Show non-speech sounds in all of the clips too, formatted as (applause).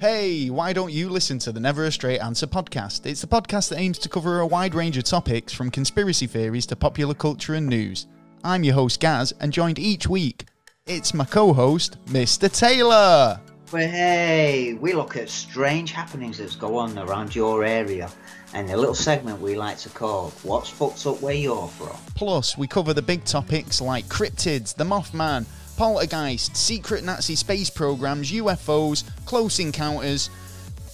Hey, why don't you listen to the Never a Straight Answer podcast? It's the podcast that aims to cover a wide range of topics from conspiracy theories to popular culture and news. I'm your host, Gaz, and joined each week, it's my co host, Mr. Taylor. Well, hey, we look at strange happenings that's go on around your area, and a little segment we like to call "What's Fucked Up Where You're From." Plus, we cover the big topics like cryptids, the Mothman, poltergeist, secret Nazi space programs, UFOs, close encounters,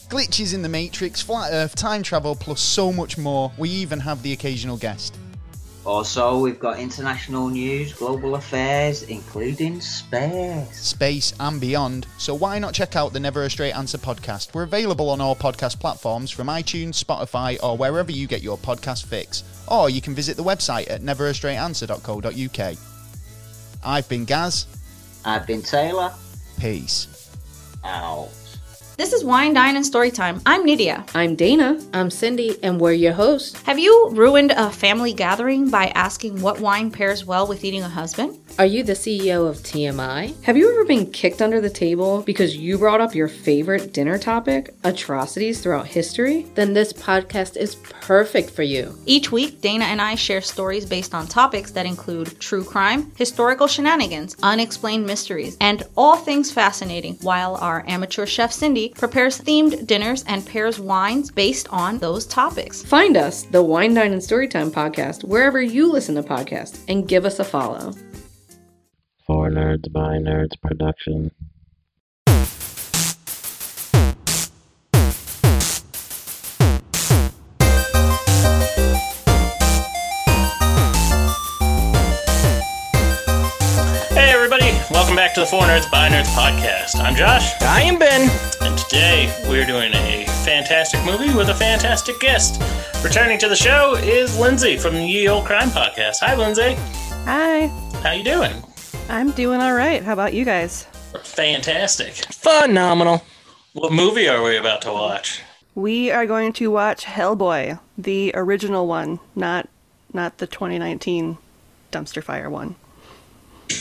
glitches in the Matrix, flat Earth, time travel, plus so much more. We even have the occasional guest. Also, we've got international news, global affairs, including space. space and beyond. So why not check out the Never a Straight Answer podcast? We're available on all podcast platforms from iTunes, Spotify, or wherever you get your podcast fix. Or you can visit the website at neverastraightanswer.co.uk. I've been Gaz. I've been Taylor. Peace. Out. This is Wine, Dine, and Storytime. I'm Nydia. I'm Dana. I'm Cindy, and we're your hosts. Have you ruined a family gathering by asking what wine pairs well with eating a husband? Are you the CEO of TMI? Have you ever been kicked under the table because you brought up your favorite dinner topic, atrocities throughout history? Then this podcast is perfect for you. Each week, Dana and I share stories based on topics that include true crime, historical shenanigans, unexplained mysteries, and all things fascinating, while our amateur chef Cindy prepares themed dinners and pairs wines based on those topics. Find us, the Wine Dine and Storytime podcast, wherever you listen to podcasts, and give us a follow. For Nerds by Nerds production. Hey everybody, welcome back to the Four Nerds by Nerds podcast. I'm Josh, I am Ben. and today we're doing a fantastic movie with a fantastic guest. Returning to the show is Lindsay from the Ye Old Crime Podcast. Hi Lindsay, Hi. how you doing? I'm doing all right. How about you guys? Fantastic. Phenomenal. What movie are we about to watch? We are going to watch Hellboy, the original one, not not the 2019 dumpster fire one.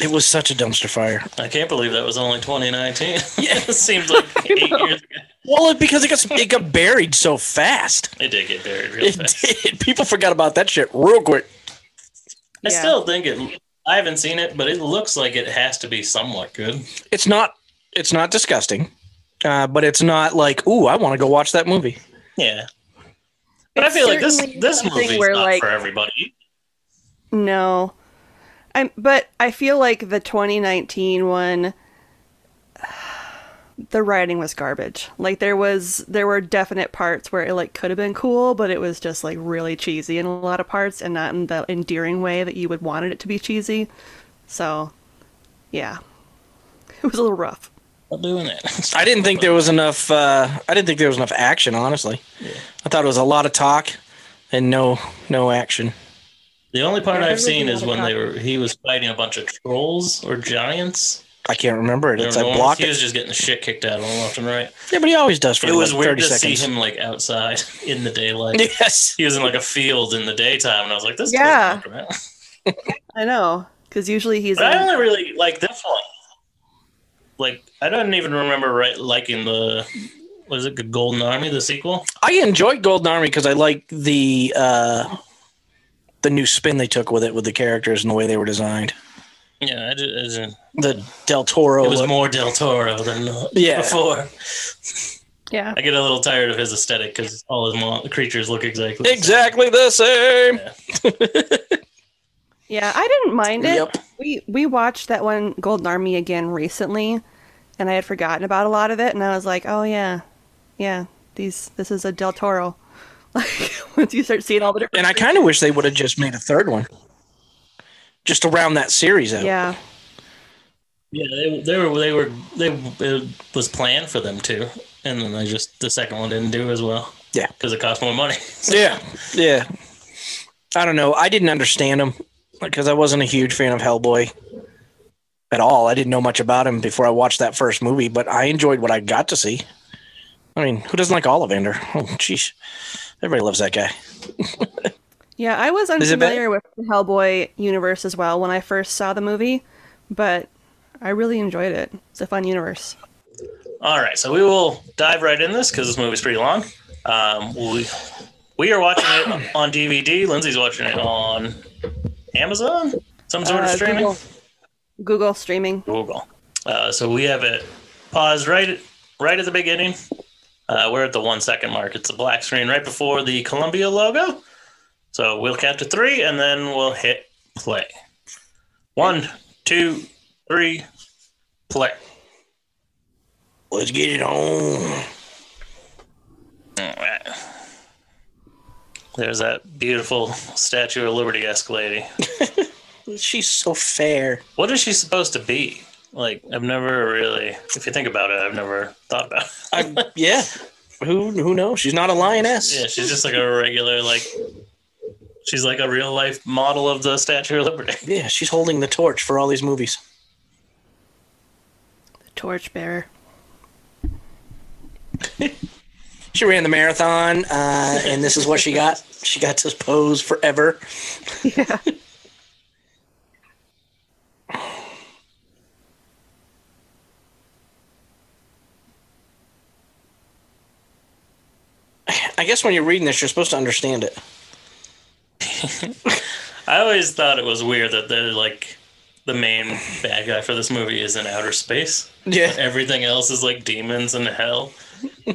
It was such a dumpster fire. I can't believe that was only (laughs) 2019. Yeah, it seems (laughs) like eight years ago. Well, it, because it got it got buried so fast. It did get buried real It fast. (laughs) did. People forgot about that shit real quick. I Yeah. still think it. I haven't seen it, but it looks like it has to be somewhat good. It's not it's not disgusting, uh, but it's not like ooh I want to go watch that movie. Yeah. But I feel like this this movie's where, not like- for everybody. No, I'm. But I feel like the 2019 one, (sighs) the writing was garbage. Like there was there were definite parts where it like could have been cool, but it was just like really cheesy in a lot of parts, and not in the endearing way that you would wanted it to be cheesy. So, yeah, (laughs) it was a little rough. Stop doing that. (laughs) I didn't think there was enough. Uh, I didn't think there was enough action. Honestly, I thought it was a lot of talk and no no action. The only part Yeah, there I've seen was is a when lot they of were he was fighting a bunch of trolls or giants. I can't remember it. They It's were I going- blocked he was it. just getting the shit kicked out of him left and right. Yeah, but he always does for It was like weird 30 to seconds. see him like outside (laughs) in the daylight. Yes. He was in like a field in the daytime, and I was like, "This." doesn't Yeah. look right. I know, because usually he's. But I in- only really like this one. Like I don't even remember right liking the was it Golden Army the sequel? I enjoyed Golden Army because I like the uh, the new spin they took with it, with the characters and the way they were designed. Yeah, I ju- I just, The Del Toro. it was look. more Del Toro than uh, Yeah. before. Yeah. I get a little tired of his aesthetic because all his mo- creatures look exactly the same. exactly the same. Yeah, I didn't mind it. Yep. We we watched that one Golden Army again recently and I had forgotten about a lot of it and I was like, "Oh yeah. Yeah, these this is a Del Toro." (laughs) Like once you start seeing all the different And I kind of wish they would have just made a third one, just around that series out. Yeah. Yeah, they, they were they were they it was planned for them too, and then they just the second one didn't do as well. Yeah. because it cost more money. (laughs) Yeah, yeah. I don't know. I didn't understand him because I wasn't a huge fan of Hellboy at all. I didn't know much about him before I watched that first movie, but I enjoyed what I got to see. I mean, who doesn't like Ollivander? Oh, jeez. Everybody loves that guy. Yeah, I was it bad? unfamiliar with the Hellboy universe as well when I first saw the movie, but I really enjoyed it. It's a fun universe. All right, so we will dive right in this because this movie's pretty long. Um, we we are watching it on DVD. Lindsay's watching it on Amazon, some sort of Uh, streaming. Google, Google streaming. Google. Uh, so we have it paused right right at the beginning. Uh, we're at the one second mark. It's a black screen right before the Columbia logo. So we'll count to three and then we'll hit play. One, two, three, play. Let's get it on. All right. There's that beautiful Statue of Liberty esque lady. She's so fair. What is she supposed to be? Like, I've never really, if you think about it, I've never thought about it. I, yeah. Who who knows? She's not a lioness. Yeah, she's just like a regular, like she's like a real life model of the Statue of Liberty. (laughs) Yeah, she's holding the torch for all these movies. The torchbearer. She ran the marathon, uh, and this is what she got. She got to pose forever. (laughs) Yeah. I guess when you're reading this, you're supposed to understand it. I always thought it was weird that they're like the main bad guy for this movie is in outer space. Yeah, Everything else is like demons and hell.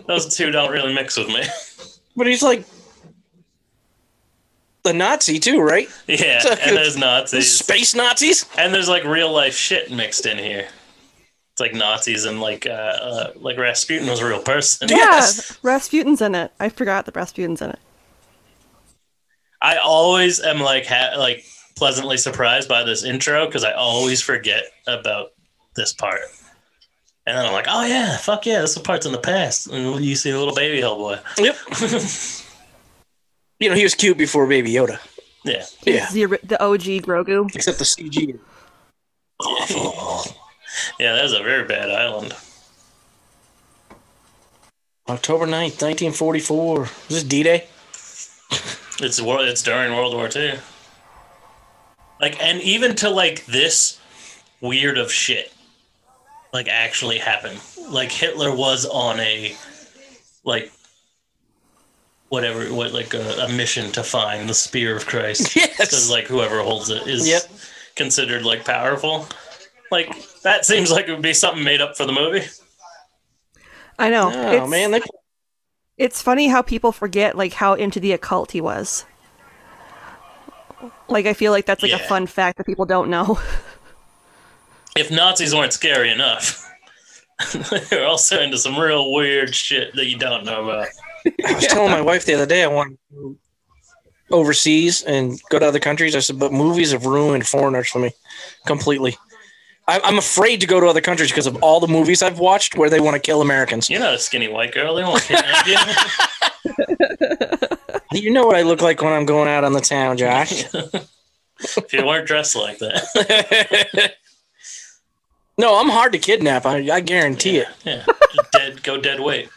Those two don't really mix with me. (laughs) but he's like the Nazi too, right? Yeah, and there's Nazis, Space Nazis. and there's like real life shit mixed in here. It's like Nazis and like uh, uh like Rasputin was a real person. Yes. Yeah. Rasputin's in it. I forgot that Rasputin's in it. I always am like ha- like pleasantly surprised by this intro because I always forget about this part, and then I'm like, oh yeah, fuck yeah, this part's in the past. And you see the little baby oh, Hellboy. Yep. (laughs) you know he was cute before Baby Yoda. Yeah, (laughs) Yeah. The, ori- the OG Grogu. Except the CG. yeah, that was a very bad island. October 9th, 1944. Is this D-Day? It's wor- it's during World War Two. Like, and even to like this weird of shit, like actually happened. Like Hitler was on a like whatever what like a, a mission to find the spear of Christ. (laughs) Yes. because like whoever holds it is Yep. considered like powerful. Like that seems like it would be something made up for the movie. I know. Oh, it's, man. They, it's funny how people forget like how into the occult he was. Like I feel like that's like Yeah. a fun fact that people don't know. (laughs) If Nazis weren't scary enough. (laughs) They're also into some real weird shit that you don't know about. I was telling my wife the other day I wanted to go overseas and go to other countries. I said, but movies have ruined foreigners for me completely. I, I'm afraid to go to other countries because of all the movies I've watched where they want to kill Americans. You're not a skinny white girl. They won't kidnap you. You know what I look like when I'm going out on the town, (laughs) Josh. if you weren't dressed like that. no, I'm hard to kidnap. I, I guarantee it. Yeah. Just dead, go dead weight.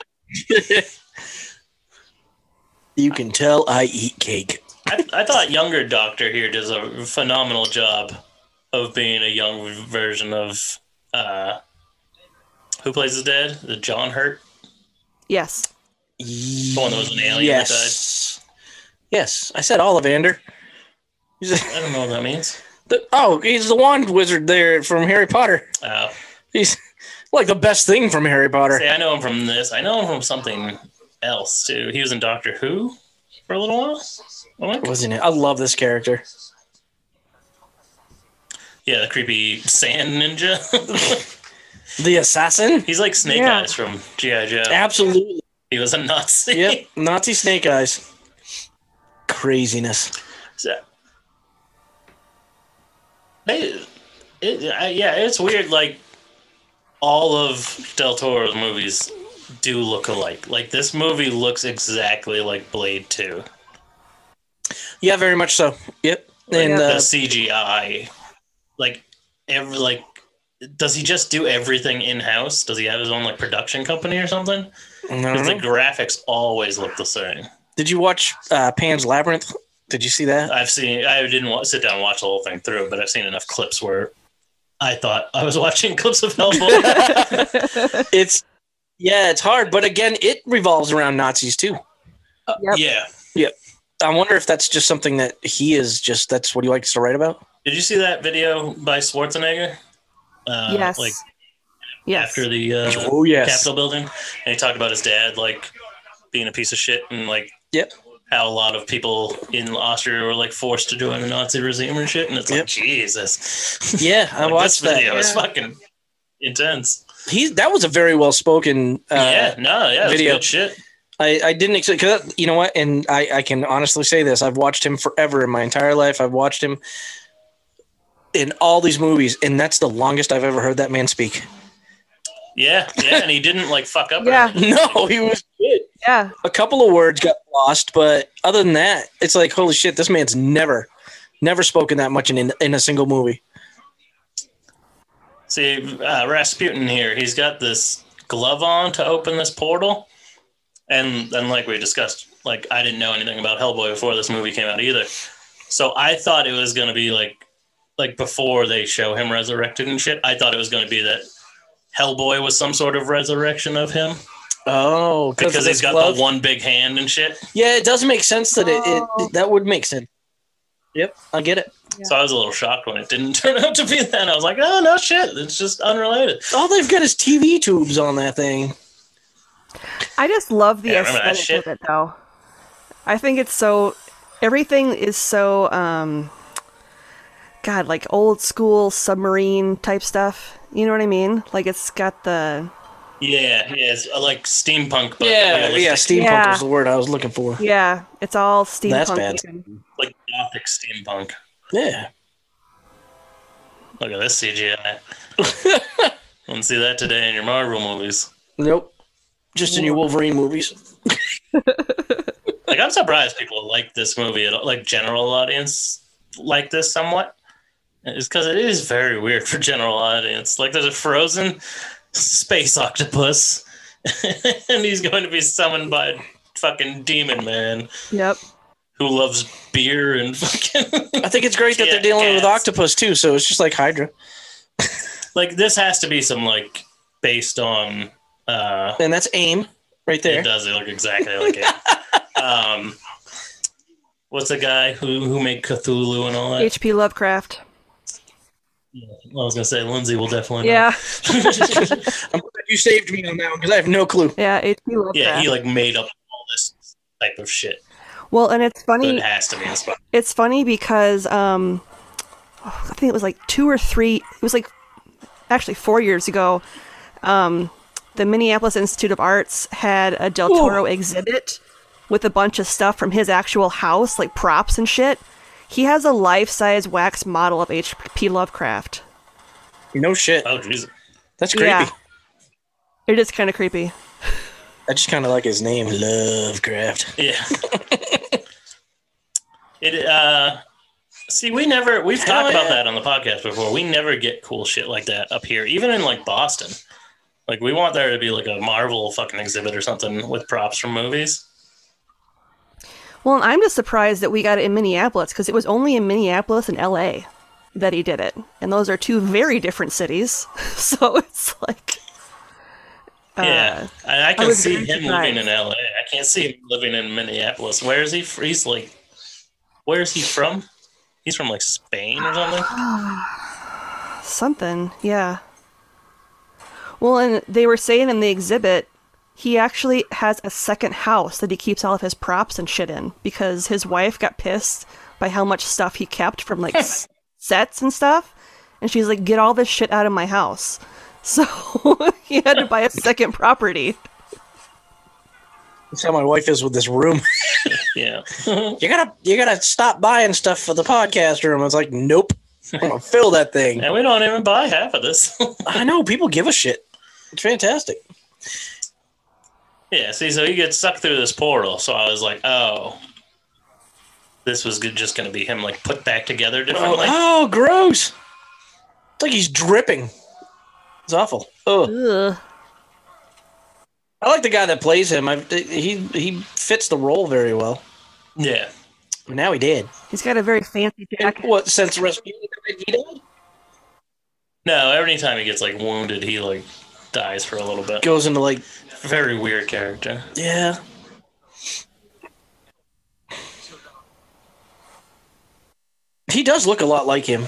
You can tell I eat cake. I, I thought younger Doctor here does a phenomenal job of being a young version of uh, who plays his dad? The John Hurt, yes. the one that was an alien that Yes. Yes. I said Ollivander. He's a- died. I don't know what that means. the- oh, he's the wand wizard there from Harry Potter. Uh, He's like the best thing from Harry Potter. see, I know him from this. I know him from something else too. He was in Doctor Who for a little while. I think. Wasn't it? I love this character. Yeah, the creepy sand ninja. (laughs) The assassin? He's like Snake Yeah. Eyes from GI Joe. (laughs) Absolutely. He was a Nazi. Yep. Nazi snake eyes. Craziness. (laughs) So- They- it- I- yeah, it's weird. Like all of Del Toro's movies do look alike. Like this movie looks exactly like Blade Two. Yeah, very much so. Yep. And the uh, CGI, like every like, does he just do everything in house? Does he have his own like production company or something? I don't Because the know. graphics always look the same. did you watch uh, Pan's Labyrinth? Did you see that? I've seen. I didn't wa- sit down and watch the whole thing through, but I've seen enough (laughs) (laughs) clips where I thought I was watching clips of Hellboy. it's Yeah, it's hard, but again, it revolves around Nazis too. Yep. Yeah. I wonder if that's just something that he is just that's what he likes to write about. Did you see that video by Schwarzenegger? Uh, yes. Like yes. after the uh, Oh yes, Capitol building, and he talked about his dad like being a piece of shit and like Yep. how a lot of people in Austria were like forced to join the Nazi regime and shit, and it's Yep. like Jesus. yeah, (laughs) I Like, watched this that. video. It's Yeah. fucking intense. He that was a very well spoken. Uh, yeah, no, yeah, it's video. good shit. I, I didn't expect because you know what, and I, I can honestly say this: I've watched him forever in my entire life. I've watched him in all these movies, and that's the longest I've ever heard that man speak. (laughs) Yeah, yeah, and he didn't like fuck up. or Yeah. anything. No, he was good. yeah. A couple of words got lost, but other than that, it's like holy shit, this man's never, never spoken that much in in, in a single movie. See, uh, Rasputin here, he's got this glove on to open this portal. And then, like we discussed, like I didn't know anything about Hellboy before this movie came out either. So I thought it was going to be like, like before they show him resurrected and shit, I thought it was going to be that Hellboy was some sort of resurrection of him Oh, because he's got one. the one big hand and shit. Yeah, it does make sense that it, Oh. it that would make sense. Yep, I get it. So I was a little shocked when it didn't (laughs) turn out to be that. I was like, oh, no shit. It's just unrelated. All they've got is TV tubes on that thing. I just love the Yeah, remember that aesthetic of it, though. I think it's so. Everything is so. um God, like old school submarine type stuff. You know what I mean? Like it's got the. Yeah, yeah. It's uh, like steampunk, but yeah, yeah, realistic. steampunk Yeah. was the word I was looking for. Yeah, it's all steampunk. bad. looking. like gothic steampunk. Yeah, Look at this CGI. Don't see that today in your Marvel movies. nope. Just in your Wolverine movies. Like I'm surprised people like this movie at all. Like general audience like this somewhat. It's because it is very weird for general audience. Like there's a frozen space octopus, (laughs) and he's going to be summoned by a fucking demon man Yep. who loves beer and fucking I think it's great that Yeah, they're dealing with cats. octopus too, so it's just like Hydra. like this has to be some like based on uh And that's aim right there. It does. They look exactly like it. um, what's the guy who who made Cthulhu and all that? H.P. Lovecraft. Uh-huh. I was gonna say Lindsay will definitely. know. Yeah. I'm glad you saved me on that one because I have no clue. Yeah. H.P. Lovecraft. yeah, he like made up all this type of shit. well, and it's But funny. it has to be inspired. it's funny because um, oh, I think it was like two or three. It was like actually four years ago. Um, the Minneapolis Institute of Arts had a Del Toro exhibit with a bunch of stuff from his actual house, like props and shit. He has a life-size wax model of H.P. Lovecraft. No shit. Oh Jesus! That's creepy. Yeah. It is kind of creepy. I just kind of like his name, Lovecraft. Yeah. it uh. See, we never we've Hell talked about yeah. that on the podcast before. We never get cool shit like that up here, even in like Boston. Like we want there to be like a Marvel fucking exhibit or something with props from movies. Well, and I'm just surprised that we got it in Minneapolis because it was only in Minneapolis and L.A. that he did it, and those are two very different cities. (laughs) so it's like, Uh, Yeah, I, I can was see very him living surprised. in LA. I can't see him living in Minneapolis. Where is he? fr- He's like, where is he from? He's from like Spain or (gasps) something. Something, yeah. Well, and they were saying in the exhibit, he actually has a second house that he keeps all of his props and shit in because his wife got pissed by how much stuff he kept from like s- sets and stuff. And she's like, get all this shit out of my house. (laughs) So (laughs) he had to buy a second property. That's how my wife is with this room. (laughs) Yeah, (laughs) you gotta you gotta stop buying stuff for the podcast room. I was like, nope, I'm gonna fill that (laughs) thing. and we don't even buy half of this. (laughs) I know people give a shit. It's fantastic. yeah, see, so he gets sucked through this portal. So I was like, oh, this was good, just going to be him like put back together Oh, differently. oh, gross! It's like he's dripping. It's awful. Ugh. Ugh. I like the guy that plays him. I, he he fits the role very well. Yeah, Now he did. He's got a very fancy And jacket. what since Rasputin died, he died? no, every time he gets like wounded, he like dies for a little bit. goes into like very weird character. Yeah. He does look a lot like him.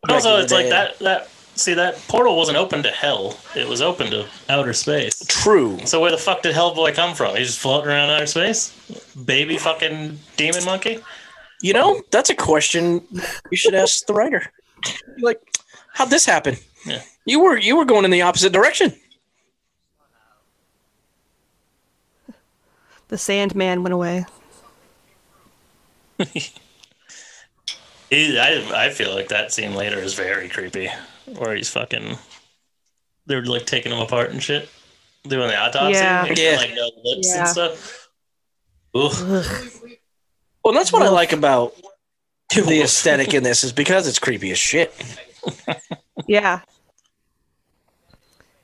But also, Back in it's the like day. that that see that portal wasn't open to hell; it was open to outer space. True. So where the fuck did Hellboy come from? He's just floating around outer space, baby fucking demon monkey. You know, that's a question you should ask the writer. Like, how'd this happen? Yeah. You were you were going in the opposite direction. The Sandman went away. He, I I feel like that scene later is very creepy, where he's fucking. They're like taking him apart and shit, doing the autopsy. Yeah. and he's Yeah. got, Like no lips Yeah. and stuff. Ugh. Well, that's what I like about the Oof. aesthetic in this is because it's creepy as shit. Yeah. (laughs)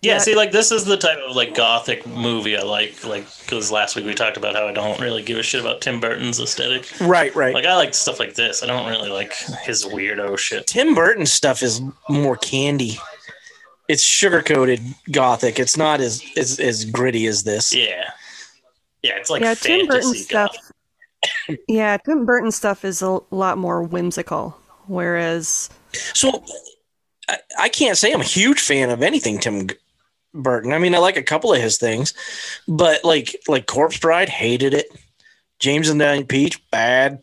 Yeah, Yeah. see, like this is the type of like gothic movie I like. Like because last week we talked about how I don't really give a shit about Tim Burton's aesthetic. Right, right. Like I like stuff like this. I don't really like his weirdo shit. Tim Burton stuff is more candy. It's sugar coated gothic. It's not as, as as gritty as this. Yeah, yeah, it's like yeah, fantasy Tim Burton gothic. stuff. (laughs) yeah, Tim Burton stuff is a lot more whimsical. Whereas, So I, I can't say I'm a huge fan of anything Tim G- Burton. I mean, I like a couple of his things, but like like Corpse Bride, hated it. James and the Dying Peach, bad.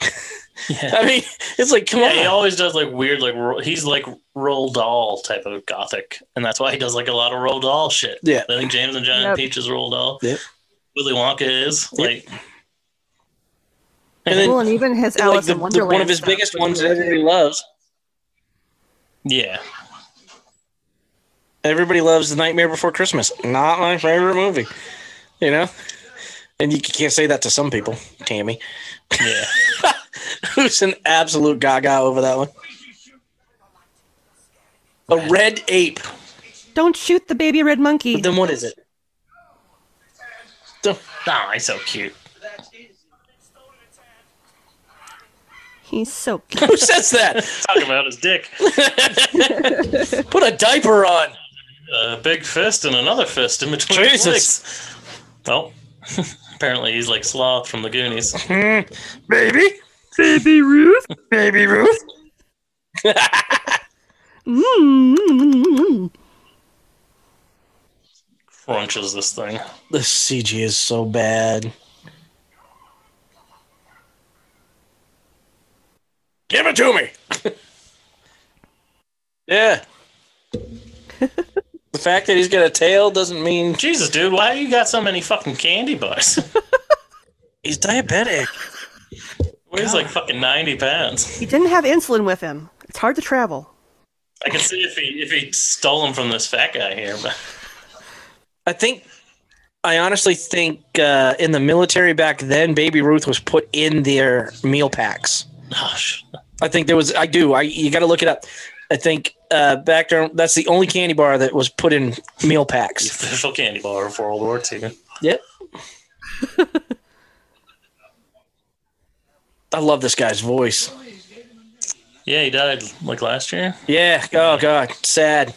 (laughs) Yeah. I mean, (laughs) it's like come Yeah, he on. always does like weird, like ro- he's like Roll Dahl type of gothic, and that's why he does like a lot of Roll Dahl shit. Yeah. I think James and John Yep. Peach is Roll Dahl. Yep. Willy Wonka is like And then well, and even his like Alice the, in the- Wonderland. one of his stuff biggest was ones that really everybody loves. yeah. Everybody loves The Nightmare Before Christmas. Not my favorite movie. You know? And you can't say that to some people, Tammy, Yeah. (laughs) who's an absolute gaga over that one. A red ape. Don't shoot the baby red monkey. Then what is it? (laughs) oh, he's so cute. He's so cute. Who says that? Talking about his dick. Put a diaper on. a big fist and another fist in between Jesus. his legs. Well, (laughs) apparently he's like Sloth from the Goonies. Hmm. Baby. baby Ruth. Baby Ruth. Mm-hmm. Crunches this thing. The CG is so bad. Give it to me. (laughs) yeah. the fact that he's got a tail doesn't mean Jesus, dude, why you got so many fucking candy bars? (laughs) he's diabetic. Weighs like fucking ninety pounds. He didn't have insulin with him. It's hard to travel. I can see if he if he stole them from this fat guy here, but (laughs) I think I honestly think uh, in the military back then, Baby Ruth was put in their meal packs. oh, sh- I think there was. I do. I you got to look it up. I think uh, back there, that's the only candy bar that was put in meal the (laughs) packs. official candy bar of World War II. Yep. (laughs) I love this guy's voice. Yeah, he died like last year. Yeah. Oh God. Sad.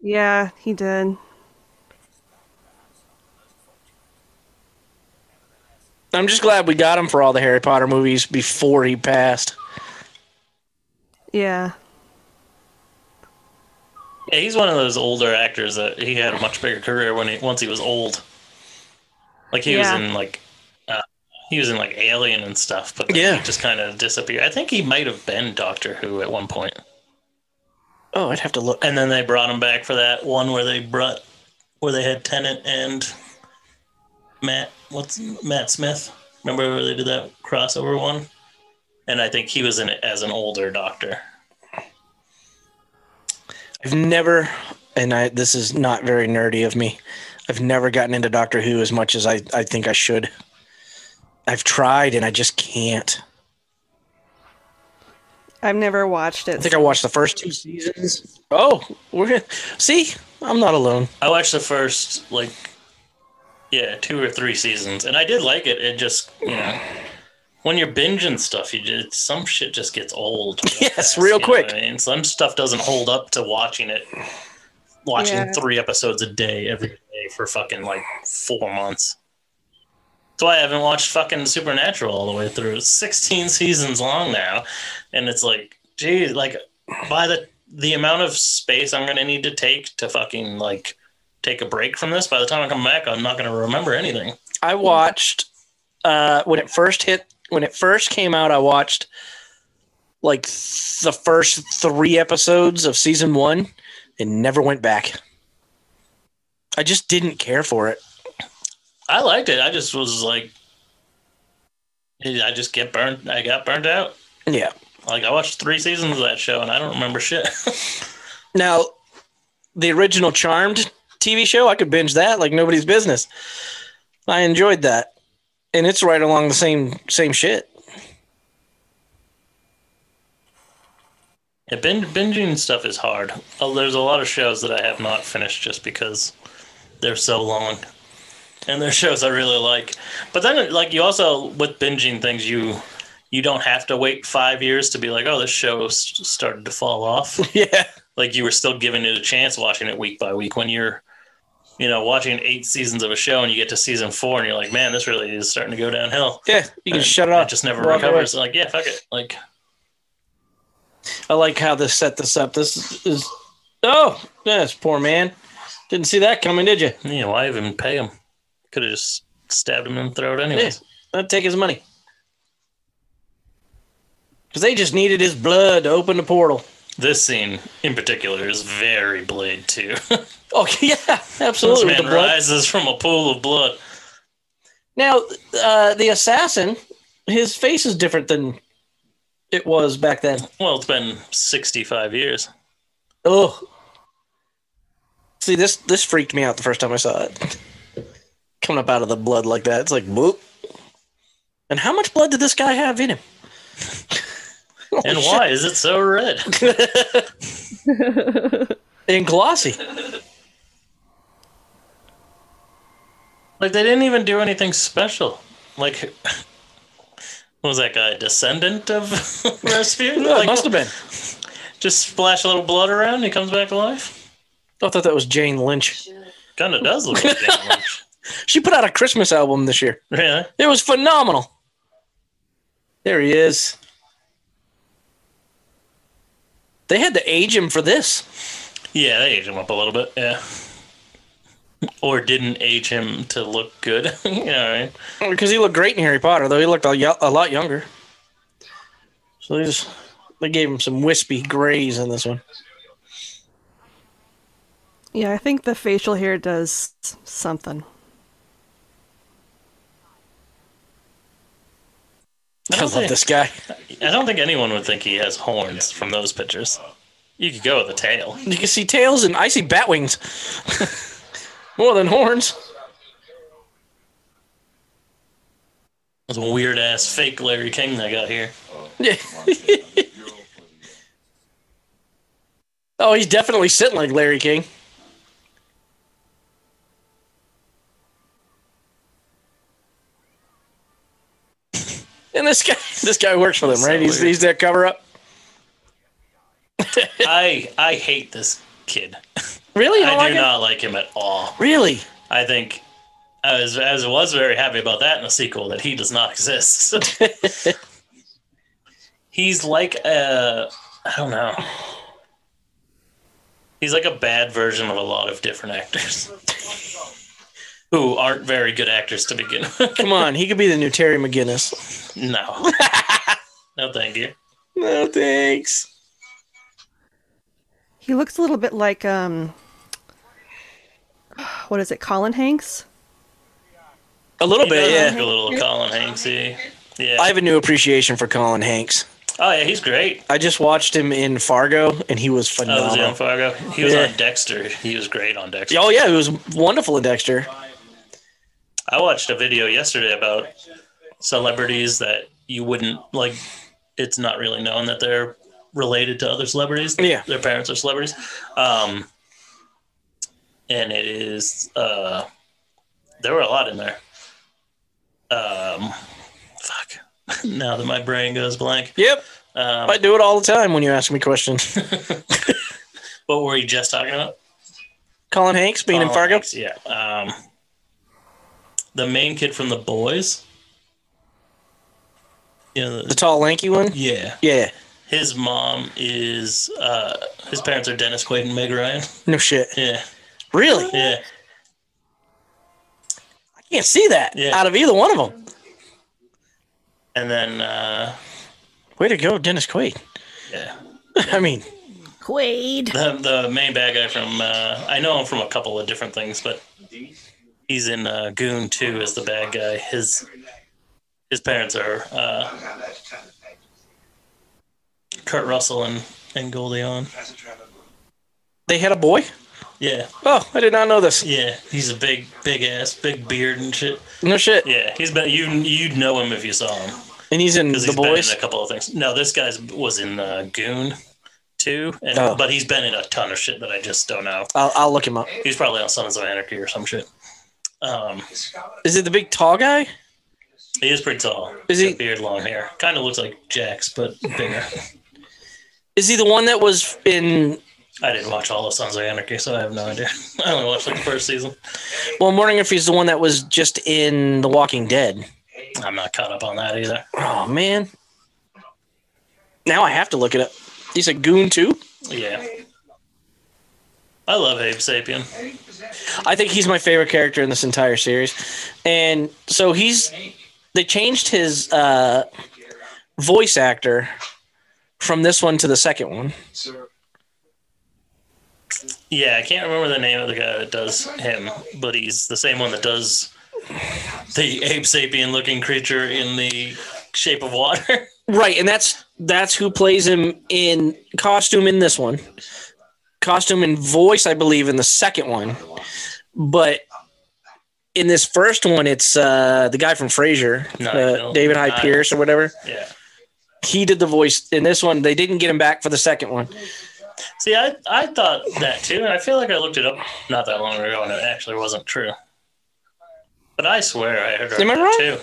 Yeah, he did. I'm just glad we got him for all the Harry Potter movies before he passed. Yeah. Yeah, he's one of those older actors that he had a much bigger career when he once he was old. Like he Yeah. was in like uh, he was in like Alien and stuff, but then Yeah. he just kind of disappeared. I think he might have been Doctor Who at one point, Oh, I'd have to look. and then they brought him back for that one where they brought where they had Tennant and Matt what's Matt Smith. Remember where they did that crossover one? And I think he was in it as an older doctor. I've never, and I this is not very nerdy of me. I've never gotten into Doctor Who as much as I, I think I should. I've tried and I just can't. I've never watched I it. think I watched the first two seasons. Oh, we're gonna see. I'm not alone. I watched the first like yeah, two or three seasons, and I did like it. It just you know when you're binging stuff, you just some shit just gets old. real (laughs) Yes, real you know what quick. I mean, some stuff doesn't hold up to watching it watching Yeah. three episodes a day every day for fucking like four months. That's why I haven't watched fucking Supernatural all the way through. It's 16 seasons long now. And it's like, geez, like by the the amount of space I'm gonna need to take to fucking like take a break from this, by the time I come back, I'm not gonna remember anything. I watched uh, when it first hit when it first came out. I watched like th- the first three episodes of season one and never went back. I just didn't care for it. I liked it. I just was like I just get burned I got burned out. Yeah. Like I watched three seasons of that show and I don't remember shit. (laughs) Now, the original Charmed TV show, I could binge that like nobody's business. I enjoyed that, and it's right along the same same shit. yeah, bin- binging stuff is hard. Oh, there's a lot of shows that I have not finished just because they're so long, and they're shows I really like. But then, like you also with binging things, you you don't have to wait five years to be like, oh, this show s- started to fall off. Yeah. like you were still giving it a chance watching it week by week when you're you know watching eight seasons of a show and you get to season four and you're like man this really is starting to go downhill Yeah, you can And shut it off. it just never Walk away. recovers like yeah fuck it like I like how this set this up. This is oh, yes, poor man. Didn't see that coming, did you? yeah why even pay him could have just stabbed him in the throat anyways Yeah, I'd take his money because they just needed his blood to open the portal. (laughs) this scene in particular is very blade too (laughs) Oh yeah, this absolutely. with the man blood. rises from a pool of blood Now, uh, the assassin, his face is different than it was back then. well it's been 65 years Oh, see this this freaked me out the first time I saw it. Coming up out of the blood like that, it's like boop. And how much blood did this guy have in him? (laughs) and why is it so (laughs) red And glossy. Like they didn't even do anything special. Like what was that guy a descendant of (laughs) Rasputin? No, (laughs) it like, must have been. Just splash a little blood around, and he comes back to life. I thought that was Jane Lynch. Kind of does look (laughs) like Jane Lynch. She put out a Christmas album this year. Really? It was phenomenal. There he is. They had to age him for this. Yeah, they aged him up a little bit. Yeah. Or didn't age him to look good. (laughs) you know, right? Because he looked great in Harry Potter, though he looked a, yo- a lot younger. So they just they gave him some wispy grays in this one. Yeah, I think the facial hair does something. I love this guy. I don't think anyone would think he has horns from those pictures. You could go with a tail. You can see tails and I see bat wings (laughs) more than horns. It's a weird ass fake Larry King I got here. Yeah. (laughs) oh, he's definitely sitting like Larry King. (laughs) And this guy, this guy works for them, So right? He's, weird. he's their cover up. I I hate this kid. Really? You I don't do like him? not like him at all. Really? I think I was, I was, was very happy about that in the sequel that he does not exist. (laughs) He's like a, I don't know. He's like a bad version of a lot of different actors (laughs) who aren't very good actors to begin (laughs) with. Come on, he could be the new Terry (laughs) McGinnis. (laughs) no. No, thank you. No thanks. He looks a little bit like um (sighs) what is it, Colin Hanks? A little He bit, does yeah. look a little Colin Hanksy. Yeah. I have a new appreciation for Colin Hanks. oh, yeah, he's great. I just watched him in Fargo, and he was Oh, was he on phenomenal. Fargo? He was Yeah. on Dexter. He was great on Dexter. Oh yeah, he was wonderful in Dexter. I watched a video yesterday about celebrities that you wouldn't like. It's not really known that they're related to other celebrities. Yeah. their parents are celebrities. Um, and it is uh, there were a lot in there. Um, fuck. (laughs) now that my brain goes blank. Yep, Um, I do it all the time when you ask me questions. what were you just talking about? (laughs) Colin Hanks being in Colin Fargo? Hanks, Yeah. Um, the main kid from The Boys. Yeah. the- The tall, lanky one? yeah. Yeah. His mom is. Uh, his parents are Dennis Quaid and Meg Ryan. (laughs) No shit. Yeah. Really? Yeah. I can't see that Yeah. out of either one of them. And then. Uh, Way to go, Dennis Quaid. yeah. (laughs) I mean, Quaid. The, the main bad guy from. Uh, I know him from a couple of different things, but he's in uh, Goon 2 as the bad guy. His. His parents are uh, Kurt Russell and, and Goldie Hawn. they had a boy? Yeah, Oh, I did not know this. yeah. He's a big, big ass, big beard and shit. No shit. Yeah, he's been. You you'd know him if you saw him And he's in The because he's been Boys. in a couple of things. No, this guy's was in uh, Goon too, and, Oh. but he's been in a ton of shit that I just don't know. I'll, I'll look him up. He's probably on Sons of Anarchy or some shit. Um, Is it the big tall guy? he is pretty tall. He's Is he- got beard, long hair? Kind of looks like Jax, but bigger. Is he the one that was in I didn't watch all of Sons of Anarchy, so I have no idea. (laughs) I only watched like the first season. Well, I'm wondering if he's the one that was just in The Walking Dead. I'm not caught up on that either. Oh man. Now I have to look it up. He's a goon too. Yeah. I love Abe Sapien. I think he's my favorite character in this entire series. And so he's they changed his uh, voice actor from this one to the second one. Yeah, I can't remember the name of the guy that does him, but he's the same one that does the ape sapien looking creature in the shape of water. Right, and that's that's who plays him in costume in this one. Costume and voice, I believe, in the second one. But in this first one, it's uh, the guy from Frasier, Not uh, Bill. David High Not- Pierce or whatever. yeah. He did the voice in this one. They didn't get him back for the second one. See, I, I thought that too, and I feel like I looked it up not that long ago, and it actually wasn't true. But I swear I heard Am I that wrong? too.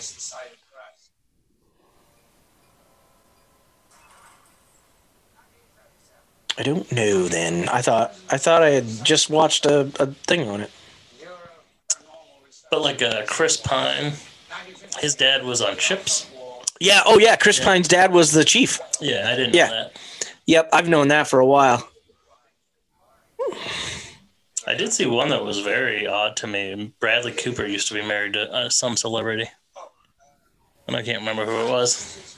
I don't know. Then I thought I thought I had just watched a, a thing on it. But like uh, Chris Pine, his dad was on Chips. Yeah. Oh yeah. Chris Pine's dad was the chief. Yeah, I didn't Yeah. know that. Yep, I've known that for a while. I did see one that was very odd to me. Bradley Cooper used to be married to uh, some celebrity, and I can't remember who it was.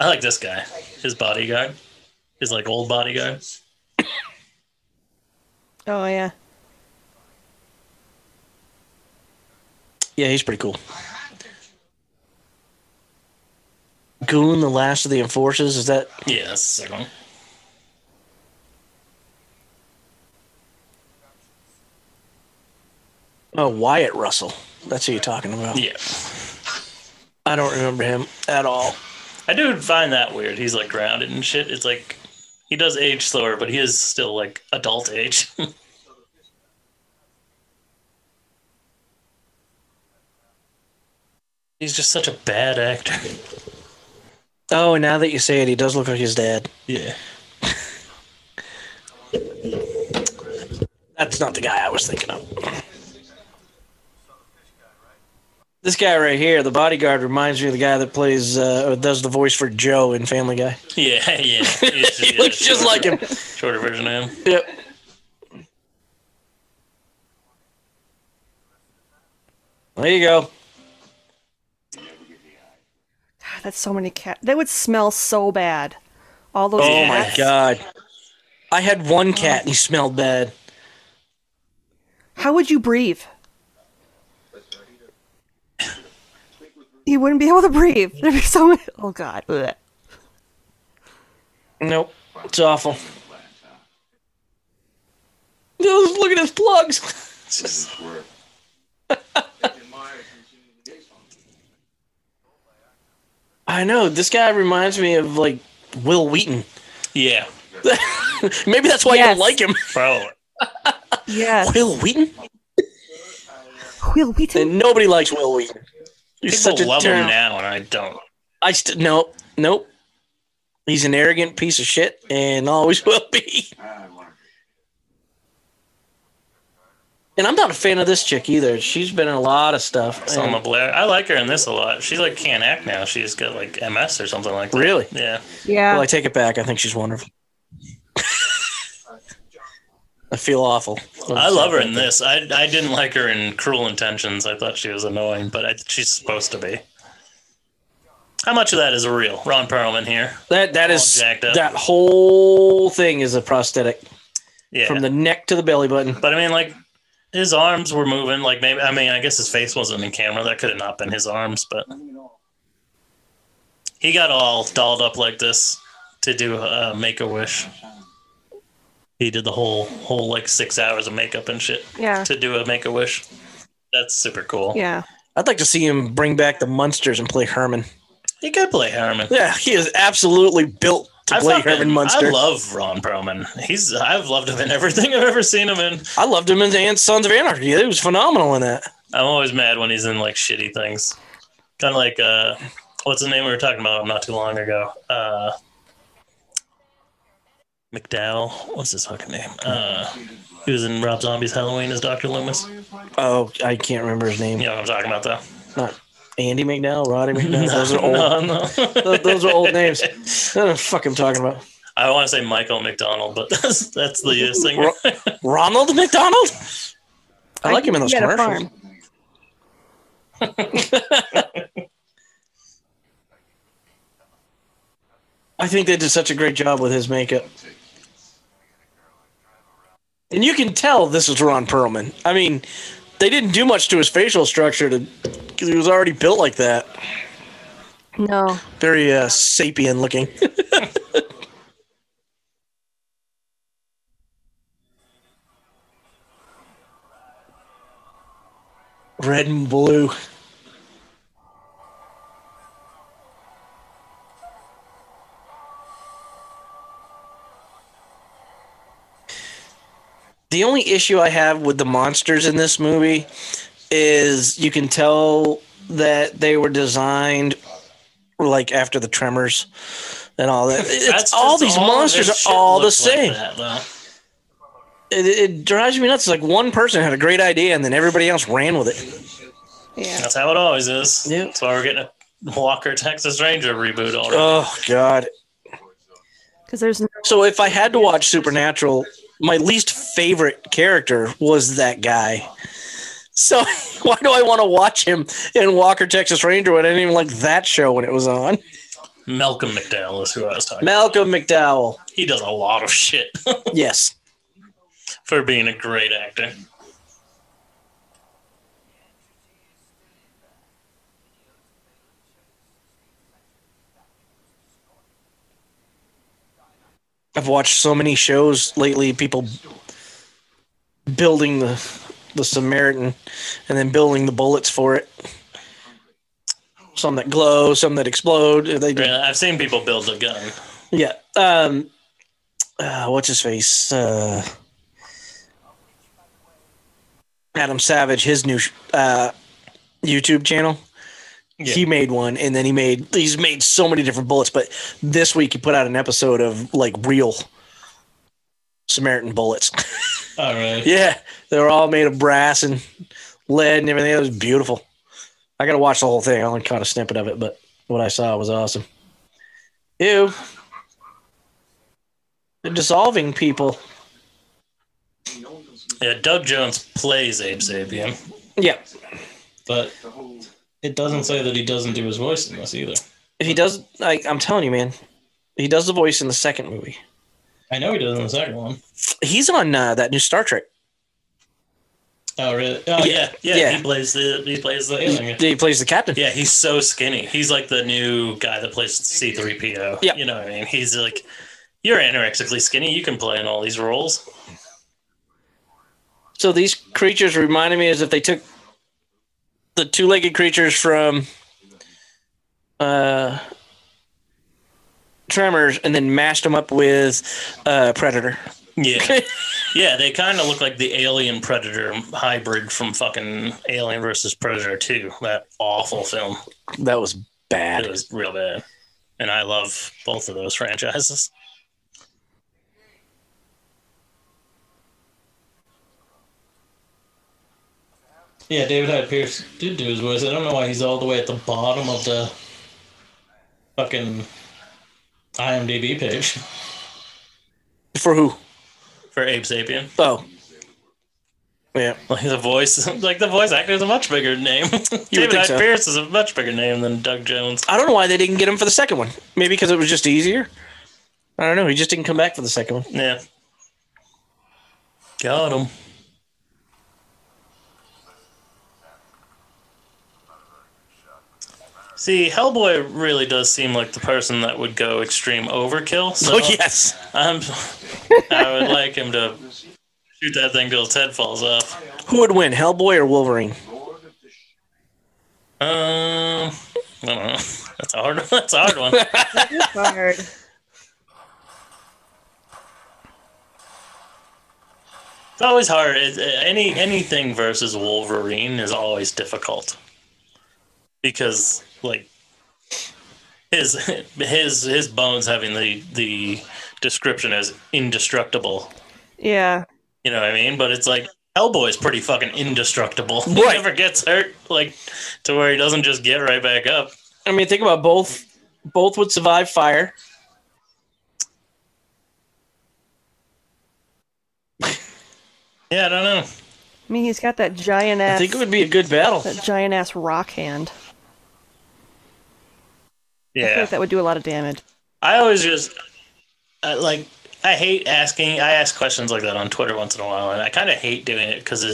I like this guy, his bodyguard, his like old bodyguard. Oh yeah. Yeah, he's pretty cool. Goon, the last of the enforcers, is that? Yeah, that's the second one. Oh, Wyatt Russell. That's who you're talking about. Yeah, I don't remember him at all. I do find that weird. He's like grounded and shit. It's like he does age slower, but he is still like adult age. (laughs) He's just such a bad actor. Oh, and now that you say it, he does look like his dad. Yeah. That's not the guy I was thinking of. This guy right here, the bodyguard, reminds me of the guy that plays uh, or does the voice for Joe in Family Guy. Yeah, (laughs) yeah. He's- he yeah, looks just shorter- like him. Shorter version of him. Yep. There you go. That's so many cat. That would smell so bad. All those. Oh my cats. god. I had one cat and he smelled bad. How would you breathe? You wouldn't be able to breathe. There'd be so many. Oh god. Blech. Nope. It's awful. Just Look at his plugs. (laughs) I know. This guy reminds me of like Will Wheaton. (laughs) Yeah, Maybe that's why Yes. you don't like him. (laughs) probably. Yes. Will Wheaton? Will Wheaton. And nobody likes Will Wheaton. He's People such a love turn- him now, and I don't. I st- nope, nope. He's an (laughs) arrogant piece of shit and always will be. And I'm not a fan of this chick either. She's been in a lot of stuff. Selma Blair. I like her in this a lot. She like can't act now. She's got like MS or something like that. Really? Yeah. Well, Yeah. I take it back. I think she's wonderful. I feel awful. I love her in this. I I didn't like her in Cruel Intentions. I thought she was annoying, but I, she's supposed to be. How much of that is real? Ron Perlman here. That that All is jacked up. that whole thing is a prosthetic Yeah. from the neck to the belly button. but I mean, like his arms were moving. Like maybe I mean, I guess his face wasn't in camera. That could have not been his arms, but he got all dolled up like this to do uh, Make a Wish. He did the whole whole like six hours of makeup and shit Yeah. to do a Make a Wish. That's super cool. Yeah. I'd like to see him bring back the Munsters and play Herman. He could play Harriman. Yeah, he is absolutely built to play fucking- Herman Munster. I, I love Ron Perlman. He's I've loved him in everything I've ever seen him in. loved him in the Ant Sons of Anarchy. He was phenomenal in that. I'm always mad when he's in like shitty things. Kind of like uh, what's the name we were talking about not too long ago? Uh, McDowell. What's his fucking name? Uh, he was in Rob Zombie's Halloween as Doctor Loomis. Oh, I can't remember his name. You know what I'm talking about (laughs) though. Not Andy McDowell, (laughs) Roddy McDowell. those are old. (laughs) No, no. (laughs) Th- Those are old names. I don't know what the fuck I'm talking about. I want to say Michael McDonald, but (laughs) that's that's the uh, singer. (laughs) Ro- Ronald McDonald? I like him in those He had a commercials. farm. (laughs) I think they did such a great job with his makeup. And you can tell this is Ron Perlman. I mean, they didn't do much to his facial structure to because he was already built like that. No. Very uh, sapien looking. Red and blue. The only issue I have with the monsters in this movie is you can tell that they were designed like after the tremors and all that. It's, That's all just these all monsters this are shit all the looks like same. that, though. it, it drives me nuts. It's like one person had a great idea and then everybody else ran with it. Yeah. That's how it always is. Yeah. That's why we're getting a Walker Texas Ranger reboot already. Oh God. Because there's no. So if I had to watch Supernatural, my least favorite character was that guy. So (laughs) why do I want to watch him in Walker Texas Ranger when I didn't even like that show when it was on? Malcolm McDowell is who I was talking. Malcolm McDowell. he does a lot of shit (laughs) Yes. for being a great actor. I've watched so many shows lately, people building the the Samaritan and then building the bullets for it. Some that glow, some that explode. They do Really, I've seen people build a gun. Yeah. Um, uh, what's his face? Uh, Adam Savage, his new sh- uh, YouTube channel. Yeah. He made one, and then he made he's made so many different bullets. But this week he put out an episode of like real Samaritan bullets. All right. yeah, they were all made of brass and lead and everything. It was beautiful. I got to watch the whole thing. I only caught a snippet of it, but what I saw was awesome. Ew. They're dissolving people. Yeah, Doug Jones plays Abe Sabian, Yeah. but it doesn't say that he doesn't do his voice in this either. If he does, I, I'm telling you, man, he does the voice in the second movie. I know he does in the second one. He's on uh, that new Star Trek. Oh really? Oh yeah, yeah. Yeah. He plays the he plays the He, alien. he plays the captain. Yeah, he's so skinny. He's like the new guy that plays C3PO. Yeah. You know what I mean? He's like, you're anorexically skinny. You can play in all these roles. So these creatures reminded me as if they took the two-legged creatures from uh, Tremors and then mashed them up with uh, Predator. Yeah. (laughs) yeah, they kind of look like the alien predator hybrid from fucking Alien versus Predator 2, that awful film. That was It bad. was real bad. And I love both of those (laughs) franchises. Yeah, David Hyde Pierce did do his voice. I don't know why he's all the way at the bottom of the fucking IMDb page For who? for Abe Sapien. Oh. Yeah. Like the voice, (laughs) like the voice actor is a much bigger name. (laughs) David think Hyde so. Pierce is a much bigger name than Doug Jones. I don't know why they didn't get him for the second one. Maybe because it was just easier. I don't know. He just didn't come back for the second one. Yeah, got him. See, Hellboy really does seem like the person that would go extreme overkill. So (laughs) Oh, yes. I'm, (laughs) I would like him to shoot that thing till its head falls off. Who would win, Hellboy or Wolverine? Um, I don't know. (laughs) That's a hard. That's a hard one. Hard. It's always hard. It, any anything versus Wolverine is always difficult because like his (laughs) his his bones having the the description as indestructible. Yeah. You know what I mean? But it's like Hellboy's pretty fucking indestructible. (laughs) He Right. never gets hurt, like to where he doesn't just get right back up. I mean, think about both. Both would survive fire. Yeah, I don't know. I mean, he's got that giant I ass, think it would be a good battle. that giant ass rock hand. I feel Yeah, like that would do a lot of damage. I always just I, like I hate asking. I ask questions like that on Twitter once in a while, and I kind of hate doing it because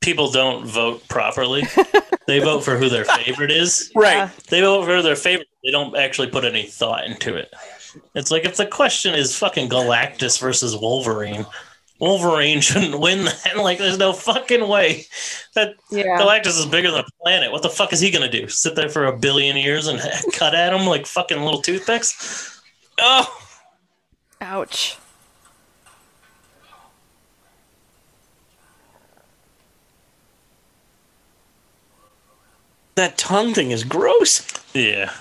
people don't vote properly. they vote for who their favorite is. Right. They vote for their favorite. They don't actually put any thought into it. It's like if the question is fucking Galactus versus Wolverine, Wolverine (laughs) shouldn't win that. Like, there's no fucking way that Yeah. Galactus is bigger than the planet. What the fuck is he gonna do? Sit there for a billion years and (laughs) cut at him like fucking little toothpicks? Oh. Ouch. That tongue thing is gross. Yeah.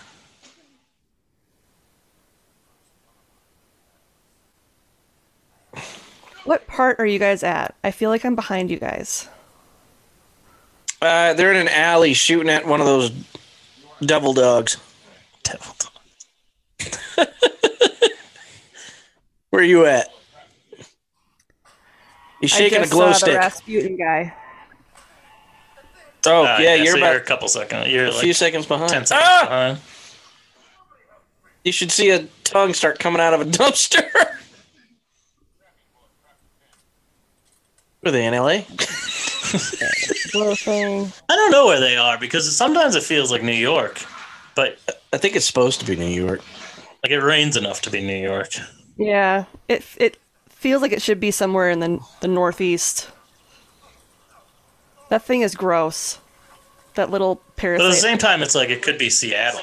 What part are you guys at? I feel like I'm behind you guys. Uh, they're in an alley shooting at one of those devil dogs. Devil dog. (laughs) Where are you at? He's I shaking a just glow saw stick. The Rasputin guy. Oh, Ah, yeah, you're so about a couple seconds. You're a like few seconds behind. ten seconds Ah! behind. You should see a tongue start coming out of a (laughs) dumpster. Were they in LA? Glow thing. I don't know where they are because sometimes it feels like New York, but I think it's supposed to be New York. like it rains enough to be New York. Yeah. It it feels like it should be somewhere in the the northeast. That thing is gross. That little But at the parasite. same time, it's like it could be Seattle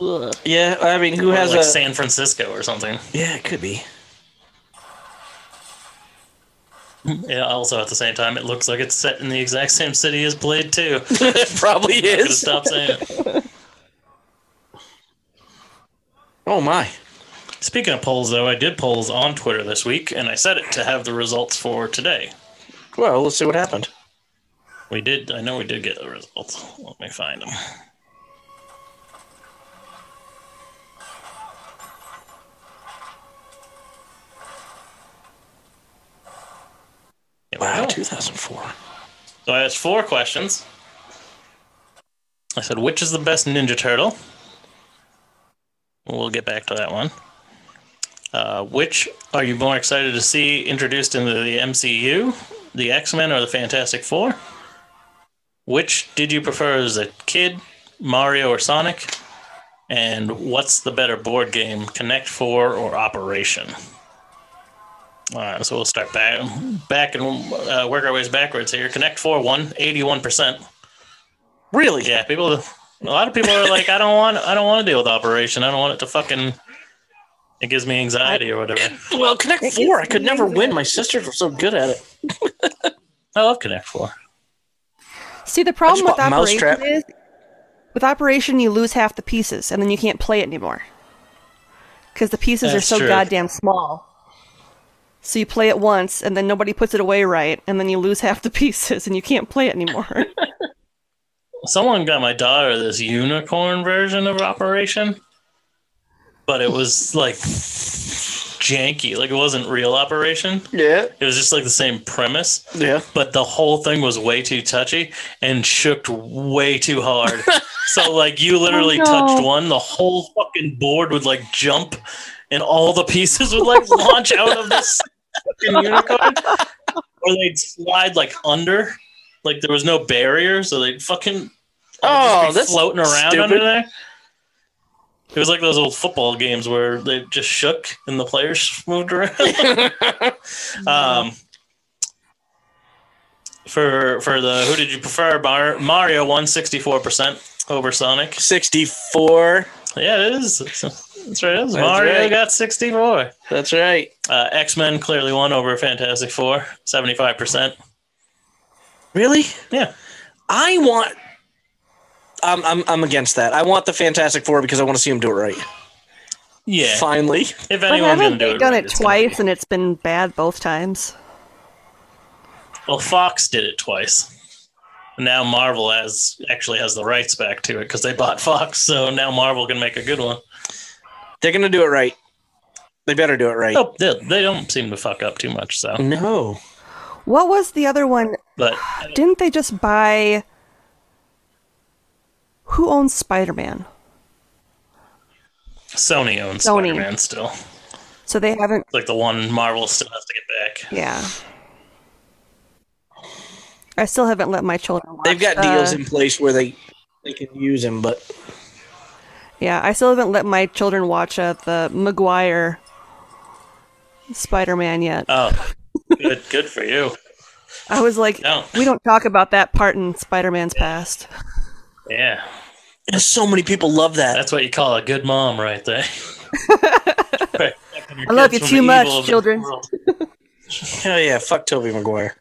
Ugh. Yeah, I mean, who or has like a? San Francisco or something. yeah, it could be. Yeah. Also, at the same time, it looks like it's set in the exact same city as Blade Two. (laughs) it (laughs) probably I'm gonna is. stop saying it. Oh my! Speaking of polls, though, I did polls on Twitter this week, and I set it to have the results for today. Well, let's see what happened. We did. I know we did get the results. Let me find them. Here we Wow, go. 2004. So I asked four questions. I said, which is the best Ninja Turtle? We'll get back to that one. Uh, which are you more excited to see introduced into the MCU, the X Men, or the Fantastic Four? Which did you prefer as a kid, Mario or Sonic? And what's the better board game, Connect Four or Operation? All right, so we'll start back, back and uh, work our ways backwards here. Connect Four won eighty-one percent. Really? Yeah, people. A lot of people are like, I don't want, I don't want to deal with Operation. I don't want it to fucking. It gives me anxiety or whatever. Well, Connect Four. I could never win. My sisters were so good at it. I love Connect Four. See, the problem with bought Operation Mousetrap. is, with Operation, you lose half the pieces, and then you can't play it anymore because the pieces are That's so true. goddamn small. So you play it once, and then nobody puts it away right, and then you lose (laughs) half the pieces, and you can't play it anymore. Someone got my daughter this unicorn version of Operation, but it was like janky. Like it wasn't real Operation. Yeah. It was just like the same premise, Yeah. (laughs) but the whole thing was way too touchy and shook way too (laughs) hard. so like you literally Oh, no. touched one, the whole fucking board would like jump, and all the pieces would like launch out of this fucking unicorn, or they'd slide like under, like there was no barrier, so they'd fucking Oh, just be that's floating around stupid. under there. It was like those old football games where they just shook and the players (laughs) moved around. Um, for for the who did you prefer? Mar- Mario won sixty four percent over Sonic. 64. Yeah, it is. (laughs) That's right. It is. That's Mario right. got sixty four. That's right. Uh, X Men clearly won over Fantastic Four, 75 percent. Really? Yeah, I want. I'm, I'm, I'm against that. I want the Fantastic Four because I want to see them do it right. yeah. Finally. If but anyone's gonna haven't do they it, done right, it it's gonna be- twice, and it's been bad both times? Well, Fox did it twice. Now Marvel has actually has the rights back to it because they bought Fox, so now Marvel can make a good one. They're going to do it right. They better do it right. Oh, Oh, they, they don't seem to fuck up too much, so. No. What was the other one? But Didn't they just buy? Who owns Spider Man? Sony owns Sony. Spider Man still. So they haven't. Like the one Marvel still has to get back. Yeah. I still haven't let my children. Watch They've got the- deals in place where they they can use them, but Yeah, I still haven't let my children watch uh, the Maguire Spider Man yet. Oh, good, good for you. I was like, No. we don't talk about that part in Spider Man's past. Yeah, so many people love that. that's what you call a good mom, right (laughs) there. Protecting your I love kids from you too the much, evil of the children. world. Hell yeah, fuck Toby Maguire.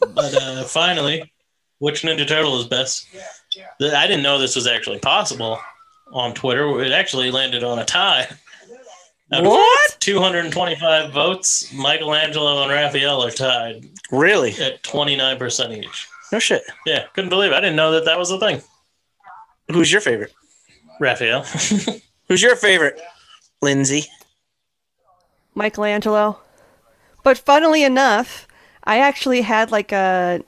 But uh, finally, which Ninja Turtle is best? The- I didn't know this was actually possible on Twitter. It actually landed on a tie. Out of What? 225 votes. Michelangelo and Raphael are tied Really? at 29% each. No shit. Yeah, couldn't believe it. I didn't know that that was a thing. Who's your favorite? Raphael. (laughs) Who's your favorite? Lindsay. Michelangelo. But funnily enough, I actually had like a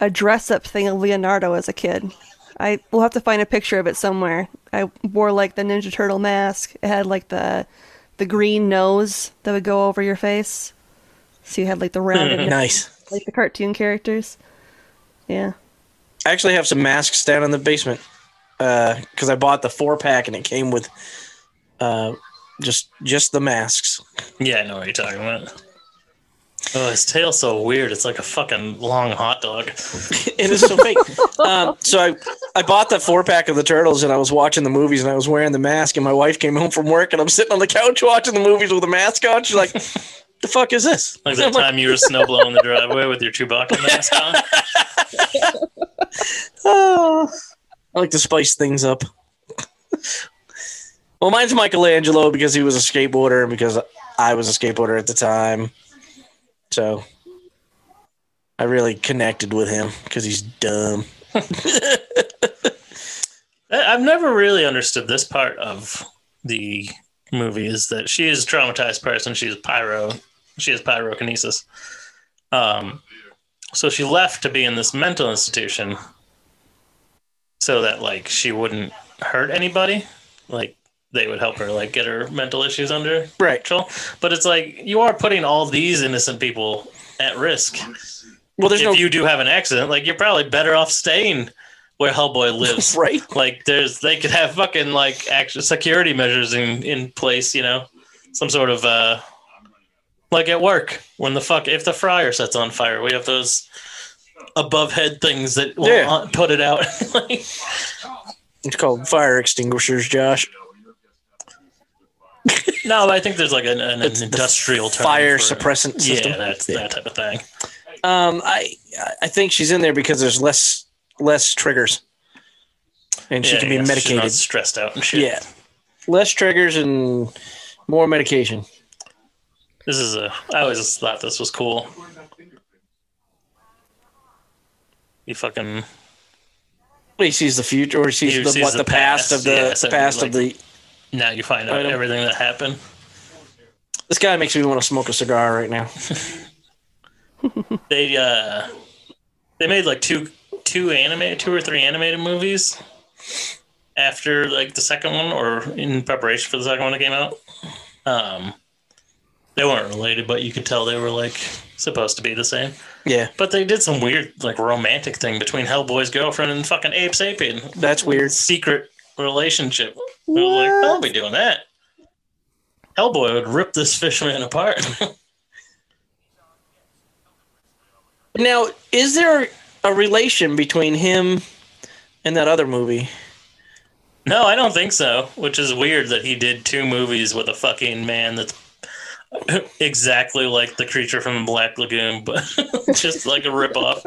a dress up thing of Leonardo as a kid. I will have to find a picture of it somewhere. I wore like the Ninja Turtle mask. It had like the the green nose that would go over your face. So you had like the rounded nose, Hmm. Nice. like the cartoon characters. Yeah. I actually have some masks down in the basement because I bought the four pack and it came with uh, just just the masks. (laughs) yeah, I know what you're talking about. Oh, his tail's so weird. It's like a fucking long hot dog. it is so fake. Um, so I, I bought the four pack of the turtles, and I was watching the movies, and I was wearing the mask. And my wife came home from work, and I'm sitting on the couch watching the movies with a mask on. She's like, "The fuck is this?" Like (laughs) I'm that time you were snow blowing the driveway with your Chewbacca mask on. "Oh." I like to spice things up. well, mine's Michelangelo because he was a skateboarder, and because I was a skateboarder at the time, so I really connected with him because he's dumb. I- I've never really understood this part of the movie is that she is a traumatized person. She's pyro. She has pyrokinesis. Um, so she left to be in this mental institution so that like she wouldn't hurt anybody. Like they would help her like get her mental issues under Right. control. But it's like you are putting all these innocent people at risk Well, there's if no (laughs) you do have an accident, like you're probably better off staying where Hellboy lives. right. Like there's they could have fucking like action security measures in in place, you know, some sort of uh like at work when the fuck if the fryer sets on fire, we have those above head things that will Yeah. not put it out. (laughs) Like, It's called fire extinguishers, Josh. no, I think there's like an, an It's the industrial term fire for- suppressant system. Yeah, that's that type of thing. Um, I I think she's in there because there's less less triggers, and she Yeah, can be yeah, she's not medicated. stressed out and shit. Yeah, less triggers and more medication. This is a. I always just thought this was cool. He fucking. He sees the future, or he sees, He the, sees what the the, past, past, of the, yeah, the so past like- of the. Now you find out Item. everything that happened. This guy makes me want to smoke a cigar right now. They uh, they made like two two anime two or three animated movies after like the second one or in preparation for the second one that came out. Um, they weren't related, but you could tell they were like supposed to be the same. Yeah, But they did some weird like romantic thing between Hellboy's girlfriend and fucking Ape Sapien. that's weird. secret relationship. I was like, I'll be doing that. Hellboy would rip this fishman apart. (laughs) Now, is there a relation between him and that other movie? no, I don't think so. Which is weird that he did two movies with a fucking man that's (laughs) exactly like the creature from Black Lagoon, but (laughs) just like a ripoff.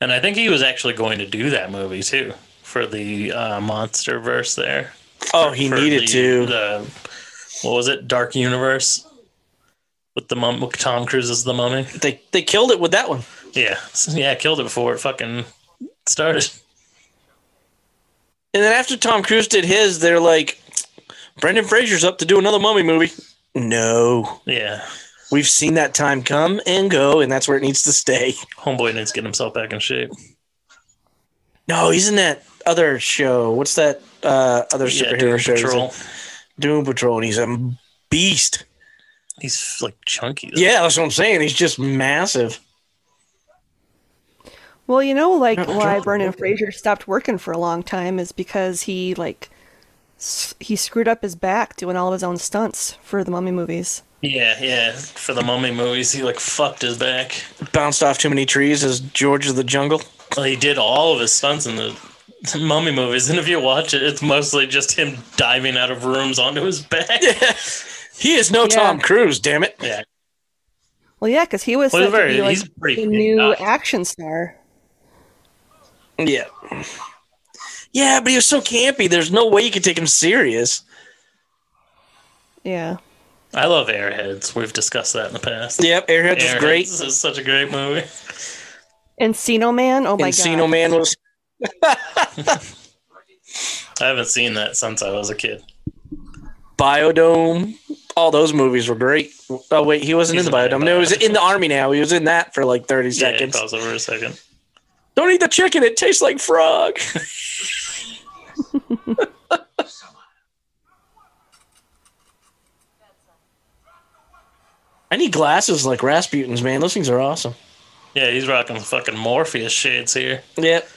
And I think he was actually going to do that movie too for the uh, monster verse there. Oh, he for needed the- to. The, what was it? Dark Universe with the mum with Tom Cruise as the mummy. They they killed it with that one. Yeah, (laughs) yeah, killed it before it fucking started. And then after Tom Cruise did his, they're like, Brendan Fraser's up to do another mummy movie. No, Yeah, we've seen that time come and go, and that's where it needs to stay. homeboy needs to get himself back in shape. No, he's in that other show. What's that uh, other Yeah, superhero Doom show? he's in? Patrol. Doom Patrol, and he's a beast. He's like chunky. Yeah, that's what I'm saying. He's just massive. Well, you know, like why John Brendan Wilkins. Fraser stopped working for a long time is because he like s- he screwed up his back doing all of his own stunts for the Mummy movies. yeah, yeah. For the mummy movies, he like fucked his back. Bounced off too many trees as George of the Jungle. Well, he did all of his stunts in the (laughs) mummy movies, and if you watch it, it's mostly just him diving out of rooms onto his back. He is no Yeah. Tom Cruise, damn it. (laughs) Yeah, Well, yeah, because he was well, he's set to very, be, like, he's pretty the new big. action star. Yeah. Yeah, but he was so campy. There's no way you could take him serious. Yeah, I love Airheads. We've discussed that in the past. Yep, Airheads was great. This is such a great movie. Encino Man. Oh my Encino god, Man was. I haven't seen that since I was a kid. Biodome. All those movies were great. Oh wait, he wasn't He's in the in Biodome. the No, he was Biodome. in the Army now. He was in that for like Yeah, 30 it seconds. paused over a second. Don't eat the chicken. It tastes like frog. (laughs) I need glasses like Rasputin's, man. Those things are awesome. Yeah, he's rocking fucking Morpheus shades here. Yep.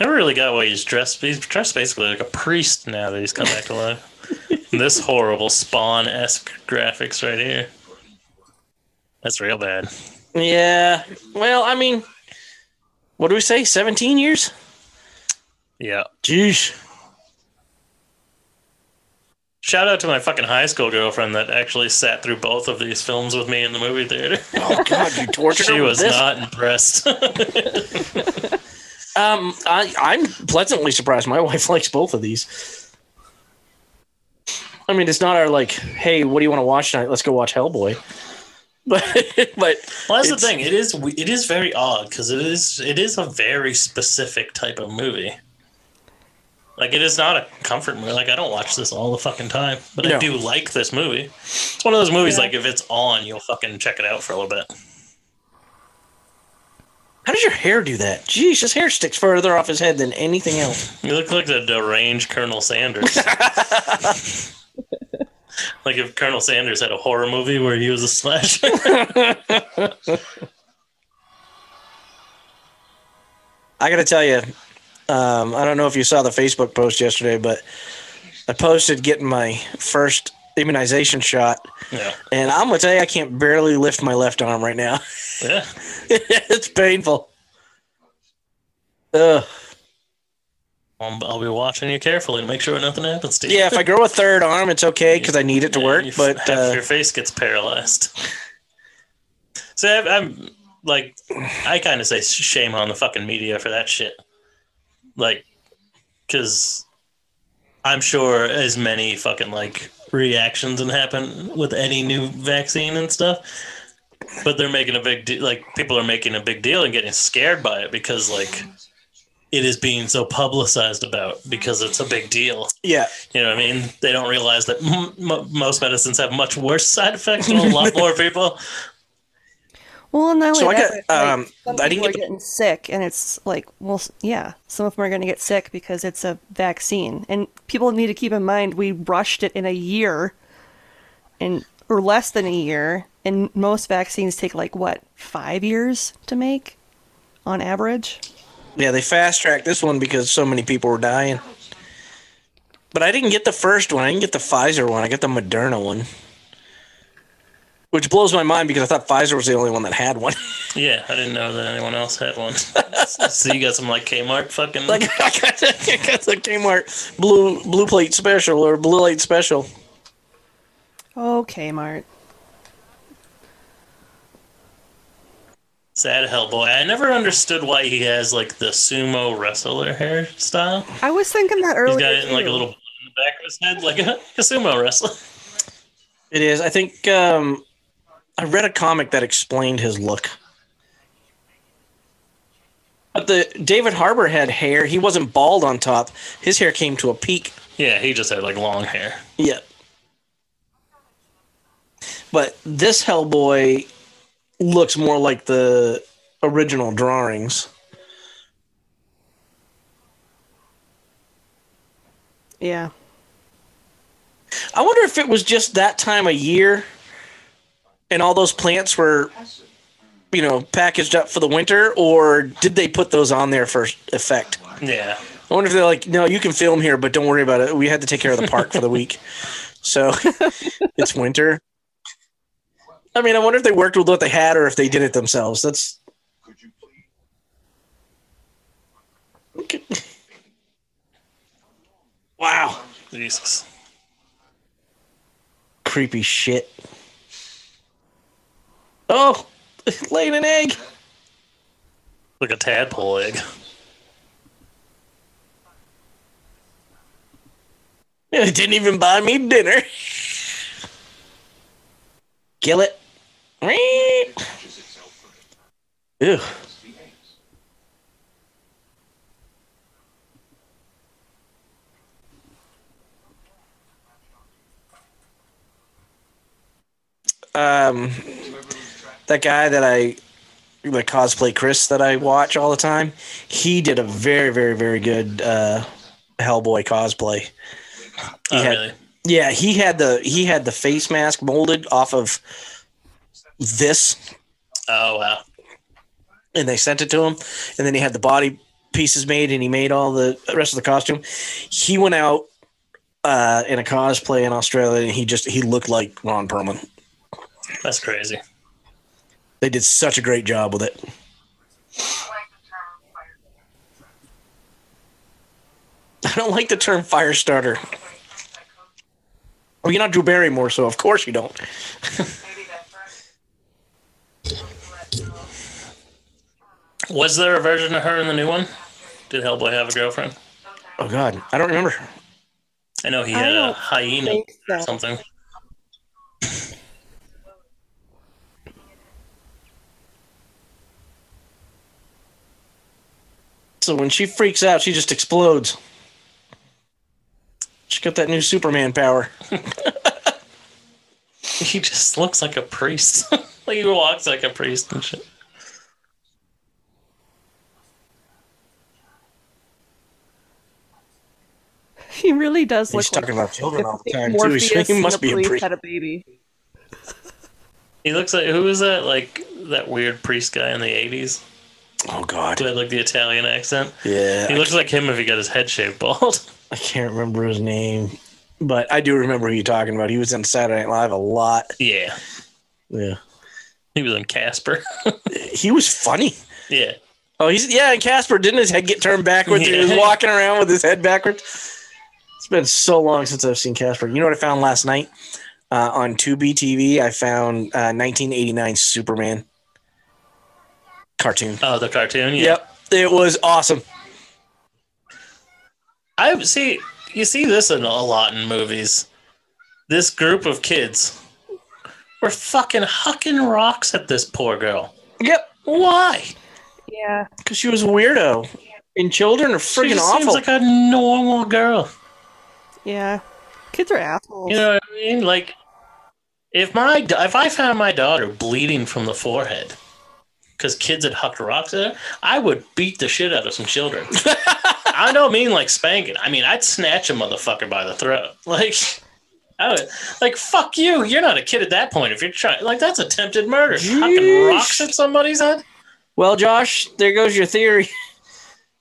Never really got why he's dressed. He's dressed basically like a priest now that he's come back to life. this horrible Spawn esque graphics right here. That's real bad. Yeah. Well, I mean, what do we say? 17 years? Yeah. Jeez. Shout out to my fucking high school girlfriend that actually sat through both of these films with me in the movie theater. Oh, God, you tortured she her was with this? not impressed. Um, I, I'm pleasantly surprised. My (laughs) wife likes both of these. I mean, it's not our like, hey, what do you want to watch tonight? Let's go watch Hellboy. (laughs) But, but Well, that's It's- the thing. It is we- it is very odd because it is it is a very specific type of movie. Like it is not a comfort movie. Like I don't watch this all the fucking time, but No. I do like this movie. It's one of those movies. Like if it's on, you'll fucking check it out for a little bit. how does your hair do that? Jeez, his hair sticks further off his head than anything else. You look like the deranged Colonel (laughs) Sanders. like if Colonel Sanders had a horror movie where he was a (laughs) slasher. (laughs) I got to tell you, um, I don't know if you saw the Facebook post yesterday, but I posted getting my first immunization shot, yeah, and I'm gonna tell you, I can't barely lift my left arm right now. (laughs) yeah. it's painful. Ugh. I'll, Um, I'll be watching you carefully to make sure nothing happens to you. Yeah, if I grow a third arm, it's okay because I need it to Yeah, work. your f- But (laughs) half uh, your face gets paralyzed. (laughs) So I'm, I'm like, I kind of say sh- shame on the fucking media for that shit. Like, because I'm sure as many fucking like reactions and happen with any new vaccine and stuff. But they're making a big deal. Like people are making a big deal and getting scared by it because like it is being so publicized about because it's a big deal. Yeah. You know what I mean? They don't realize that m- m- most medicines have much worse side effects to a lot more people. Well, not only So I that, got, but, like, um, some I didn't people get are to- getting sick, and it's like, well, s- yeah, some of them are going to get sick because it's a vaccine, and people need to keep in mind we rushed it in a year, and or less than a year, and most vaccines take like what five years to make, on average. Yeah, they fast tracked this one because so many people were dying. But I didn't get the first one. I didn't get the Pfizer one. I got the Moderna one. Which blows my mind because I thought Pfizer was the only one that had one. (laughs) (laughs) Yeah, I didn't know that anyone else had one. (laughs) so you got some like Kmart fucking like (laughs) I got, the, I got the Kmart blue blue plate special or blue light special. Okay, Mart. (laughs) sad Hellboy. I never understood why he has like the sumo wrestler hairstyle. I was thinking that earlier. He's got it in like a too. little bun in the back of his head, like (laughs) a, a sumo wrestler. It is. I think um, I read a comic that explained his look. But the David Harbour had hair. He wasn't bald on top. His hair came to a peak. (laughs) Yeah, he just had like long hair. Yeah. But this Hellboy looks more like the original drawings. Yeah. (laughs) I wonder if it was just that time of year and all those plants were you know packaged up for the winter or did they put those on there for effect? Yeah. I wonder if they're like, no, you can film here, but don't worry about it. We had to take care of the park for the week. (laughs) So it's winter. I mean, I wonder if they worked with what they had or if they did it themselves. That's. (laughs) Okay. Wow. Jesus. Creepy shit. Oh, (laughs) laying an egg. (laughs) Like a tadpole egg. It didn't even buy me dinner. Kill it. Ew. Um, that guy that I, the cosplay Chris that I watch all the time, he did a very, very, very good uh, Hellboy cosplay. Oh, Yeah. really? Yeah, he had the he had the face mask molded off of this, Oh wow. and they sent it to him, and then he had the body pieces made, and he made all the rest of the costume. He went out uh, in a cosplay in Australia, and he just he looked like Ron Perlman. That's crazy. They did such a great job with it. I don't like the term fire starter. Well, you're not Drew Barrymore, so of course you don't. Was there a version of her in the new one? Did Hellboy have a girlfriend? Oh God, I don't remember. I know he I had a don't hyena think or so. something. (laughs) So when she freaks out, she just explodes. She got that new Superman power. He just looks like a priest. (laughs) like he walks like a priest and shit. He really does look He's talking about children all the if time too. Morpheus He's- He (laughs) must be a Napoli priest. had a baby. He looks like who was that? Like that weird priest guy in the '80s Oh who God. had like the Italian accent. Yeah. He looks like him if he got his head shaved bald. (laughs) I can't remember his name, but I do remember who you're talking about. He was on Saturday Night Live a lot. yeah, Yeah. he was in Casper. (laughs) He was funny. yeah, Oh, he's yeah. And Casper didn't his head get turned backwards? He was Yeah. walking around with his head backwards. It's been so long since I've seen Casper. You know what I found last night uh, on 2B TV? I found uh, 1989 Superman cartoon. oh, the cartoon. Yeah, Yep, it was awesome. I see. you see this in a lot in movies. This group of kids were fucking hucking rocks at this poor girl. Yep, Why? Yeah. because she was a weirdo. And children are She freaking just awful. seems like a normal girl. Yeah. Kids are assholes. You know what I mean? Like, if my da- if I found my daughter bleeding from the forehead because kids had hucked rocks at her, I would beat the shit out of some (laughs) children. I don't mean like spanking. I mean I'd snatch a motherfucker by the throat. (laughs) Like, I would, like fuck you. You're not a kid at that point. If you're trying, like that's attempted murder. Hucking Yeesh. rocks at somebody's head. well, Josh, there goes your theory. (laughs)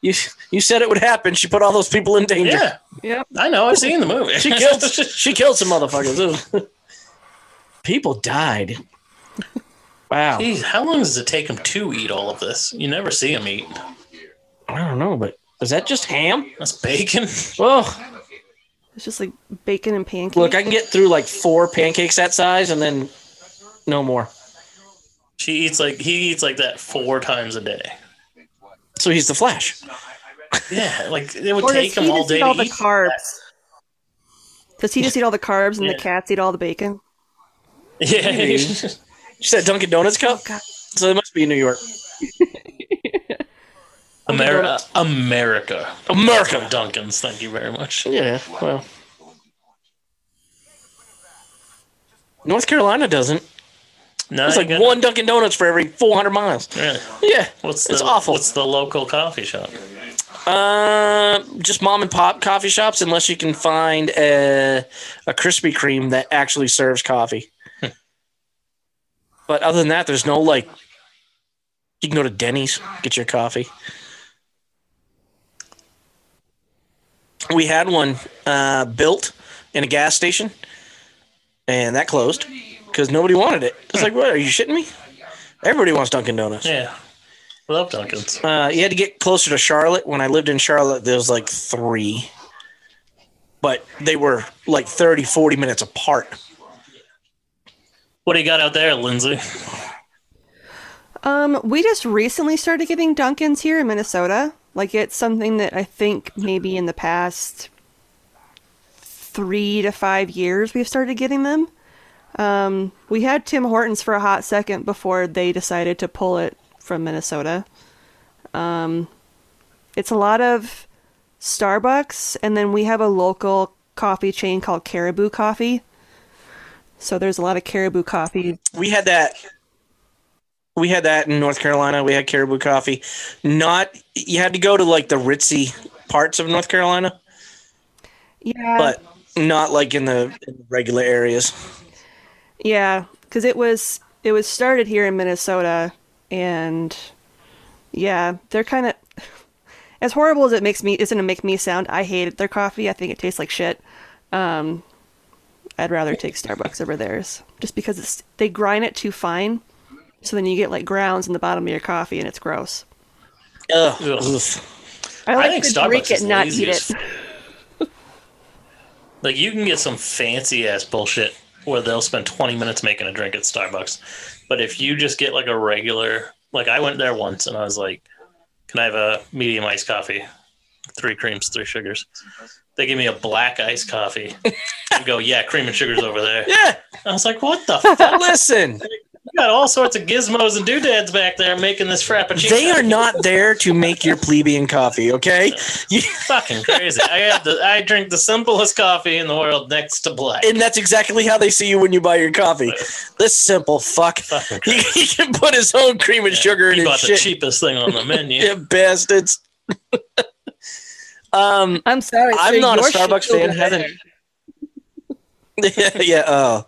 You you said it would happen. She put all those people in danger. Yeah, Yep. I know. I've seen the movie. (laughs) She killed she killed some motherfuckers. (laughs) people died. Wow. Jeez, how long does it take him to eat all of this? You never see him eat. I don't know, but is that just ham? That's bacon. (laughs) Well, It's just like bacon and pancakes. look, I can get through like four pancakes that size and then no more. She eats like he eats like that four times a day. So he's the Flash. Yeah, like it would Or does take him he all just day eat all to the eat. carbs? Does he just eat all the carbs and Yeah. the cats eat all the bacon? (laughs) Yeah, She said Dunkin' Donuts cup. God. So it must be in New York. America, America, America. Duncan's. Thank you very much. Yeah, well. North Carolina doesn't. No, It's you like got- one Dunkin' Donuts for every 400 miles. Really? Yeah. What's the It's awful. What's the local coffee shop? Uh, just mom and pop coffee shops, unless you can find a, a Krispy Kreme that actually serves coffee. but other than that, there's no like. You can go to Denny's get your coffee. We had one uh, built in a gas station, and that closed because nobody wanted it. It's like, what? Are you shitting me? Everybody wants Dunkin' Donuts. Yeah, love Duncan's. Uh, you had to get closer to Charlotte. When I lived in Charlotte, there was like three, but they were like 30, 40 minutes apart. What do you got out there, Lindsay? Um, we just recently started getting Dunkins here in Minnesota. Like it's something that I think maybe in the past three to five years we've started getting them. Um, we had Tim Hortons for a hot second before they decided to pull it from Minnesota. Um, it's a lot of Starbucks, and then we have a local coffee chain called Caribou Coffee. So there's a lot of Caribou Coffee. We had that. We had that in North Carolina. We had Caribou Coffee. Not you had to go to like the ritzy parts of North Carolina, Yeah. but not like in the, in the regular areas. Yeah, because it was it was started here in Minnesota, and yeah, they're kind of (laughs) as horrible as it makes me. It's gonna make me sound. I hate their coffee. I think it tastes like shit. Um, I'd rather take Starbucks over theirs, just because it's they grind it too fine, so then you get like grounds in the bottom of your coffee, and it's gross. Ugh. Ugh. Oof. I I like think to Starbucks drink is it, the not eat (laughs) easiest. it. Like you can get some fancy ass bullshit where they'll spend 20 minutes making a drink at Starbucks. But if you just get like a regular, like I went there once and I was like, can I have a medium iced coffee? Three creams, three sugars. They give me a black iced coffee. (laughs) and go, yeah, cream and sugar's over there. Yeah. I was like, what the fuck? Listen, You got all sorts of gizmos and doodads back there making this frappuccino. they are not there to make your plebeian coffee. Okay. You- fucking crazy. I have the I drink the simplest coffee in the world next to black. and that's exactly how they see you when you buy your coffee. This simple fuck. Fucking He, (laughs) he can put his own cream and sugar in he his bought the shit. cheapest thing on the menu. (laughs) You bastards. um, I'm sorry. I'm not a Starbucks fan. Heaven. (laughs) yeah, yeah. Oh,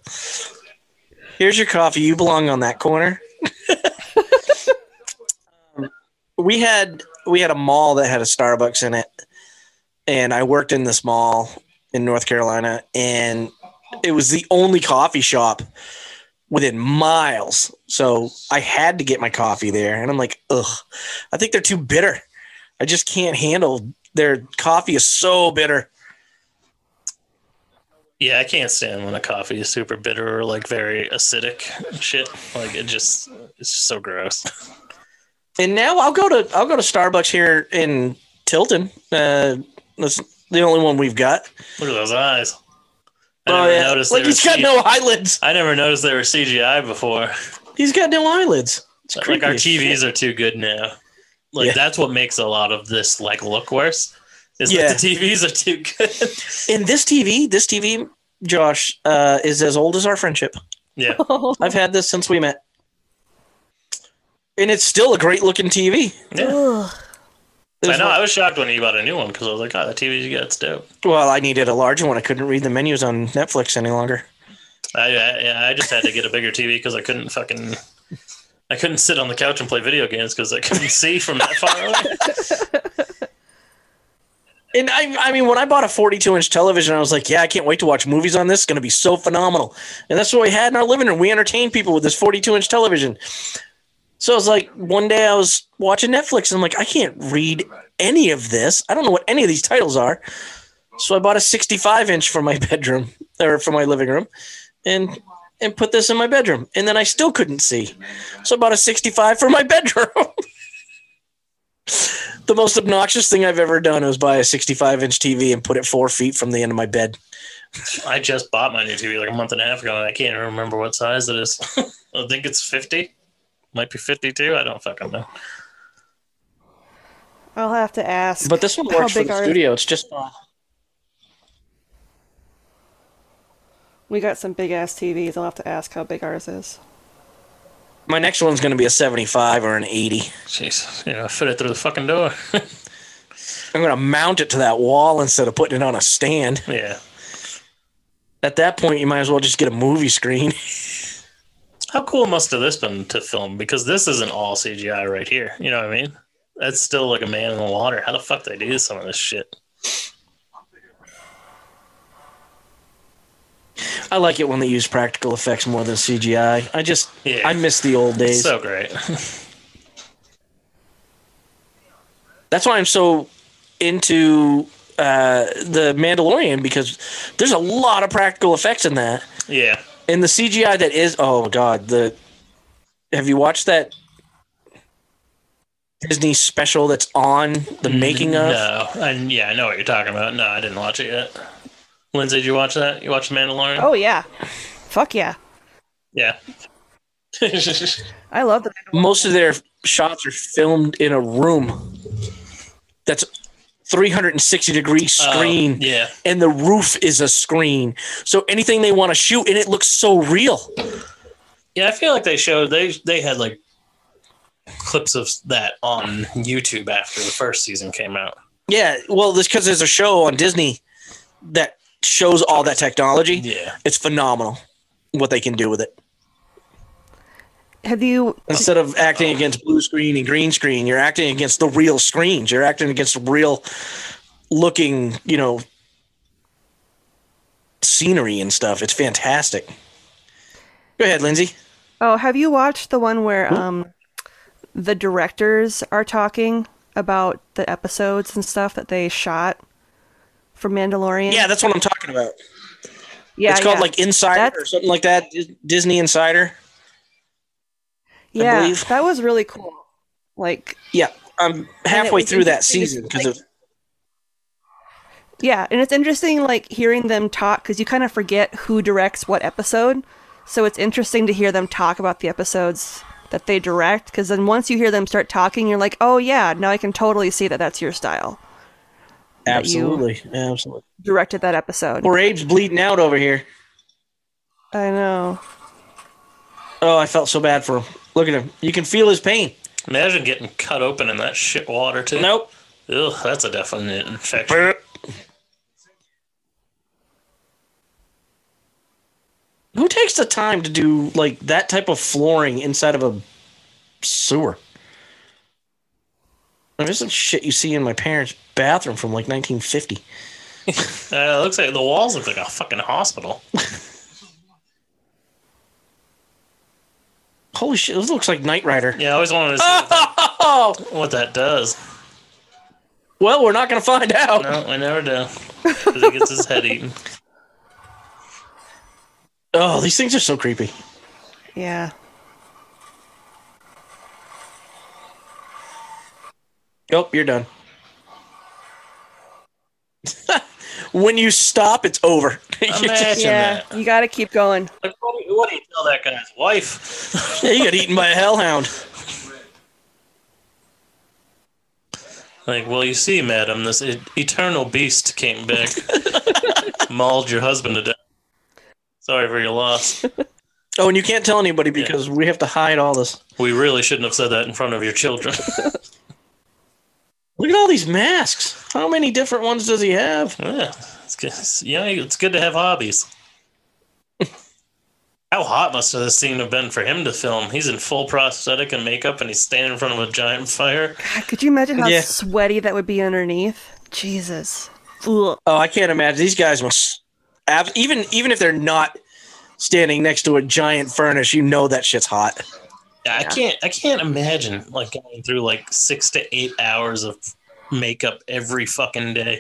here's your coffee. You belong on that corner. Um, we had we had a mall that had a Starbucks in it, and I worked in this mall in North Carolina, and it was the only coffee shop within miles. So I had to get my coffee there, and I'm like, ugh, I think they're too bitter. I just can't handle their coffee is so bitter. Yeah, I can't stand when the coffee is super bitter or like very acidic and shit. Like it just it's just so gross. (laughs) And now I'll go to I'll go to Starbucks here in Tilton. Uh, this the only one we've got. Look at those eyes. I Oh never yeah, noticed like they were he's got C- no eyelids. I never noticed they were CGI before. He's got no eyelids. It's like creepy. our as TVs are too good now. Like Yeah. that's what makes a lot of this like look worse. Is Yeah. that the TVs are too good. (laughs) shit. And this TV, this TV, Josh, uh, is as old as our friendship. (laughs) yeah. I've had this since we met, and it's still a great looking TV. yeah. I There's know. no- I was shocked when he bought a new one because I was like, "Oh, the TV you got's dope." Well, I needed a larger one. I couldn't read the menus on Netflix any longer. I, I yeah, I just had to get a bigger TV because I couldn't fucking. I couldn't sit on the couch and play video games because I couldn't (laughs) see from that far away. And I, I mean, when I bought a 42 inch television, I was like, yeah, I can't wait to watch movies on this. It's going to be so phenomenal. And that's what we had in our living room. We entertained people with this 42 inch television. So I was like, one day I was watching Netflix and I'm like, I can't read any of this. I don't know what any of these titles are. So I bought a 65 inch for my (laughs) bedroom or for my living room and, and put this in my bedroom. And then I still couldn't see. So I bought a 65 for my (laughs) bedroom. the most obnoxious thing I've ever done was buy a 65 inch TV and put it four feet from the end of my bed. I just bought my new TV like a month and a half ago, and I can't even remember what size it is. (laughs) I think it's fifty, might be fifty-two. I don't fucking know. I'll have to ask. But this one How works for big the are- studio. It's just we got some big ass TVs. I'll have to ask how big ours is. my next one's going to be a 75 or an 80. Jeez, you know, fit it through the fucking door. (laughs) I'm going to mount it to that wall instead of putting it on a stand. yeah. At that point, you might as well just get a movie screen. (laughs) How cool must have this been to film? Because this isn't all CGI right here. You know what I mean? That's still like a man in the water. How the fuck they do some of this shit? I like it when they use practical effects more than CGI. I just, Yeah. I miss the old days. So great. (laughs) That's why I'm so into uh, the Mandalorian because there's a lot of practical effects in that. yeah. And the CGI that is oh god, the have you watched that Disney special that's on the making of? No. And yeah, I know what you're talking about. No, I didn't watch it yet. Lindsay, did you watch that? You watched The Mandalorian? Oh yeah, fuck yeah. Yeah. I love the Most of their shots are filmed in a room that's 360 degree screen. Oh, yeah. And the roof is a screen. So anything they want to shoot and it looks so real. Yeah, I feel like they showed they they had like clips of that on YouTube after the first season came out. Yeah, well, this because there's a show on Disney that shows all that technology. Yeah. It's phenomenal what they can do with it. Have you? instead of acting against blue screen and green screen, you're acting against the real screens. You're acting against real looking, you know, scenery and stuff. It's fantastic. Go ahead, Lindsay. Oh, have you watched the one where um, the directors are talking about the episodes and stuff that they shot for Mandalorian? Yeah, that's what I'm talking about. yeah. it's called yeah. like Insider or That's- something like that. Dis- Disney Insider. yeah. believe. That was really cool. Like Yeah, I'm halfway was through that interesting to season see, because like- of Yeah, and it's interesting like hearing them talk because you kind of forget who directs what episode. So it's interesting to hear them talk about the episodes that they direct because then once you hear them start talking, you're like, oh yeah, now I can totally see that that's your style. absolutely, absolutely. Directed that episode. Poor Abe's bleeding out over here. I know. Oh, I felt so bad for him. Look at him. You can feel his pain. Imagine getting cut open in that shit water too. Nope. Ugh, that's a definite (laughs) infection. Uh, Who takes the time to do like that type of flooring inside of a sewer? I mean, There's some shit you see in my parents' bathroom from like 1950. Uh, it looks like the walls look like a fucking hospital. Holy shit, this looks like Knight Rider. Yeah, I always wanted to see Oh, (laughs) what that does. well, we're not gonna find out. No, I never do. 'Cause he gets his head eaten. Oh, these things are so creepy. Yeah. Oh, Nope, you're done. (laughs) When you stop, it's over. (laughs) You (laughs) just- Imagine Yeah, that. you got to keep going. Like, what, do you, what do you tell that guy's wife? yeah, you got eaten by a hellhound. like, well, you see, madam, this e- eternal beast came (laughs) back, mauled your husband to death. Sorry for your loss. Oh, and you can't tell anybody because we have to hide all this. We really shouldn't have said that in front of your children. (laughs) Look at all these masks. How many different ones does he have? yeah, it's good. yeah, it's good to have hobbies. How hot must this scene have been for him to film? He's in full prosthetic and makeup, and he's standing in front of a giant fire. God, could you imagine how Yeah. sweaty that would be underneath? Jesus. Ugh. Oh, I can't imagine. These guys must ab- even even if they're not standing next to a giant furnace, you know that shit's hot. I can't. I can't imagine like going through like six to eight hours of makeup every fucking day.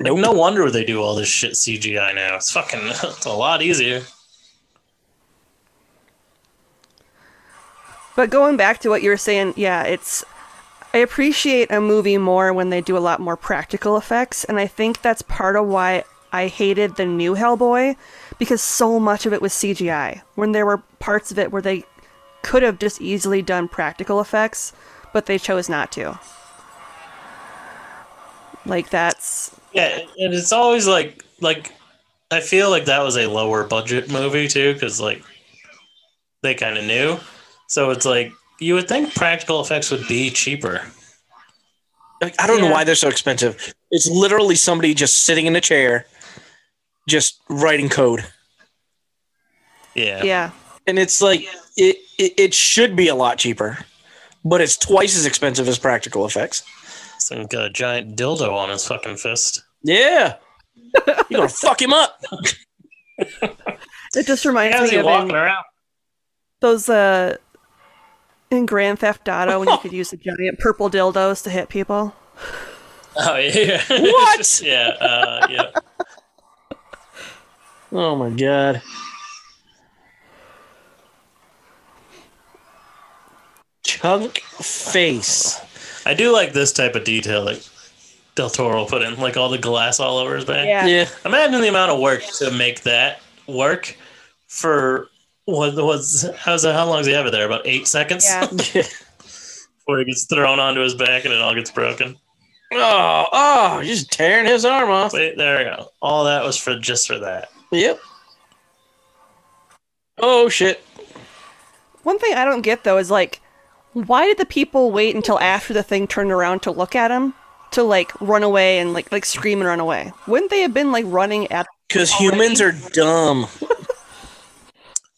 Like, Nope. No wonder they do all this shit CGI now. It's fucking. (laughs) It's a lot easier. But going back to what you were saying, yeah, it's. I appreciate a movie more when they do a lot more practical effects, and I think that's part of why I hated the new Hellboy, because so much of it was CGI. When there were parts of it where they could have just easily done practical effects, but they chose not to. Like, that's. Yeah, and it's always like like I feel like that was a lower budget movie too because like they kind of knew, so it's like you would think practical effects would be cheaper. Like, I don't Yeah. know why they're so expensive. It's literally somebody just sitting in a chair, just writing code, Yeah, Yeah. and it's like it, it it should be a lot cheaper, but it's twice as expensive as practical effects. some got a giant dildo on his fucking fist. Yeah, you're gonna fuck him up. It just reminds How's me he of. in- walking around? those uh in Grand Theft Auto when you could use the giant purple dildos to hit people. Oh yeah. (laughs) What? yeah. Uh, yeah. Oh my god. Chunk face. I do like this type of detail that Del Toro put in, like all the glass all over his back. Yeah. Imagine the amount of work to make that work for what was how's that, how long does he have it there? About eight seconds Yeah. (laughs) before he gets thrown onto his back and it all gets broken. (laughs) oh, oh, you're just tearing his arm off. Wait, there we go. All that was for just for that. Yep. Oh shit. One thing I don't get though is like, why did the people wait until after the thing turned around to look at him to like run away and like like scream and run away? Wouldn't they have been like running at? Because humans are dumb.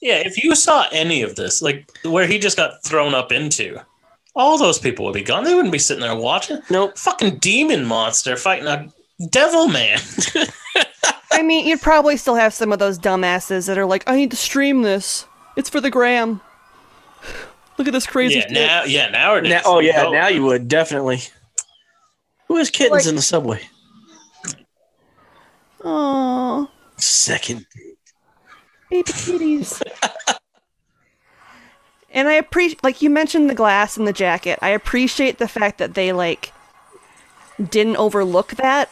Yeah, if you saw any of this, like where he just got thrown up into, all those people would be gone. They wouldn't be sitting there watching. Nope. Fucking demon monster fighting a devil man. (laughs) I mean, you'd probably still have some of those dumbasses that are like, I need to stream this. It's for the gram. (sighs) Look at this crazy. yeah, shit." now yeah, nowadays. Now, oh yeah, No. now you would definitely. Who has kittens in the subway? Aw, Second. (laughs) baby kitties. and I appreciate, like you mentioned, the glass and the jacket. I appreciate the fact that they like didn't overlook that,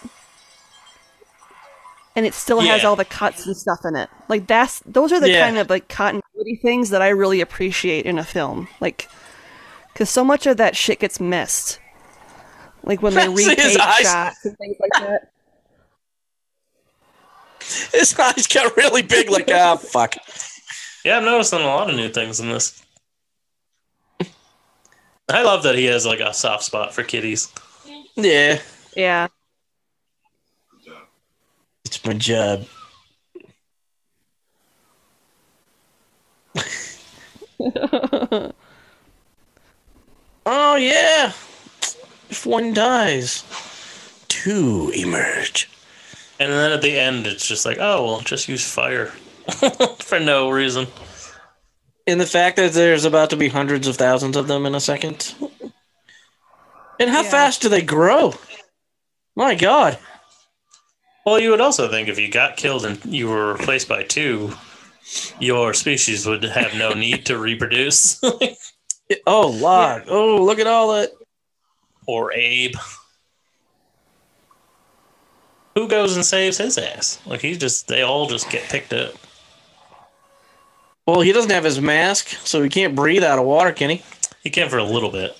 and it still has Yeah. all the cuts and stuff in it. Like that's those are the Yeah. kind of like continuity things that I really appreciate in a film. Like, because so much of that shit gets missed. Like when they (laughs) See his retake eyes. shots and things like that. His eyes got really big. Like ah, fuck. Yeah, I'm noticing a lot of new things in this. I love that he has like a soft spot for kitties. Yeah. Yeah. It's my job. oh yeah. If one dies, two emerge. And then at the end, it's just like, oh, well, just use fire (laughs) for no reason. And the fact that there's about to be hundreds of thousands of them in a second. And how fast do they grow? My God. Well, you would also think if you got killed and you were replaced by two, your species would have no need to reproduce. (laughs) It- Oh, Lord. Oh, look at all that. or Abe. who goes and saves his ass? Like he just they all just get picked up. Well, he doesn't have his mask, so he can't breathe out of water, can he? He can for a little bit.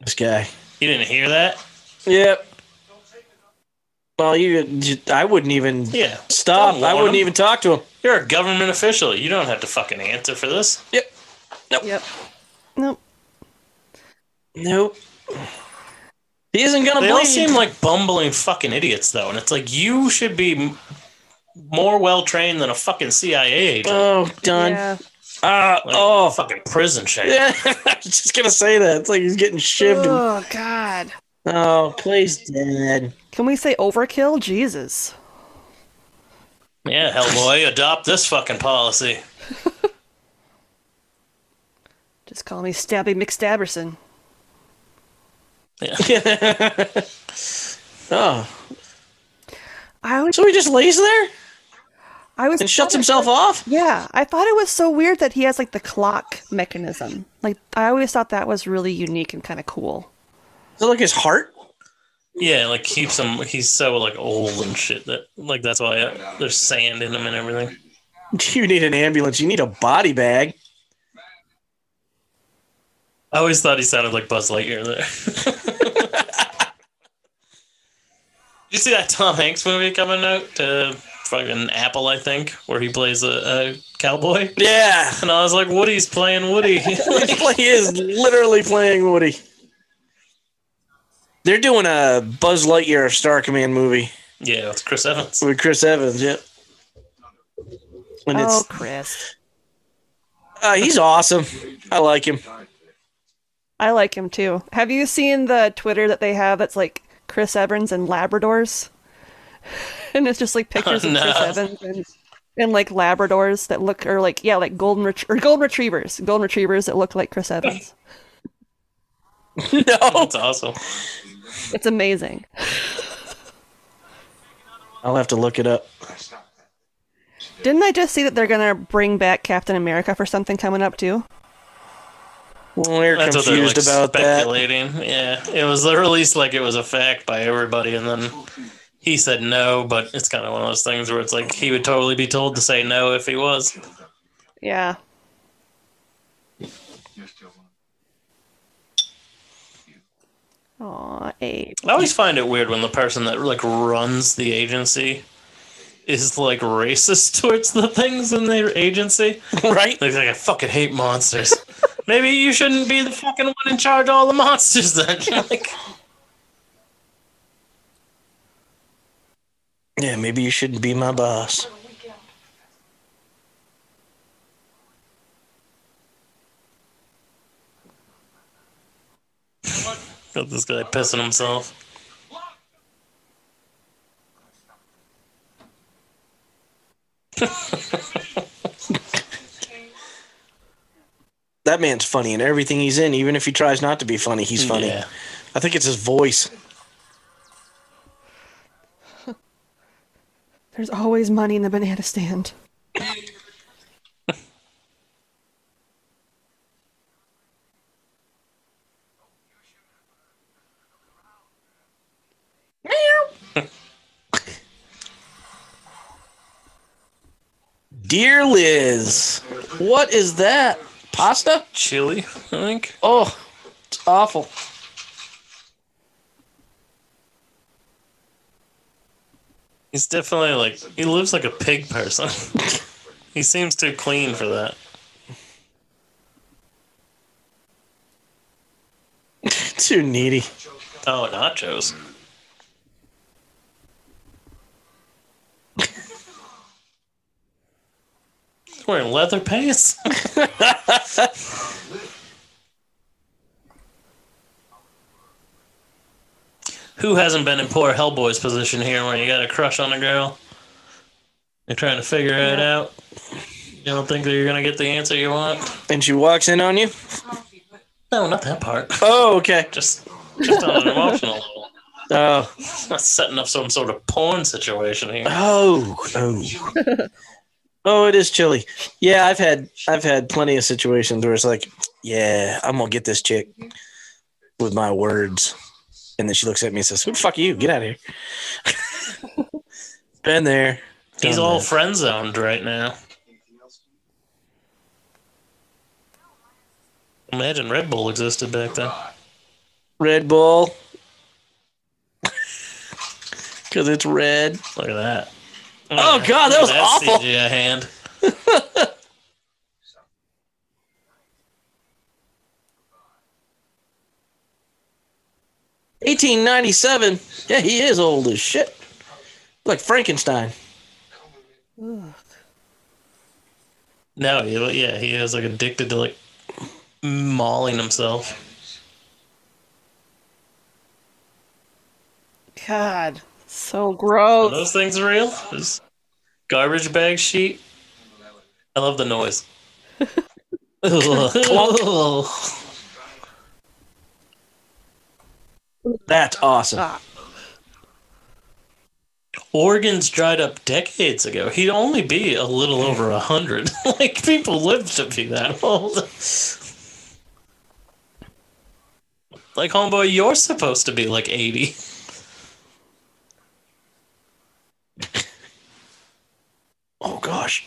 This guy. You didn't hear that? Yep. Well, you, I wouldn't even Yeah. stop. Don't I warn wouldn't him. even talk to him. You're a government official. You don't have to fucking answer for this. Yep. Yep. Nope. Nope. He isn't gonna They bleed. all seem like bumbling fucking idiots, though, and it's like you should be m- more well trained than a fucking CIA agent. oh, done. Yeah. Ah, Like, oh, fucking prison shape. (laughs) yeah. I was just gonna say that. It's like he's getting shivved. and- Oh God. Oh, please, Dad. Can we say overkill? Jesus. Yeah, Hellboy, adopt this fucking policy. Just call me Stabby McStabberson. Oh, I was. so he just lays there I was. and shuts himself off. Yeah, I thought it was so weird that he has like the clock mechanism. Like I always thought that was really unique and kind of cool. Is it like his heart? (laughs) Yeah, like keeps him. He's so like old and shit that like that's why uh, there's sand in him and everything. You need an ambulance. You need a body bag. I always thought he sounded like Buzz Lightyear there. (laughs) you see that Tom Hanks movie coming out? Uh, fucking Apple, I think, where he plays a, a cowboy. Yeah. And I was like, Woody's playing (laughs) Woody. he is literally playing Woody. They're doing a Buzz Lightyear Star Command movie yeah, it's Chris Evans. with Chris Evans. Yep. And Oh, it's Chris, uh, he's awesome. I like him. (laughs) I like him too. Have you seen the Twitter that they have that's like Chris Evans and Labradors? (laughs) And it's just like pictures Oh, of no. Chris Evans and, and like Labradors that look or like yeah like golden ret- or golden retrievers, golden retrievers that look like Chris (laughs) Evans. no, That's awesome. It's amazing. I'll have to look it up. Didn't I just see that they're gonna bring back Captain America for something coming up too? We're That's what they're confused like about that. speculating. Yeah, it was released like it was a fact by everybody, and then he said no. But it's kind of one of those things where it's like he would totally be told to say no if he was. Yeah. Aw, Abe. I always find it weird when the person that like runs the agency is like racist (laughs) towards the things in their agency. Right? Like, like I fucking hate monsters. Maybe you shouldn't be the fucking one in charge of all the monsters then. (laughs) like, Yeah, maybe you shouldn't be my boss. got this guy pissing himself. That man's funny in everything he's in, even if he tries not to be funny, he's funny. Yeah. I think it's his voice. (laughs) There's always money in the banana stand. Dear Liz, what is that? Pasta? Chili, I think. Oh, it's awful. He's definitely like he lives like a pig person. (laughs) he seems too clean for that. Too needy. Oh, nachos. He's Wearing leather pants. (laughs) Who hasn't been in poor Hellboy's position here where you got a crush on a girl? You're trying to figure it out. You don't think that you're going to get the answer you want? And she walks in on you? No, not that part. Oh, okay. Just, just on an emotional level. Oh. Not setting up some sort of porn situation here. Oh. Oh. oh, it is chilly. Yeah, I've had I've had plenty of situations where it's like, yeah, I'm gonna get this chick with my words. And then she looks at me and says, Who the fuck are you? Get out of here. (laughs) Been there. He's done all that. friend zoned right now. Imagine Red Bull existed back then. Red Bull. (laughs) Because it's red. Look at that. Oh, God, that was awful. Yeah, hand. Eighteen ninety seven. Yeah, he is old as shit. Like Frankenstein. No, he- yeah, he is like addicted to like mauling himself. God, so Are gross. those things real? This garbage bag sheet. I love the noise. (laughs) (laughs) That's awesome. Ah, organs dried up decades ago. He'd only be a little over a hundred. (laughs) like people lived to be that old. Like homeboy, you're supposed to be like eighty. Oh gosh.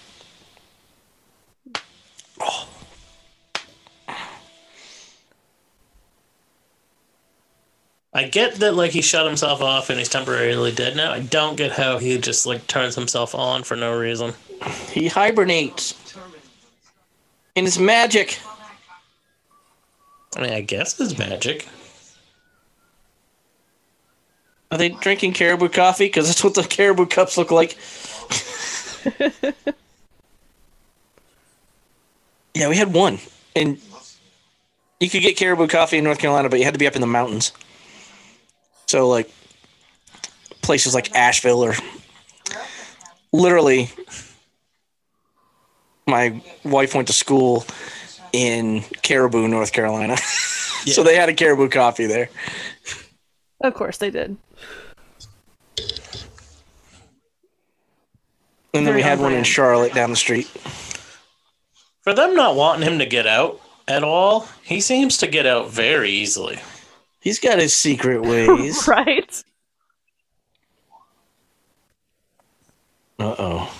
I get that like he shut himself off and he's temporarily dead now. I don't get how he just like turns himself on for no reason. He hibernates. And it's magic. I mean, I guess it's magic. Are they drinking caribou coffee? Because that's what the caribou cups look like. yeah, we had one. And you could get caribou coffee in North Carolina, but you had to be up in the mountains. So, like, places like Asheville or literally, my wife went to school in Caribou, North Carolina. (laughs) so they had a caribou coffee there. of course they did. (laughs) And then Very we had on one in brand. Charlotte down the street. For them not wanting him to get out at all, he seems to get out very easily. He's got his secret ways. Right? Uh oh.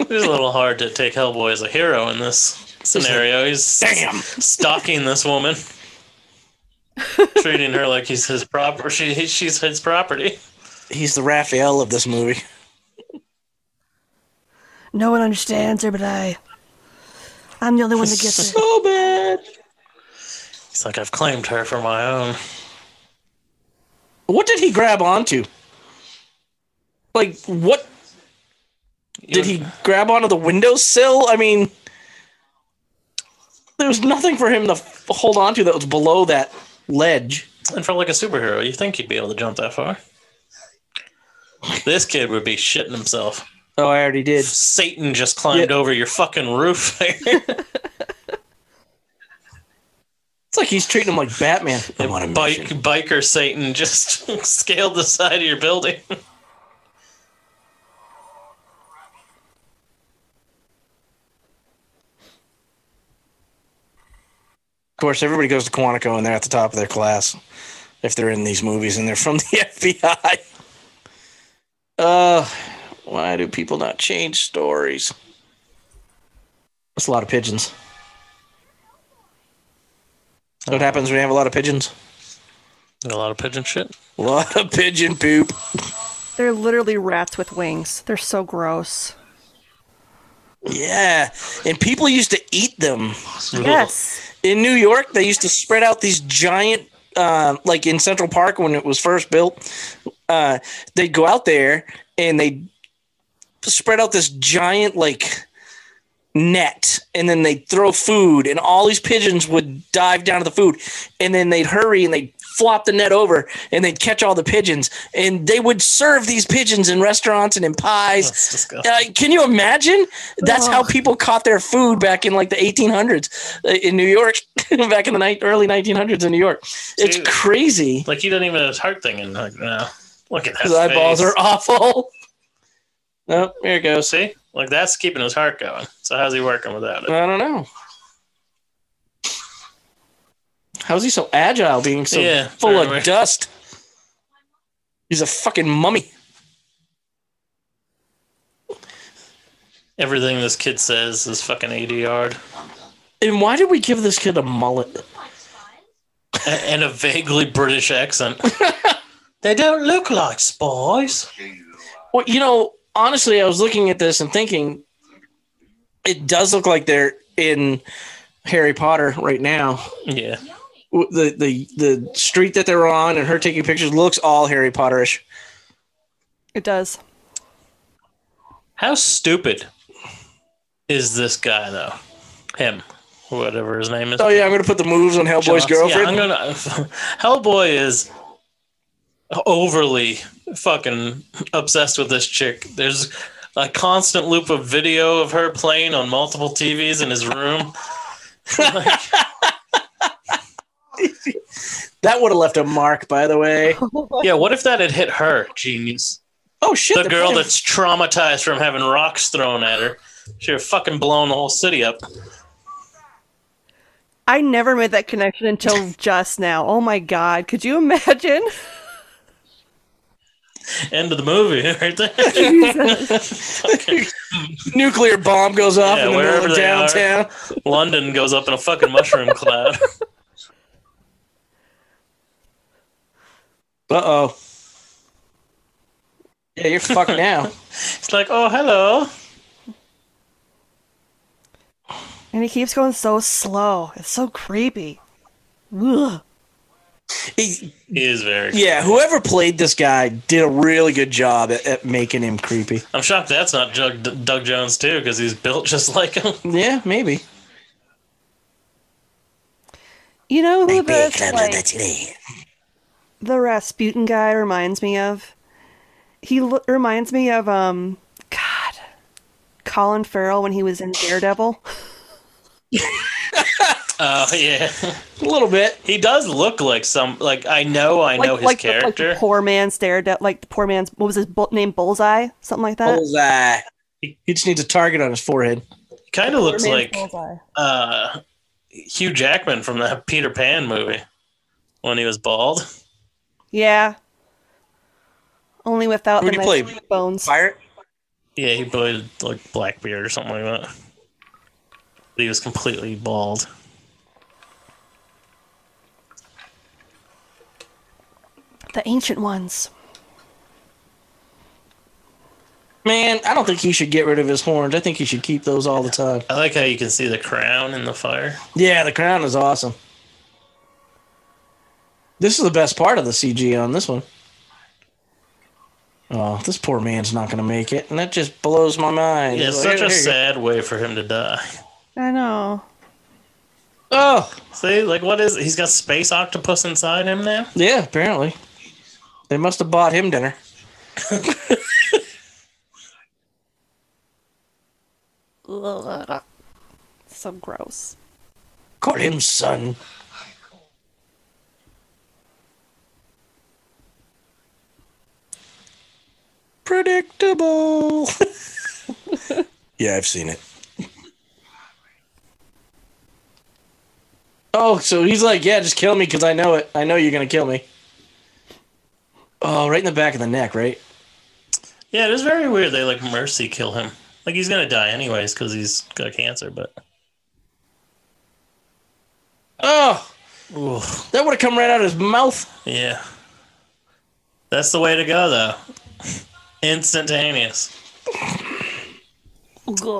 It's a little hard to take Hellboy as a hero in this scenario. He's Damn. stalking this (laughs) woman, treating her like he's his property. She, he- she's his property. He's the Raphael of this movie. (laughs) No one understands her but I. I'm the only one that gets (laughs) it. So bad. He's like, I've claimed her for my own. What did he grab onto? Like, what did he grab onto the windowsill? I mean, there was nothing for him to f- hold onto that was below that ledge. And for like a superhero, you think he'd be able to jump that far? This kid would be shitting himself. Oh, I already did. Satan just climbed Yeah. over your fucking roof. (laughs) there. It's like he's treating him like Batman. I'm on a Bike, mission. biker Satan just (laughs) scaled the side of your building. Of course, everybody goes to Quantico and they're at the top of their class if they're in these movies and they're from the (laughs) FBI. Uh, why do people not change stories? That's a lot of pigeons. That's What happens when you have a lot of pigeons? A lot of pigeon shit. A lot of pigeon poop. They're literally rats with wings. They're so gross. Yeah. And people used to eat them. Yes. in New York, they used to spread out these giant, uh, like in Central Park when it was first built. Uh, they'd go out there and they spread out this giant, like, net and then they'd throw food and all these pigeons would dive down to the food and then they'd hurry and they'd flop the net over and they'd catch all the pigeons and they would serve these pigeons in restaurants and in pies (laughs) That's disgusting. uh, can you imagine? That's how people caught their food back in like the 1800s uh, in New York, (laughs) back in the ni- early 1900s in New York. It's Dude. crazy. Like he doesn't even have his heart thing in. Like, no. Look at that. (laughs) His eyeballs face. are awful. Oh, here it goes. See, like that's keeping his heart going. So how's he working without it? I don't know. How's he so agile being so Yeah, full very of weird. dust? He's a fucking mummy. Everything this kid says is fucking ADR'd. And why did we give this kid a mullet? A- and a vaguely British accent. they don't look like spies. Well, you know, honestly, I was looking at this and thinking it does look like they're in Harry Potter right now. Yeah, W- The the the street that they're on and her taking pictures looks all Harry Potterish. It does. how stupid is this guy though? Him, whatever his name is. Oh yeah, I'm gonna put the moves on Hellboy's Johnson. girlfriend. Yeah, I'm gonna. (laughs) Hellboy is overly fucking obsessed with this chick. There's a constant loop of video of her playing on multiple TVs in his room. (laughs) Like, That would have left a mark, by the way. yeah, what if that had hit her? Genius. Oh shit! The they're girl playing- that's traumatized from having rocks thrown at her. She'd have fucking blown the whole city up. I never made that connection (laughs) until just now. Oh my god, could you imagine? End of the movie, (laughs) right there. (laughs) nuclear bomb goes off Yeah, in the middle wherever of they are. downtown. London goes up in a fucking mushroom cloud. (laughs) Uh oh. Yeah, (laughs) you're fucked now. It's like, oh, hello. And he keeps going so slow. It's so creepy. Ugh. He- He is very. yeah, whoever played this guy did a really good job at, at making him creepy. I'm shocked that's not Doug, Doug Jones too, because he's built just (laughs) like him. Yeah, maybe. You know who this like, the Rasputin guy reminds me of? He lo- reminds me of um God, Colin Farrell when he was in Daredevil. Oh yeah, A little bit. he does look like some. Like I know, I know his the, like character. the poor man's Daredevil, like the poor man's what was his bu- name? Bullseye, something like that. Bullseye. He just needs a target on his forehead. he kind of looks Poor like man's Bullseye. uh, Hugh Jackman from that Peter Pan movie when he was bald. Yeah. Only without Who'd the nice he play? bones. Pirate? Yeah, he played like Blackbeard or something like that. But he was completely bald. The ancient ones. Man, I don't think he should get rid of his horns. I think he should keep those all the time. I like how you can see the crown in the fire. Yeah, the crown is awesome. This is the best part of the CG on this one. Oh, this poor man's not going to make it, and that just blows my mind. Yeah, it's such Like, here- a here you go. sad way for him to die. I know. Oh, See, like what is? He's got space octopus inside him now. yeah. Apparently, they must have bought him dinner. Ugh. So gross. Call him son. Predictable. (laughs) yeah, I've seen it. Oh, so he's like, yeah, just kill me because I know it. I know you're gonna kill me. Oh, right in the back of the neck, right? Yeah, it is very weird. They like mercy kill him. Like he's gonna die anyways because he's got cancer. But Oh, Ooh, that would have come right out of his mouth. yeah, that's the way to go though. (laughs) Instantaneous. I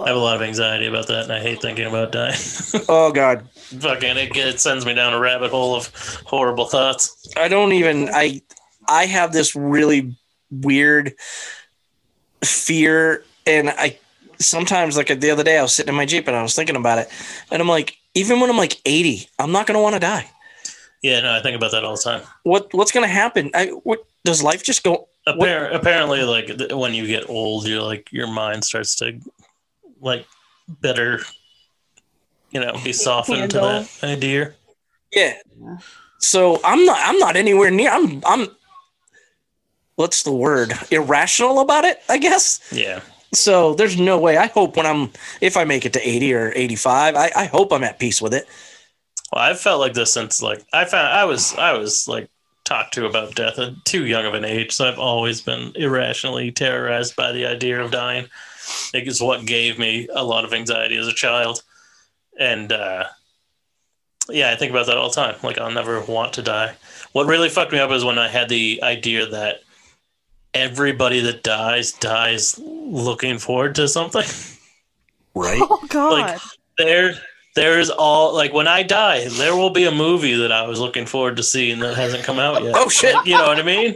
have a lot of anxiety about that, and I hate thinking about dying. (laughs) Oh God, Fucking, it, it sends me down a rabbit hole of horrible thoughts. I don't even I I have this really weird fear and I sometimes like the other day I was sitting in my Jeep and I was thinking about it and I'm like even when I'm like 80 I'm not going to want to die. Yeah, no, I think about that all the time. What what's going to happen? I what does life just go Appar- apparently, like th- when you get old, you're like your mind starts to like better, you know, be softened to Handle. that idea. yeah. So I'm not I'm not anywhere near I'm I'm what's the word? irrational about it, I guess. Yeah. So there's no way. I hope when I'm, if I make it to 80 or 85, I, I hope I'm at peace with it. Well, I've felt like this since like I found I was I was like talked to about death at too young of an age, so I've always been irrationally terrorized by the idea of dying. It is what gave me a lot of anxiety as a child, and uh, yeah, I think about that all the time. Like I'll never want to die. What really fucked me up is when I had the idea that everybody that dies dies looking forward to something. (laughs) Right. Oh God. Like there there's all like when I die, there will be a movie that I was looking forward to seeing that hasn't come out yet. Oh, shit. You know what I mean?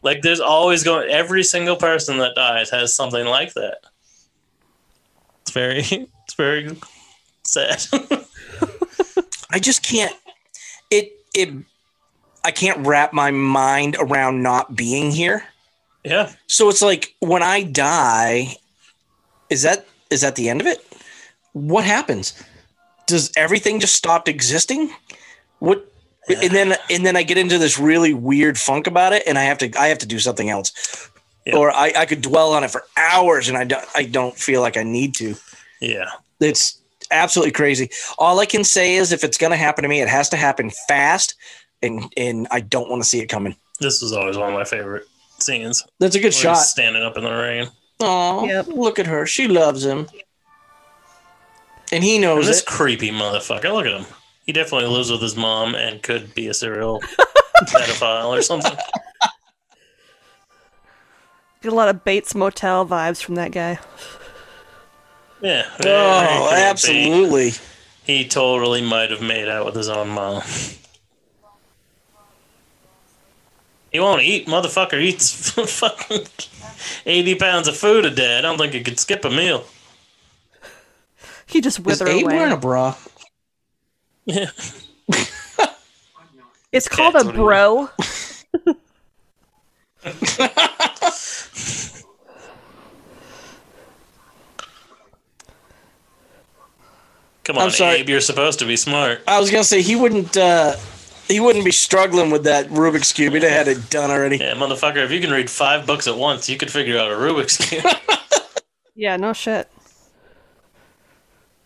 Like there's always going every single person that dies has something like that. It's very (laughs) it's very sad. (laughs) I just can't. It, it, I can't wrap my mind around not being here. yeah. So it's like when I die, is that is that the end of it? What happens? Does everything just stop existing? What and then and then I get into this really weird funk about it and I have to I have to do something else. Yeah. Or I, I could dwell on it for hours and I don't I don't feel like I need to. Yeah. It's absolutely crazy. All I can say is if it's gonna happen to me, it has to happen fast and and I don't want to see it coming. This was always one of my favorite scenes. That's a good Where he's shot. Standing up in the rain. Oh, Yep. look at her. She loves him. And he And knows this it. creepy motherfucker. Look at him. He definitely lives with his mom and could be a serial (laughs) pedophile or something. Get a lot of Bates Motel vibes from that guy. Yeah. very Oh, creepy. absolutely. He totally might have made out with his own mom. He won't eat. Motherfucker eats (laughs) fucking 80 pounds of food a day. I don't think he could skip a meal. (laughs) He just Is wither Abe away. wearing a bra? Yeah. It's called that's a what he- bro. Come I'm on, sorry. Abe. You're supposed to be smart. I was gonna say he wouldn't. uh He wouldn't be struggling with that Rubik's cube. He'd have had it done already. Yeah, motherfucker, if you can read five books at once, you could figure out a Rubik's (laughs) Cube. Yeah, no shit.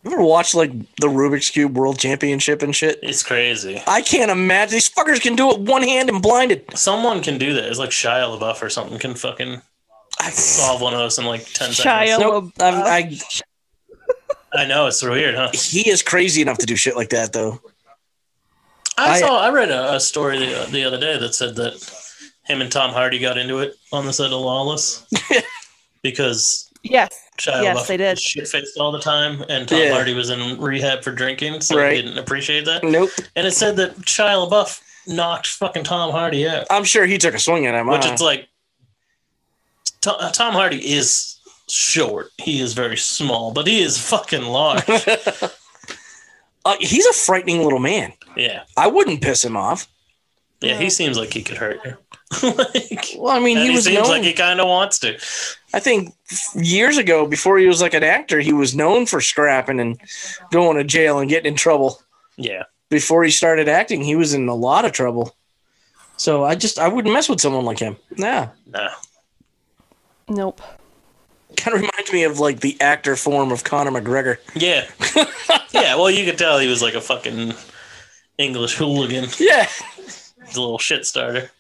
You ever watch like the Rubik's cube World Championship and shit? it's crazy. I can't imagine these fuckers can do it one hand and blinded. Someone can do that. It's like Shia LaBeouf or something can fucking I, solve one of those in like 10 Shia seconds. nope. uh, LaBeouf. I, I know, it's weird, huh? I, he is crazy enough to do shit like that though. I, I- saw. I read a, a story the, the other day that said that him and Tom Hardy got into it on the set of Lawless (laughs) because Yes. Shia Yes, LaBeouf they did. shit faced all the time, and Tom Yeah. Hardy was in rehab for drinking, so Right. he didn't appreciate that. Nope. And it said that Shia LaBeouf knocked fucking Tom Hardy out, I'm sure he took a swing at him. uh, which huh? it's like To- uh, Tom Hardy is short. He is very small, but he is fucking (laughs) large. Uh, he's a frightening little man. yeah, I wouldn't piss him off. yeah. He seems like he could hurt you. (laughs) like, Well, I mean, and he he, was seems known. like he kind of wants to. I think years ago, before he was like an actor, he was known for scrapping and going to jail and getting in trouble. Yeah. Before he started acting, he was in a lot of trouble. So I just I wouldn't mess with someone like him. Nah, No. Nope. kind of reminds me of like the actor form of Conor McGregor. Yeah. yeah, well, you could tell he was like a fucking English hooligan. Yeah, He's a little shit starter.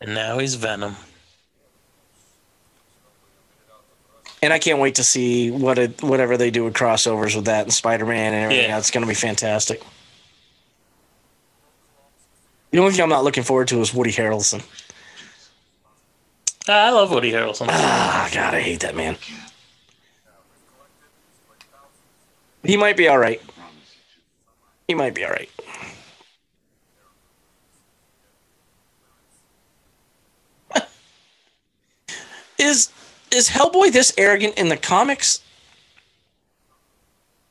And now he's Venom. and I can't wait to see what it, whatever they do with crossovers with that and Spider Man and everything. Yeah. It's going to be fantastic. The only thing I'm not looking forward to is Woody Harrelson. Ah, I love Woody Harrelson. Ah, God, I hate that man. He might be all right. He might be all right. (laughs) is is Hellboy this arrogant in the comics?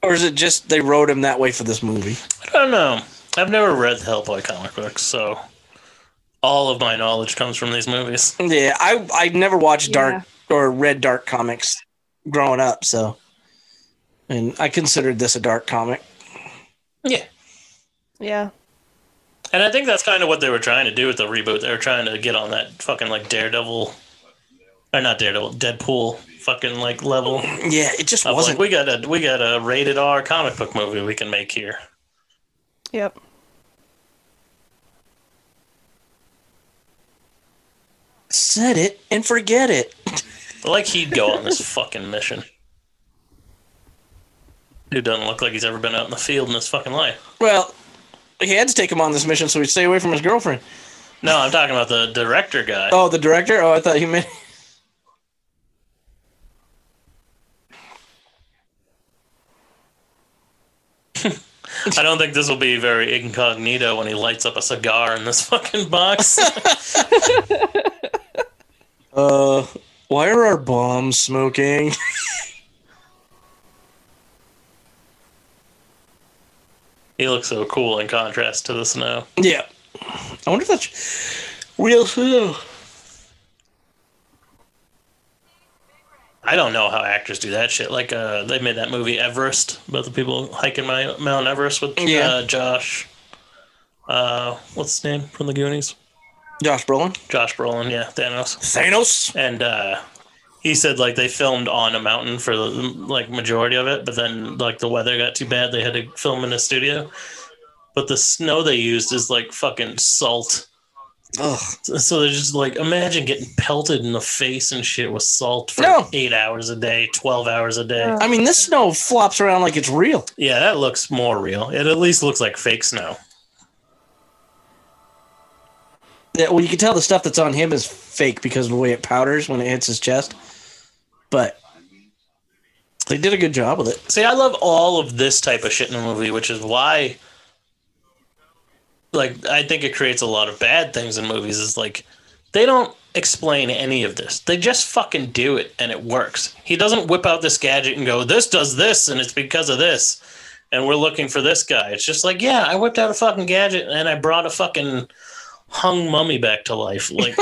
Or is it just they wrote him that way for this movie? I don't know. I've never read the Hellboy comic books, so all of my knowledge comes from these movies. Yeah, I I never watched dark or read dark comics growing up, so and I considered this a dark comic. Yeah. Yeah. And I think that's kind of what they were trying to do with the reboot. They were trying to get on that fucking like Daredevil or not Daredevil, Deadpool fucking like level. Yeah, it just Of wasn't. like, we got a we got a rated R comic book movie we can make here. Yep. Said it and forget it. Like he'd go on (laughs) this fucking mission. Dude doesn't look like he's ever been out in the field in his fucking life. Well, he had to take him on this mission so he'd stay away from his girlfriend. No, I'm talking about the director guy. Oh, the director? Oh, I thought he meant. I don't think this will be very incognito when he lights up a cigar in this (laughs) fucking (laughs) box. Uh, why are our bombs smoking? (laughs) he looks so cool in contrast to the snow. yeah. I wonder if that's real snow. I don't know how actors do that shit. Like, uh, they made that movie Everest about the people hiking my, Mount Everest with Yeah. uh, Josh. Uh, what's his name from the Goonies? Josh Brolin. Josh Brolin, yeah, Thanos. Thanos. And uh, he said like they filmed on a mountain for the like majority of it, but then like the weather got too bad, they had to film in a studio. But the snow they used is like fucking salt. Ugh. So they're just like, imagine getting pelted in the face and shit with salt for No. eight hours a day, 12 hours a day. I mean, this snow flops around like it's real. Yeah, that looks more real. It at least looks like fake snow. Yeah, well, you can tell the stuff that's on him is fake because of the way it powders when it hits his chest. But they did a good job with it. See, I love all of this type of shit in a movie, which is why, like, I think it creates a lot of bad things in movies. Is like, they don't explain any of this. They just fucking do it, and it works. He doesn't whip out this gadget and go, "This does this, and it's because of this." And we're looking for this guy. It's just like, yeah, I whipped out a fucking gadget and I brought a fucking hung mummy back to life, like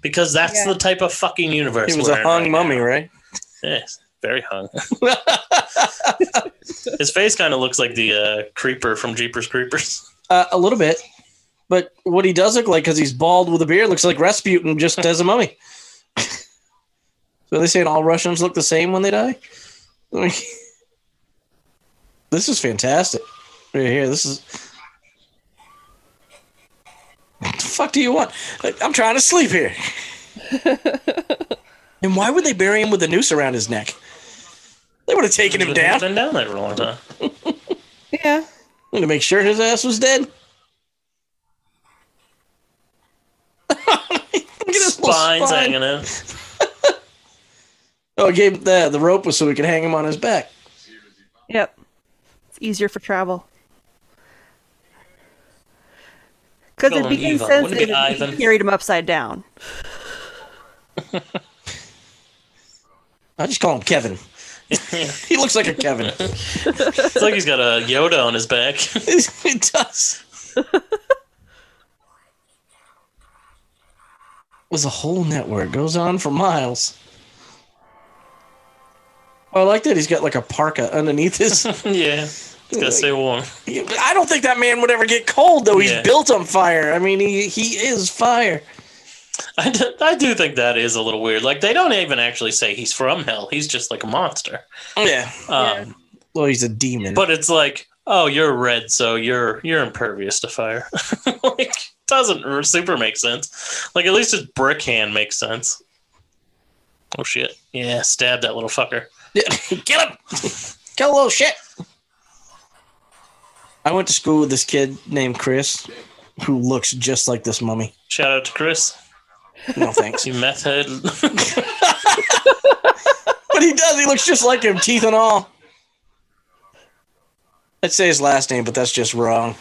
because that's the type of fucking universe. He was we're a in hung right now. mummy, right? Yes, Eh, very hung. (laughs) His face kind of looks like the uh, creeper from Jeepers Creepers. Uh, a little bit. But what he does look like, because he's bald with a beard, looks like Rasputin just as a mummy. (laughs) so they saying all Russians look the same when they die? (laughs) I mean, this is fantastic. Right here, this is. What the fuck do you want? I- I'm trying to sleep here. and why would they bury him with a noose around his neck? They would have taken him down. Been down there for a long time. Yeah. I'm gonna make sure his ass was dead. (laughs) Look at his little Spines spine. hanging out. Oh, it gave the the rope was so we could hang him on his back. Yep. It's easier for travel. Because Call it'd him be Ivan. insensitive Wouldn't it be if you Ivan? carried him upside down. I just call him (laughs) Kevin. he looks like a (laughs) Kevin. It's like he's got a Yoda on his back. (laughs) it does. (laughs) was a whole network goes on for miles. Oh, I like that he's got like a parka underneath (laughs) his. yeah, he's (laughs) gotta stay warm. I don't think that man would ever get cold, though. He's Yeah. built on fire. I mean, he, he is fire. I do, I do think that is a little weird. Like they don't even actually say he's from hell. He's just like a monster. Yeah. Um, Well, he's a demon. But it's like, oh, you're red, so you're you're impervious to fire. (laughs) like, doesn't r- super make sense. Like, at least his brick hand makes sense. Oh shit! Yeah, stab that little fucker. (laughs) kill him. kill a little shit. I went to school with this kid named Chris, who looks just like this mummy. Shout out to Chris, No thanks. you meth head. (laughs) (laughs) but he does. He looks just like him, teeth and all. I'd say his last name, but that's just wrong.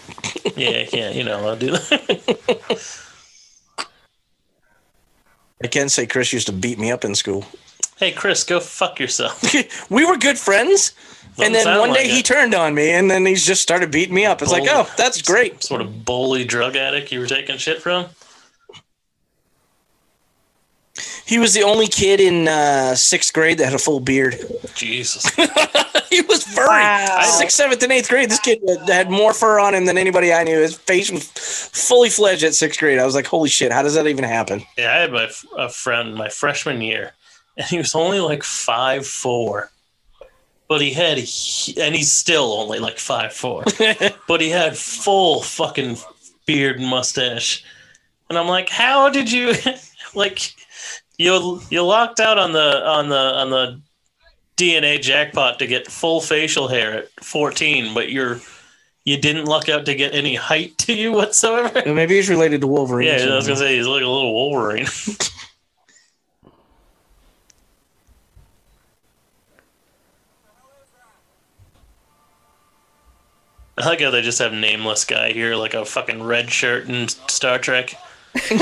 yeah, yeah, you know I'll do that. (laughs) I can say Chris used to beat me up in school. (laughs) hey, Chris, go fuck yourself. we were good friends. Doesn't And then sound one day like he it. turned on me, and then he's just started beating me up. It's like, Bold. oh, that's great. Sort of bully drug addict you were taking shit from. He was the only kid in uh, sixth grade that had a full beard. Jesus. (laughs) he was furry. Sixth, seventh, and eighth grade. This kid had- had more fur on him than anybody I knew. His face was fully fledged at sixth grade. I was like, holy shit, how does that even happen? Yeah, I had my f- a friend my freshman year and he was only like five four, but he had he- and he's still only like five four, but he had full fucking beard and mustache, and I'm like, how did you (laughs) like? You you locked out on the on the on the DNA jackpot to get full facial hair at 14, but you're you didn't luck out to get any height to you whatsoever. Maybe he's related to Wolverine. Yeah, I was somehow. gonna say he's like a little Wolverine. (laughs) I like how they just have nameless guy here, like a fucking red shirt in Star Trek. I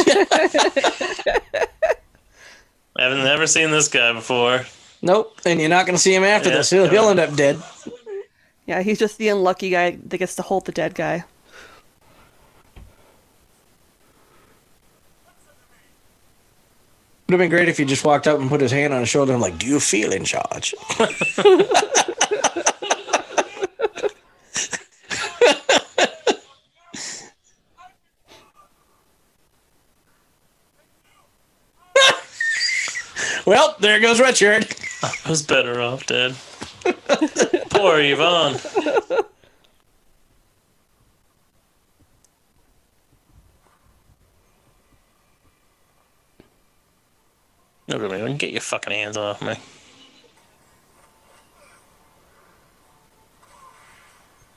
haven't never seen this guy before. Nope. And you're not going to see him after Yeah. this. He'll, he'll end up dead. Yeah, he's just the unlucky guy that gets to hold the dead guy. Would have been great if he just walked up and put his hand on his shoulder and like, "Do you feel in charge?" (laughs) well, there goes Richard. I was better off dead. (laughs) Poor Yvonne. Look at me, I can get your fucking hands off me.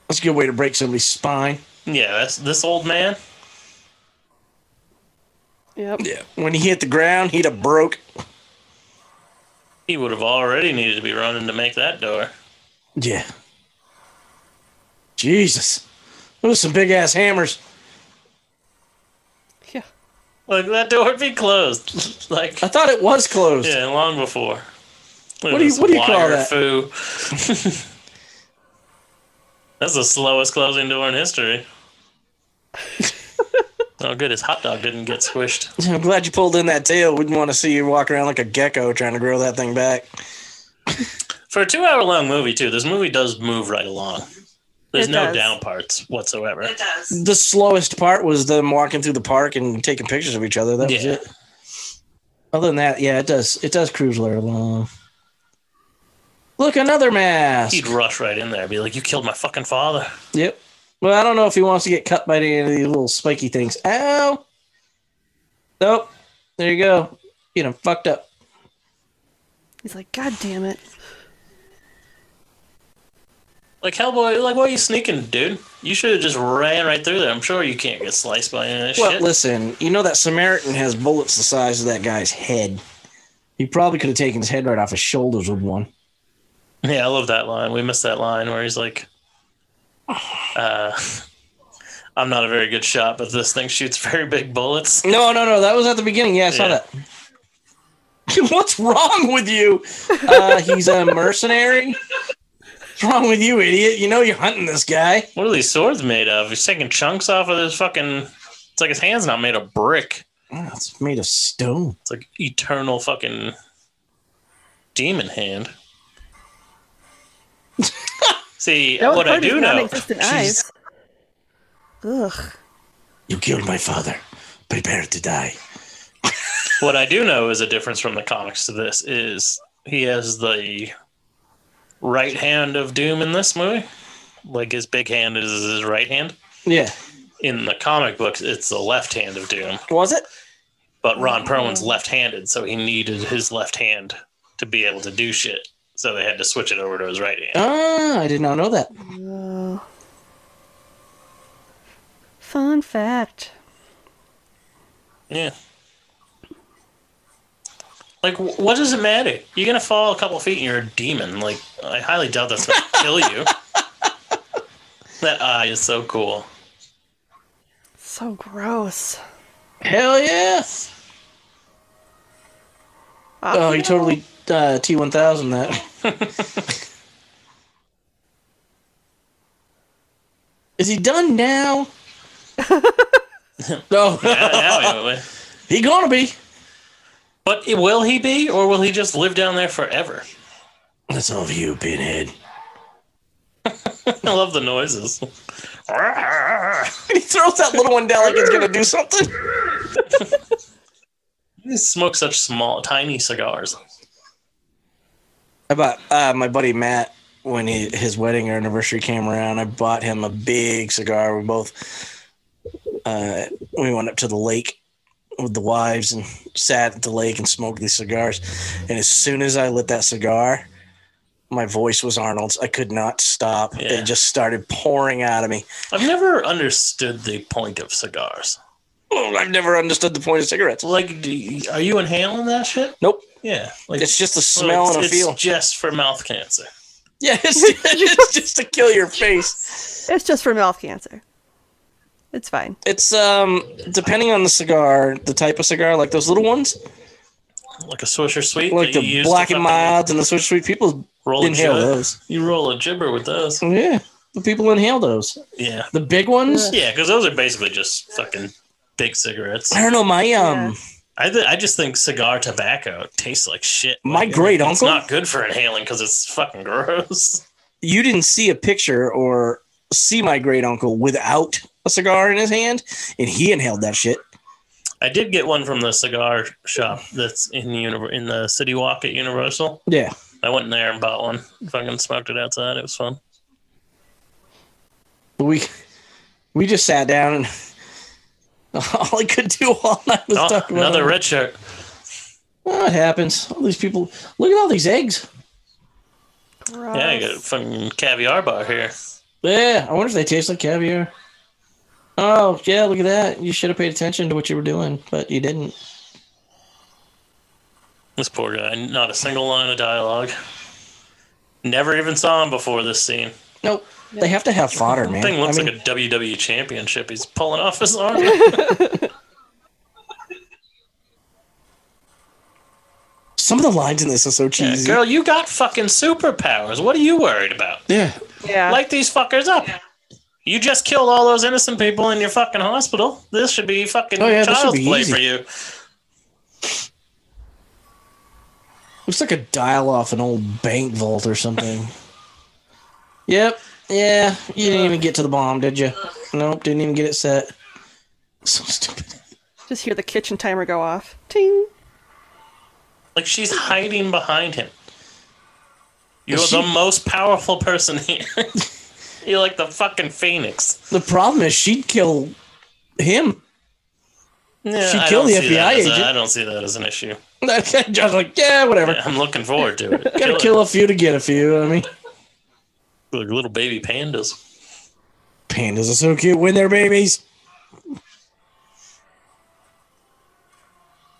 That's a good way to break somebody's spine. Yeah, that's this old man. Yep. Yeah. When he hit the ground, he'd have broke. He would have already needed to be running to make that door. Yeah. Jesus. Those are some big ass hammers. Yeah. Like that door would be closed. (laughs) like I thought it was closed. yeah, long before. Look What at do you- this what do you call wire that? foo. (laughs) That's the slowest closing door in (laughs) history. oh, good. His hot dog didn't get squished. I'm glad you pulled in that tail. Wouldn't want to see you walk around like a gecko trying to grow that thing back. For a two hour long movie, too, this movie does move right along. There's It no does. down parts whatsoever. It does. The slowest part was them walking through the park and taking pictures of each other. That was Yeah. it. Other than that, yeah, it does. It does cruise right along. Look, another mask. He'd rush right in there and be like, You killed my fucking father. Yep. Well, I don't know if he wants to get cut by any of these little spiky things. Ow. Nope. There you go. You know, fucked up. He's like, God damn it. Like, Hellboy, like, why are you sneaking, dude? You should have just ran right through there. I'm sure you can't get sliced by any of this Well, shit. listen, you know that Samaritan has bullets the size of that guy's head. He probably could have taken his head right off his shoulders with one. Yeah, I love that line. We missed that line where he's like, uh, (laughs) I'm not a very good shot, but this thing shoots very big bullets. No, no, no. That was at the beginning. Yeah, I saw Yeah. that. (laughs) What's wrong with you? Uh, he's a mercenary. What's wrong with you, idiot? You know you're hunting this guy. What are these swords made of? He's taking chunks off of his fucking. It's like his hand's not made of brick. Oh, it's made of stone. It's like eternal fucking demon hand. See, That was what I part of do his know. non-existent She's- eyes. Ugh. You killed my father. Prepare to die. what I do know is a difference from the comics to this is he has the right hand of Doom in this movie. Like his big hand is his right hand. Yeah. In the comic books, it's the left hand of Doom. Was it? But Ron Perlman's left handed, so he needed his left hand to be able to do shit. So they had to switch it over to his right hand. Ah, I did not know that. Fun fact. Yeah. Like, wh- what does it matter? You're going to fall a couple feet and you're a demon. Like, I highly doubt that's going to kill (laughs) you. That eye is so cool. So gross. Hell yeah. Oh, he totally uh, T1000 that. (laughs) Is he done (laughs) now? no. Yeah, now he would. (laughs) he gonna be. But i- will he be, or will he just live down there forever? (laughs) That's all of you, pinhead. I love the noises. (laughs) And (laughs) he throws that little one down like it's gonna do something. They smoke such small, tiny cigars. I bought uh, my buddy Matt when he, his wedding or anniversary came around. I bought him a big cigar. We both uh, we went up to the lake with the wives and sat at the lake and smoked these cigars. And as soon as I lit that cigar, my voice was Arnold's. I could not stop. Yeah. It just started pouring out of me. I've never understood the point of cigars. Oh, I've never understood the point of cigarettes. Like, do you- are you inhaling that shit? Nope. Yeah, like It's just a so smell it's- and a it's feel. Just for mouth cancer. (laughs) Yeah, it's, it's just to kill your face. It's just for mouth cancer. It's fine. It's um depending on the cigar, the type of cigar, like those little ones, Like a Swisher Sweet. like that you the use to black and fucking milds and the switch sweet. People Roll a inhale jib. those. You roll a gibber with those. Yeah, the people inhale those. Yeah. The big ones. Yeah, because those are basically just fucking big cigarettes. I don't know. My um, I, th- I just think cigar tobacco tastes like shit. My Like, great it's uncle- not good for inhaling because it's fucking gross. (laughs) you didn't see a picture or see my great uncle without a cigar in his hand, and he inhaled that shit. I did get one from the cigar shop that's in the univer- in the City Walk at Universal. Yeah, I went in there and bought one. Fucking smoked it outside. It was fun. but we we just sat down and (laughs) all I could do all night was Oh, talk about another red shirt. Oh, it happens. All these people. Look at all these eggs. Yeah, you got a fucking caviar bar here. Yeah, I wonder if they taste like caviar. Oh yeah, look at that. You should have paid attention to what you were doing, but you didn't. This poor guy, not a single line of dialogue. Never even saw him before this scene. Nope. They have to have fodder, man. Thing looks I mean, like a WWE championship. He's pulling off his (laughs) arm. some of the lines in this are so Yeah, cheesy. Girl, you got fucking superpowers. What are you worried about? Yeah. Uh, Yeah. Light these fuckers up. You just killed all those innocent people in your fucking hospital. This should be fucking Oh, yeah, this should child's be play easy. for you. Looks like a dial off an old bank vault or something. (laughs) yep. Yeah. You didn't even get to the bomb, did you? Nope. Didn't even get it set. (laughs) So stupid. Just hear the kitchen timer go off. Ting. Like she's hiding behind him. You're Is she- the most powerful person (laughs) here. You're like the fucking phoenix. The problem is she'd kill him. (laughs) Yeah, She I killed don't the see that FBI as a- agent. I don't see that as an issue. John's like, yeah, whatever. Yeah, (laughs) I'm looking forward to it. Gotta Kill it. kill a few to get a few. I mean, Like little baby pandas. pandas are so cute when they're babies.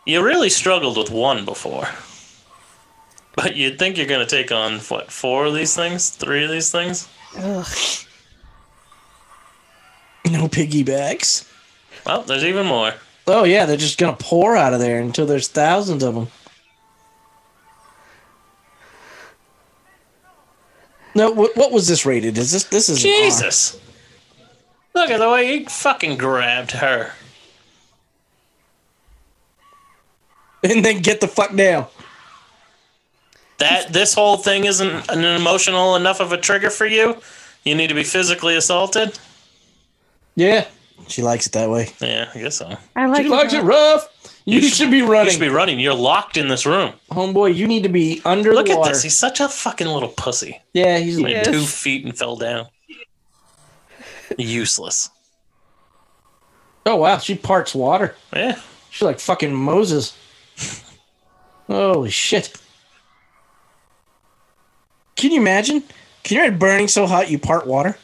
You really struggled with one before. But you'd think you're going to take on, what, four of these things? Three of these things? Ugh. No piggybacks. Well, there's even more. Oh yeah, they're just gonna pour out of there until there's thousands of them. No, what, what was this rated? Is this this is an R. Jesus. Look at the way he fucking grabbed her. (laughs) And then get the fuck down. That this whole thing isn't an emotional enough of a trigger for you. You need to be physically assaulted. Yeah, she likes it that way. Yeah, I guess so. I She like likes it rough. You, should, be You running, should be running. You're locked in this room. homeboy. You need to be under Look the at water. this. He's such a fucking little pussy. yeah, he's Like Yes. two feet and fell down. Useless. oh wow, she parts water. Yeah. She's like fucking Moses. Holy shit. Can you imagine? Can you imagine burning so hot you part water?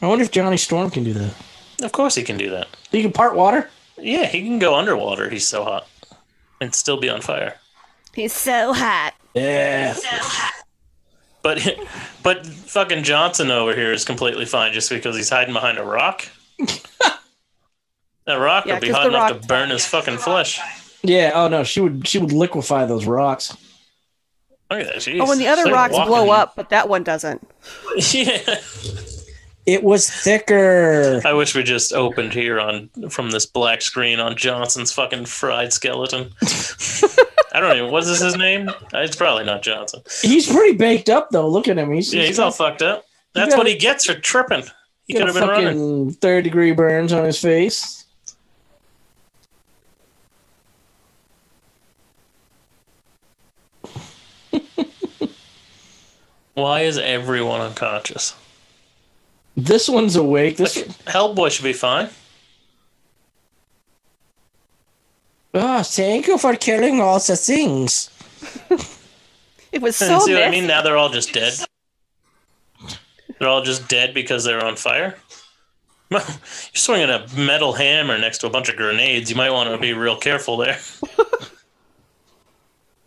I wonder if Johnny Storm can do that. Of course he can do that. He can part water? Yeah, he can go underwater. He's so hot. And still be on fire. He's so hot. Yeah. But (laughs) but fucking Johnson over here is completely fine just because he's hiding behind a rock. that rock Yeah, would be 'cause hot the enough rock- to burn his fucking flesh. Yeah, oh no, she would she would liquefy those rocks. Look at that. Jeez. Oh, when the other It's like rocks walking- blow up, but that one doesn't. (laughs) yeah. It was thicker. I wish we just opened here on from this black screen on Johnson's fucking fried skeleton. I don't even. Was this his name? Uh, It's probably not Johnson. He's pretty baked up though. Look at him. He's Yeah, he's all fucked up. You That's gotta- what he gets for tripping. He could got a have been fucking running. third degree burns on his face. Why is everyone unconscious? This one's awake. This Hellboy should be fine. oh, thank you for killing all the things. It was See so what I nasty. mean? Now they're all just dead. They're all just dead because they're on fire. (laughs) You're swinging a metal hammer next to a bunch of grenades. You might want to be real careful there.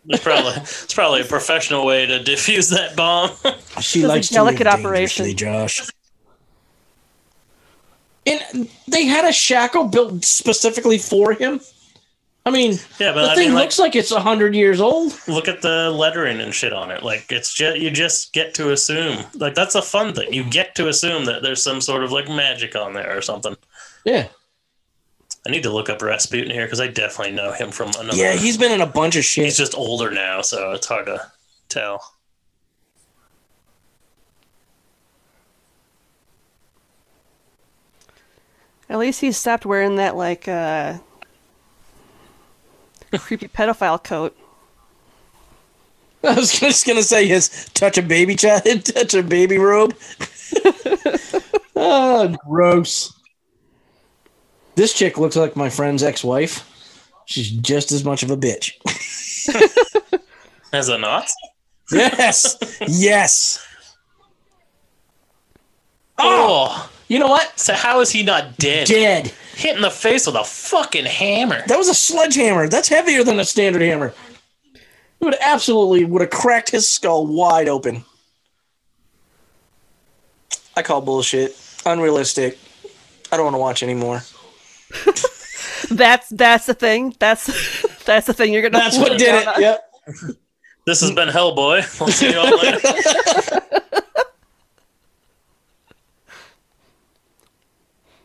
It's probably it's probably a professional way to defuse that bomb. (laughs) She This is a likes to delicate live operation. dangerously, Josh. And they had a shackle built specifically for him. I mean, yeah, but the I thing mean, like, looks like it's hundred years old. look at the lettering and shit on it. Like it's just you just get to assume. Like that's a fun thing. You get to assume that there's some sort of like magic on there or something. Yeah, I need to look up Rasputin here because I definitely know him from another. yeah. He's been in a bunch of shit. he's just older now, so it's hard to tell. At least he stopped wearing that like uh creepy pedophile coat. (laughs) I was just gonna say his touch a baby child, (laughs) touch a baby (laughs) robe. oh, gross. This chick looks like my friend's ex-wife. She's just as much of a bitch. Has it not? (laughs) Yes, yes. Oh, You know what? so how is he not dead? Dead. Hit in the face with a fucking hammer. That was a sledgehammer. That's heavier than a standard hammer. It would absolutely would have cracked his skull wide open. I call bullshit. Unrealistic. I don't want to watch anymore. That's that's the thing. That's (laughs) that's the thing you're gonna. That's what did it. Yep. This has been Hellboy. We'll see you all (laughs) later.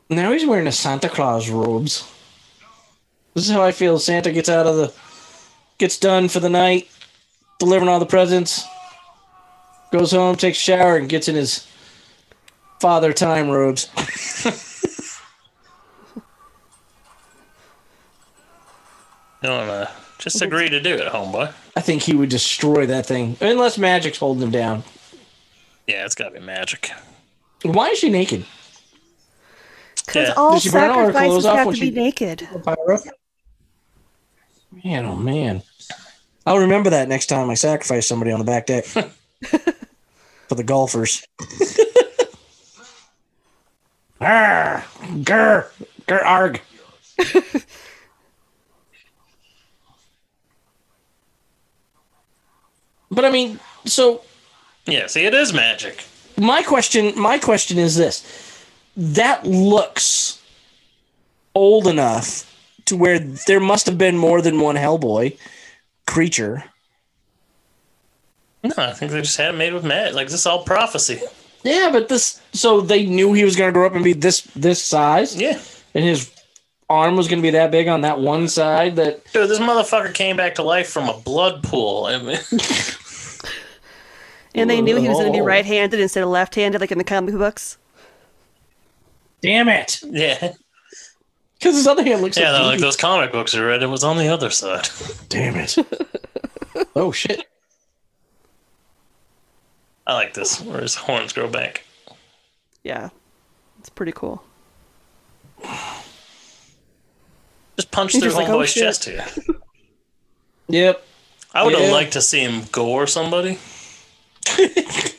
Now he's wearing a Santa Claus robes. This is how I feel. Santa gets out of the, gets done for the night, delivering all the presents. Goes home, takes a shower, and gets in his father time robes. You don't wanna uh, just agree to do it, homeboy. I think he would destroy that thing unless magic's holding him down. Yeah, it's gotta be magic. Why is she naked? Yeah. Because all Did she burn all her clothes sacrifices off have when to be she- naked. Pyro. Man, oh man! I'll remember that next time I sacrifice somebody on the back deck (laughs) for the golfers. (laughs) Arr, grr, grr, arg. (laughs) but I mean, so Yeah, see, it is magic. my question my question is this that looks old enough to where there must have been more than one hellboy creature No, I think they just had it made with magic. Like this is all prophecy. yeah but this so they knew he was going to grow up and be this this size Yeah. and his arm was going to be that big on that one side that Dude, this motherfucker came back to life from a blood pool. I mean, (laughs) And they knew he was gonna be Oh. Whoa. right-handed instead of left-handed, like in the comic books. damn it yeah. because his other hand looks Yeah, like, they're like Jesus. those comic books I read, it was on the other side. damn it (laughs) oh shit I like this, where his horns grow back. Yeah, it's pretty cool. Just punch He's through just like, oh, homeboy's shit. chest here. yep I would Yeah. have liked to see him gore somebody. (laughs)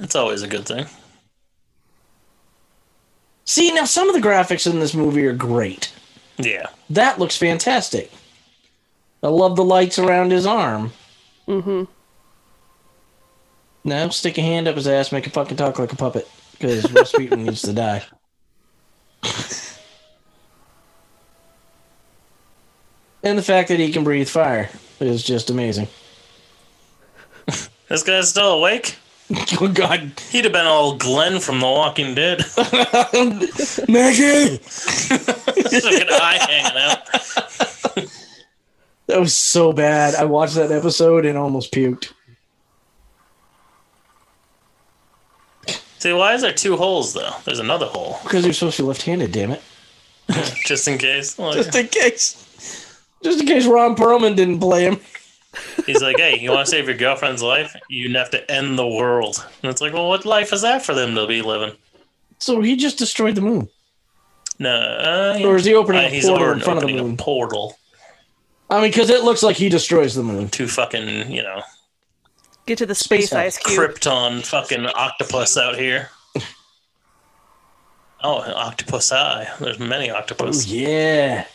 It's always a good thing. see now some of the graphics in this movie are great Yeah. that looks fantastic. I love the lights around his arm. Mm-hmm. Now stick a hand up his ass, make him fucking talk like a puppet, because Rasputin needs to die. and the fact that he can breathe fire is just amazing. This guy's still awake? (laughs) Oh God, He'd have been old Glenn from The Walking Dead. (laughs) Just Maggie! an (laughs) eye hanging out. That was so bad. I watched that episode and almost puked. See, why is there two holes, though? There's another hole, Because he was supposed to be left-handed. Damn it! just in case. Like, (laughs) Just in case, just in case Ron Perlman didn't play him. He's like, hey, you want to save your girlfriend's life? You'd have to end the world. And it's like, well, what life is that for them to be living? So he just destroyed the moon. No. Uh, Or is he opening Uh, a he's portal in open- front of the opening a moon? portal I mean, because it looks like he destroys the moon. to fucking, you know, Get to the space, Space Hulk. ice cube. Krypton fucking octopus out here. Oh, an octopus eye. There's many Oh, octopus. yeah.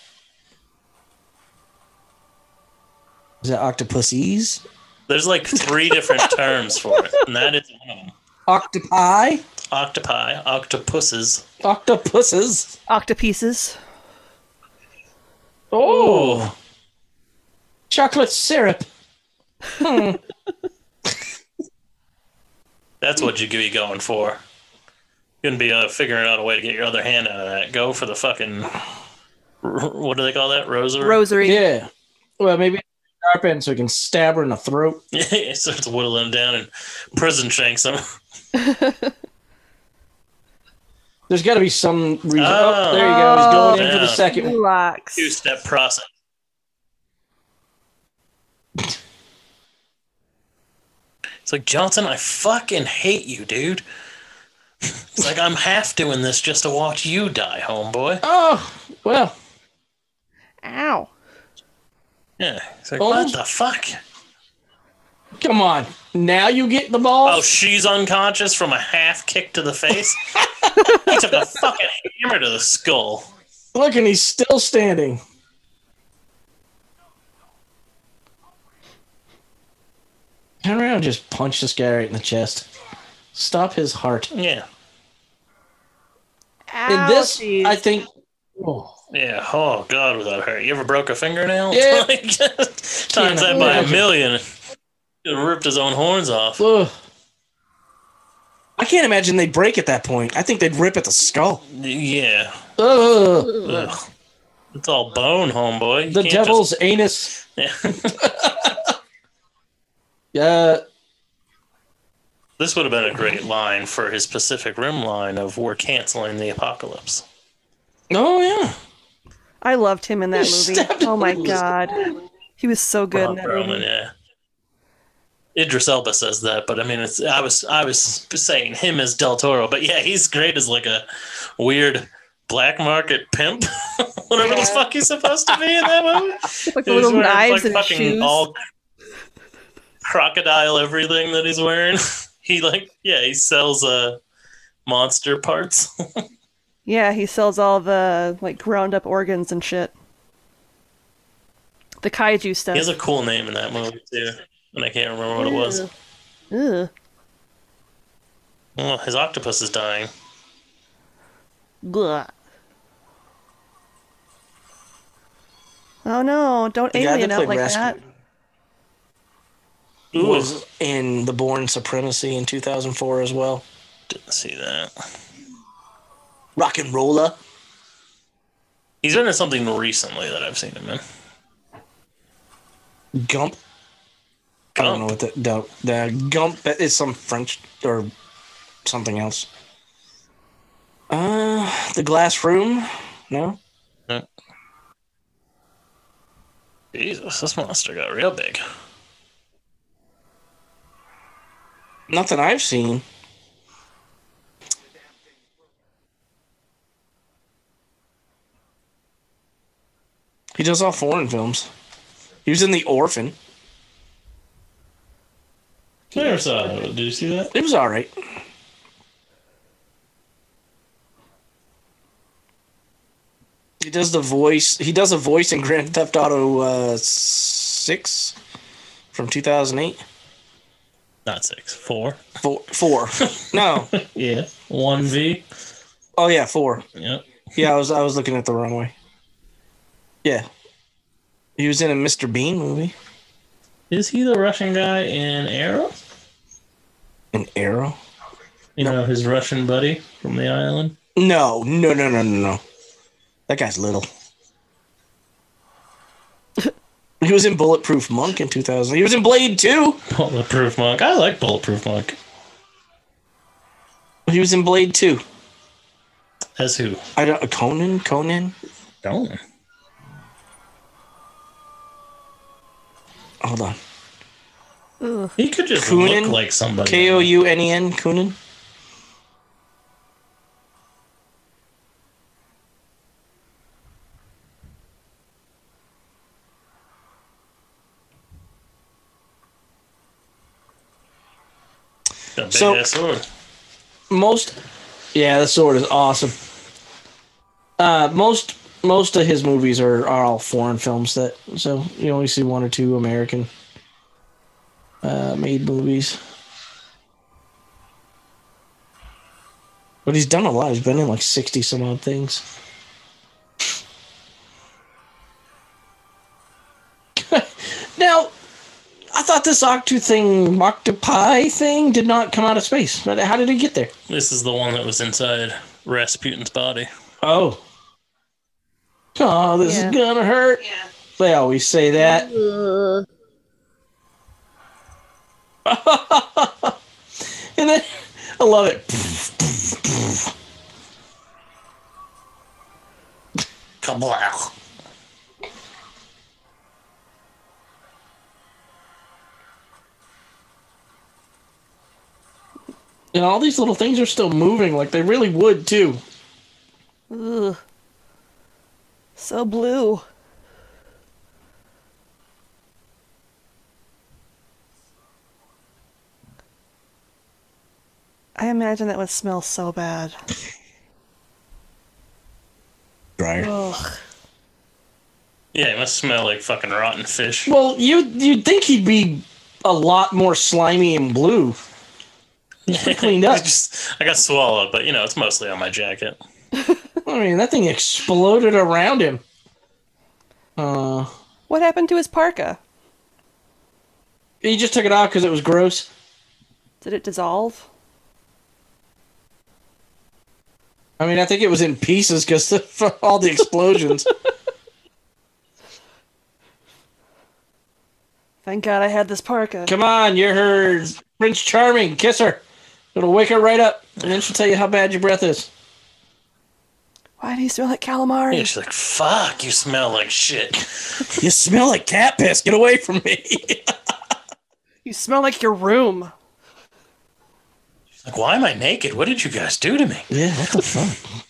Is that octopuses? There's like three different terms for it, and that is one of them. Octopi? Octopi, octopuses. Octopuses? Octopieces. Oh. Chocolate syrup. That's what you could be going for. Gonna be uh, figuring out a way to get your other hand out of that. Go for the fucking. What do they call that? Rosary? Rosary. Yeah. Well, maybe sharp end so he can stab her in the throat. Yeah, (laughs) it starts whittling down and prison shanks him. There's got to be some reason. Oh. Oh, there you go. He's going in for Oh. the second one. Locks. Two step process. It's like, Johnson, I fucking hate you, dude. It's like, I'm half doing this just to watch you die, homeboy. Oh, well. Ow. Yeah. It's like, Oh. what the fuck? Come on. Now you get the ball. Oh, she's unconscious from a half kick to the face. he took a fucking hammer to the skull. Look, and he's still standing. Turn around and just punch this guy right in the chest. Stop his heart. Yeah, In this, Ouchies. I think. Oh, yeah. Oh god, without her, you ever broke a fingernail? Yeah. (laughs) Like, times that by a imagine. million. He ripped his own horns off. ugh. I can't imagine they'd break at that point. I think they'd rip at the skull. Yeah, Ugh. Ugh. it's all bone, homeboy. You The can't devil's anus. just- (laughs) Yeah. Yeah. this would have been a great line for his Pacific Rim line of "We're canceling the apocalypse." Oh, yeah. I loved him in that He movie. stabbed Oh my him. god. He was so good in Ron that Perlman, movie. yeah. Idris Elba says that, but I mean, it's I was I was saying him as Del Toro, but yeah, he's great as like a weird black market pimp, (laughs) whatever the fuck he's supposed to be in that movie. Like the He's little wearing, knives and his fucking shoes. all crocodile everything that he's wearing. (laughs) he like yeah, he sells uh monster parts. (laughs) Yeah, he sells all the like ground up organs and shit. The kaiju stuff. he has a cool name in that movie too, and I can't remember what it was. Ugh. Oh, his octopus is dying. Blah. Oh no, don't guy that alien out played like Rasputin. that. Ooh, was in the Born Supremacy in 2004 as well. didn't see that. Rock and Rolla. He's been in something recently that I've seen him in. Gump. I don't know what that. No, the Gump that is some French or something else. Uh, the Glass Room. No, Jesus, this monster got real big. nothing I've seen. He does all foreign films. He was in The Orphan. Never saw that. Did you see that? It was all right. He does the voice. He does a voice in Grand Theft Auto uh, Six from two thousand eight. Not six, four. Four. four. no. Yeah, one V. Oh yeah, four. Yep. Yeah, I was I was looking at the wrong way. Yeah. He was in a Mr. Bean movie. Is he the Russian guy in Arrow? An Arrow. You know, his Russian buddy from the island. No, no, no, no, no, no. That guy's little. he was in Bulletproof Monk in 2000. He was in Blade 2. Bulletproof monk. I like bulletproof monk. He was in Blade 2. As who? I don't Conan, Conan. Don't. Hold on. He could just Kunin? look like somebody. K O U N E N Kunin. A big So- ass sword. Most, yeah, the sword is awesome. Uh, most most of his movies are, are all foreign films that so you only see one or two American uh, made movies. But he's done a lot. He's been in like sixty some odd things. (laughs) now, I thought this Octu thing, Octopi thing, did not come out of space. But how did it get there? This is the one that was inside Rasputin's body. Oh. Oh, this Yeah. is gonna hurt. They always say that. (laughs) and then I love it. Kablow. And all these little things are still moving like they really would too. Ugh. So blue. I imagine that would smell so bad. Dryer. Ugh. Yeah, it must smell like fucking rotten fish. Well, you you'd think he'd be a lot more slimy and blue. He's pretty (laughs) cleaned (laughs) I up. just I got swallowed, but you know it's mostly on my jacket. I mean, that thing exploded around him. Uh, What happened to his parka? he just took it off because it was gross. Did it dissolve? I mean, I think it was in pieces because of (laughs) all the (laughs) explosions. Thank God I had this parka. Come on, you're her Prince Charming. Kiss her. It'll wake her right up, and then she'll tell you how bad your breath is. Why do you smell like calamari? Yeah, she's like, "Fuck, you smell like shit." You smell like cat piss. Get away from (laughs) me. You smell like your room. Like, why am I naked? What did you guys do to me? yeah, what the fuck?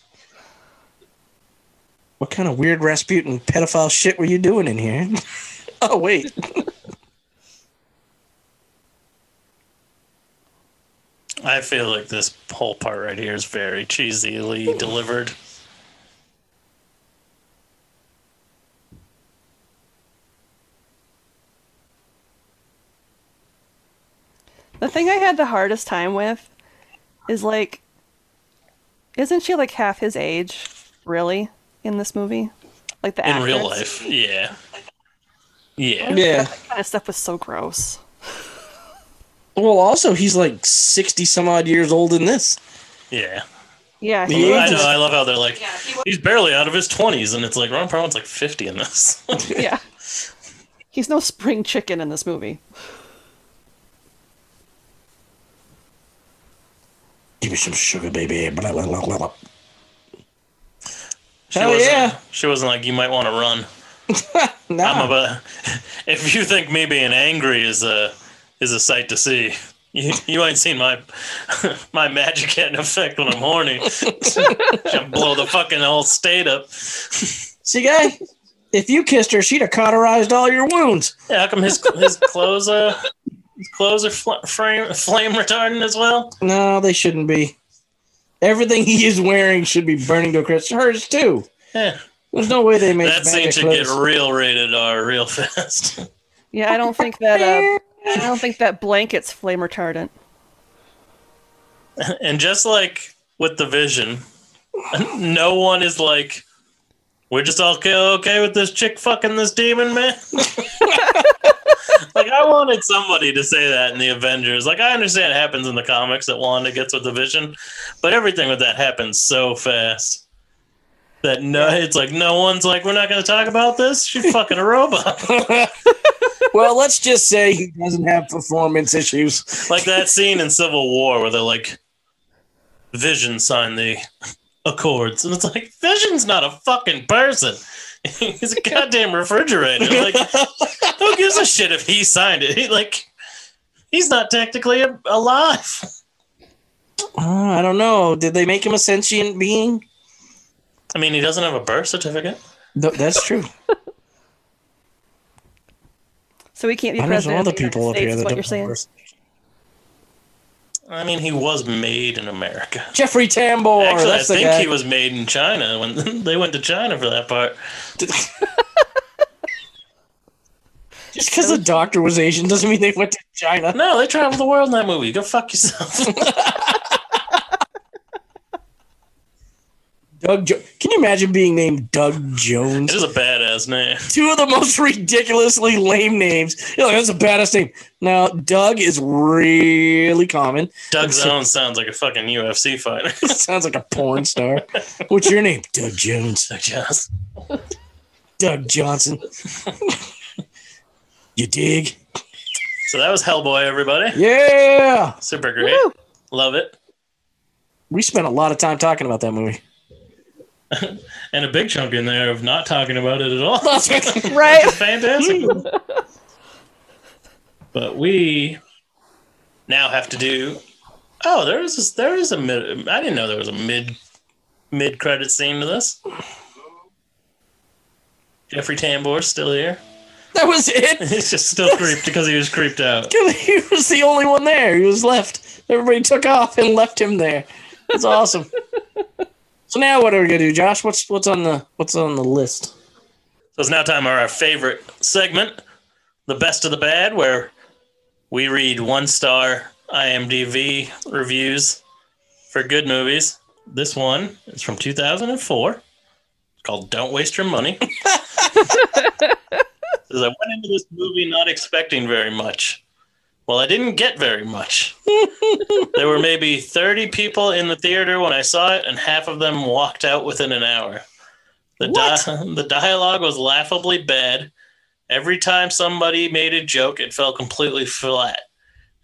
What kind of weird Rasputin pedophile shit were you doing in here? (laughs) oh, wait. I feel like this whole part right here is very cheesily delivered. The thing I had the hardest time with is like, isn't she like half his age, really, in this movie? Like the In real actress? life, yeah, yeah. Yeah. That kind of stuff was so gross. Well, also, he's like 60 some odd years old in this. Yeah. Yeah, The he- I age know. is- I love how they're like, he's barely out of his 20s, and it's like Ron Perlman's like 50 in this. (laughs) yeah. He's no spring chicken in this movie. Give me some sugar, baby. Blah, blah, blah, blah, blah. she Hell wasn't, yeah. Ah. She wasn't like, you might want to run. I'm about. (laughs) If you think me being angry is a is a sight to see, (laughs) you, you ain't seen my (laughs) my magic getting effect when I'm horny. (laughs) I blow the fucking whole state up. See, guy, if you kissed her, she'd have cauterized all your wounds. Yeah, how come his his clothes uh his clothes are fl- frame flame retardant as well? No, they shouldn't be. Everything he is wearing should be burning to a crisp. Hers too. Yeah, There's no way they made that scene magic should get clothes. real rated R real (laughs) fast. Yeah, I don't think that. Uh, I don't think that blanket's flame retardant. And just like with the vision, no one is like, we're just all okay, okay with this chick fucking this demon, man. (laughs) like, I wanted somebody to say that in the Avengers. Like, I understand it happens in the comics that Wanda gets with the vision, but everything with that happens so fast. That no, it's like no one's like, we're not going to talk about this. She's fucking a robot. (laughs) well, let's just say he doesn't have performance issues. like that scene in Civil War where they're like, Vision signed the accords, and it's like Vision's not a fucking person. (laughs) He's a goddamn refrigerator. Like, who gives a shit if he signed it? He, like, he's not technically a- alive. Uh, I don't know. Did they make him a sentient being? I mean, he doesn't have a birth certificate. Th- that's true. So we can't be I know some president. other of (laughs) the United people up States, here is that what don't you're have saying. birth- I mean, he was made in America. Jeffrey Tambor. Actually, I that's the think guy. he was made in China when (laughs) they went to China for that part. Just because the doctor was Asian doesn't mean they went to China. No, they traveled the world in that movie. Go fuck yourself. (laughs) Doug. Jo- Can you imagine being named Doug Jones? it is a badass name. two of the most ridiculously lame names. You're like, that's the baddest name. Now, Doug is really common. Doug Zone sounds like a fucking UFC fighter. (laughs) Sounds like a porn star. What's your name? Doug Jones. Doug Jones. Doug Johnson. you dig? (laughs) So that was Hellboy, everybody. Yeah. Super great. Love it. We spent a lot of time talking about that movie. (laughs) And a big chunk in there of not talking about it at all. (laughs) Right. Fantastic. (laughs) but we now have to do. Oh, there is a, there is a mid. I didn't know there was a mid mid credit scene to this. Jeffrey Tambor's still here. (laughs) that was it. He's just still creeped because he was creeped out. He was the only one there. He was left. Everybody took off and left him there. That's awesome. so now what are we gonna do, Josh? What's what's on the what's on the list? So it's now time for our favorite segment, the best of the bad, where we read one star IMDb reviews for good movies. This one is from 2004. It's called Don't Waste Your Money. (laughs) It says, I went into this movie not expecting very much. Well, I didn't get very much. there were maybe 30 people in the theater when I saw it, and half of them walked out within an hour. The, di- (laughs) the dialogue was laughably bad. Every time somebody made a joke, it fell completely flat.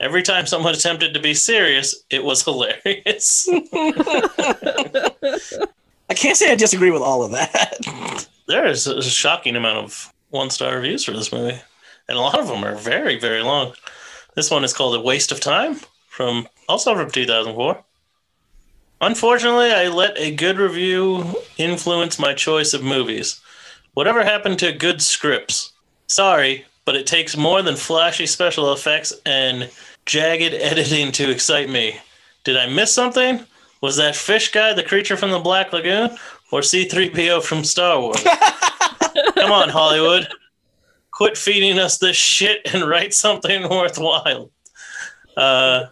Every time someone attempted to be serious, it was (laughs) hilarious. I can't say I disagree with all of that. there is a shocking amount of one star reviews for this movie, and a lot of them are very, very long. This one is called "A Waste of Time" from also from 2004. Unfortunately, I let a good review influence my choice of movies. Whatever happened to good scripts? Sorry, but it takes more than flashy special effects and jagged editing to excite me. Did I miss something? Was that fish guy the creature from the Black Lagoon or C3PO from Star Wars? Come on, Hollywood. Quit feeding us this shit and write something worthwhile. Uh,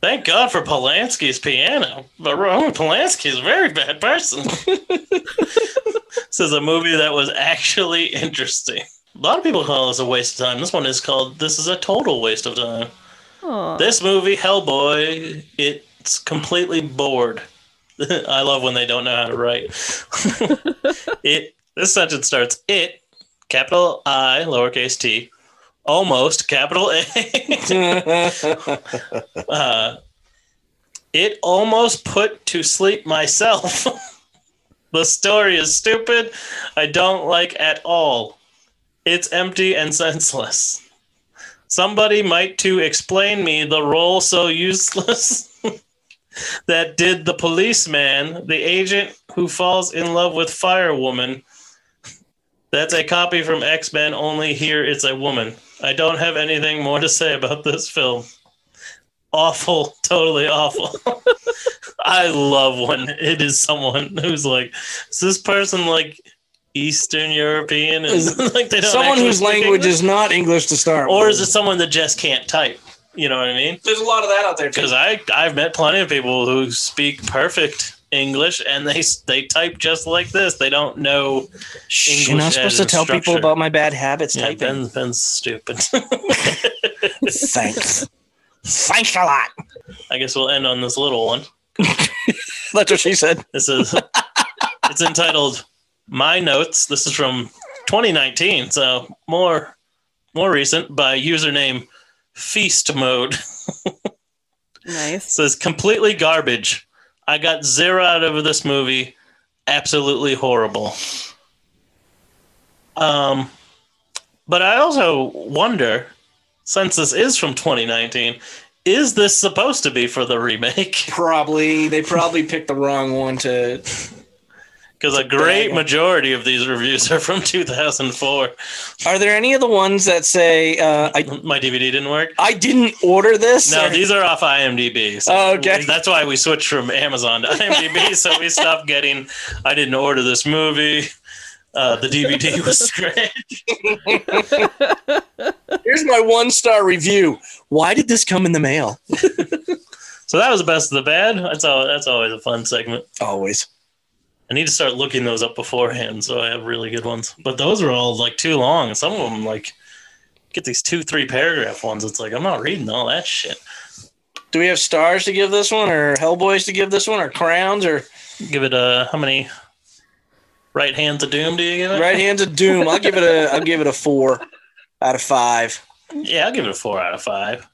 thank God for Polanski's piano, but Roman Polanski is a very bad person. (laughs) this is a movie that was actually interesting. A lot of people call this a waste of time. This one is called This is a Total Waste of Time. Aw. This movie, Hellboy, it's completely bored. (laughs) I love when they don't know how to write. it this sentence starts it capital I lowercase t almost capital A. uh, it almost put to sleep myself. (laughs) the story is stupid. I don't like at all. It's empty and (laughs) senseless. Somebody might to explain me the role so useless (laughs) that did the policeman, the agent who falls in love with firewoman. That's a copy from X Men. Only here it's a woman. I don't have anything more to say about this film. Awful, (laughs) totally awful. I love when it is someone who's like, is this person like Eastern European (laughs) and Is- like they don't Someone actually whose speak language English? is not English to start or with. is it someone that just can't type? You know what I mean? There's a lot of that out there Because I I've met plenty of people who speak perfect English and they they type just like this. They don't know Shh, you're not English supposed as a to tell people structure. about my bad habits yeah, typing. Ben, Ben's stupid. (laughs) (laughs) Thanks. Thanks a lot. I guess we'll end on this little one. That's what she said. This (laughs) is it's entitled My Notes. This is from 2019, so more more recent by username Feast Mode. Nice. says completely garbage. I got zero out of this movie. Absolutely horrible. Um, but I also wonder, since this is from 2019, is this supposed to be for the remake? (laughs) Probably they probably picked the wrong one to. Because a great majority of these reviews are from 2004. (laughs) Are there any of the ones that say uh, I My DVD didn't work. I didn't order this? No, Or- these are off IMDb. So Oh, okay. That's why we switched from Amazon to (laughs) IMDb. so we stopped getting. I didn't order this movie. Uh, the (laughs) DVD was scratched. (laughs) here's my one star review. Why did this come in the mail? So that was the best of the bad. That's all. That's always a fun segment. Always. I need to start looking those up beforehand, so I have really good ones. But those are all like too long. Some of them like get these two, three paragraph ones. It's like I'm not reading all that shit. Do we have stars to give this one, or Hellboys to give this one, or crowns, or Give it a how many right hands of doom do you give it? right hands of doom? I'll give it a I'll give it a four out of five, Yeah, I'll give it a four out of five.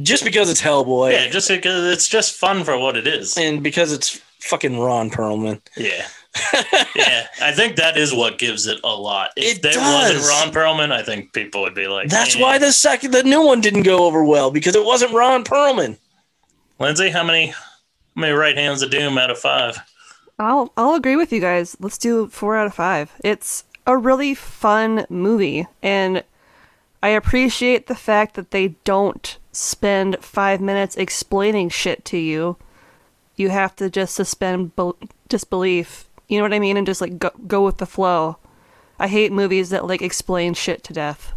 just because it's Hellboy Yeah, just because it's just fun for what it is. and because it's fucking Ron Perlman. (laughs) Yeah. yeah. I think that is what gives it a lot. If It there does. wasn't Ron Perlman, I think people would be like, That's "Eh." why the second the new one didn't go over well because it wasn't Ron Perlman. Lindsay, how many how many right hands of doom out of five? I'll I'll agree with you guys. Let's do four out of five. It's a really fun movie, and I appreciate the fact that they don't spend five minutes explaining shit to you. You have to just suspend bel disbelief. You know what I mean, and just like go go with the flow. I hate movies that like explain shit to death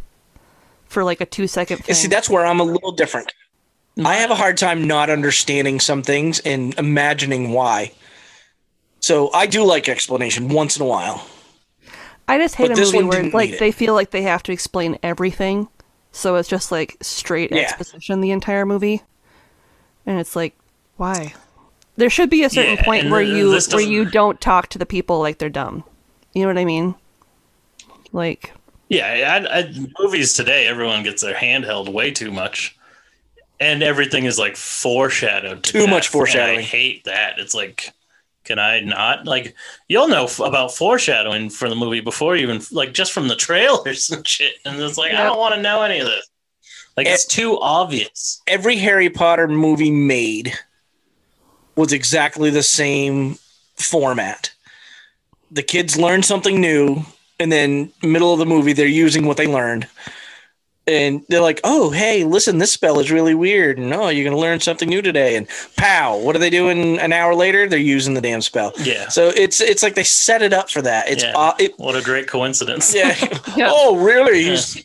for like a two second thing. And see, that's where I'm a little different. I have a hard time not understanding some things and imagining why. So I do like explanation once in a while. I just hate But a this movie one where didn't need like it. they feel like they have to explain everything, so it's just like straight Yeah. exposition the entire movie, and it's like, why? There should be a certain Yeah, point and where th- you this where doesn't- you don't talk to the people like they're dumb. You know what I mean? Like, Yeah, I, I, movies today, everyone gets their hand held way too much. And everything is like foreshadowed. to Too death, much and I foreshadowing. hate that. It's like, can I not? Like, you'll know f- about foreshadowing for the movie before you even, like, just from the trailers and shit. And it's like, I Yep. don't want to know any of this. Like, it's too obvious. Every Harry Potter movie made was exactly the same format. The kids learn something new, and then middle of the movie, they're using what they learned. And they're like, oh, hey, listen, this spell is really weird. And oh, you're going to learn something new today. And pow, what are they doing an hour later? They're using the damn spell. Yeah. So it's it's like they set it up for that. It's Yeah. yeah. Uh, it, What a great coincidence. yeah. Yeah. Oh, really? He's,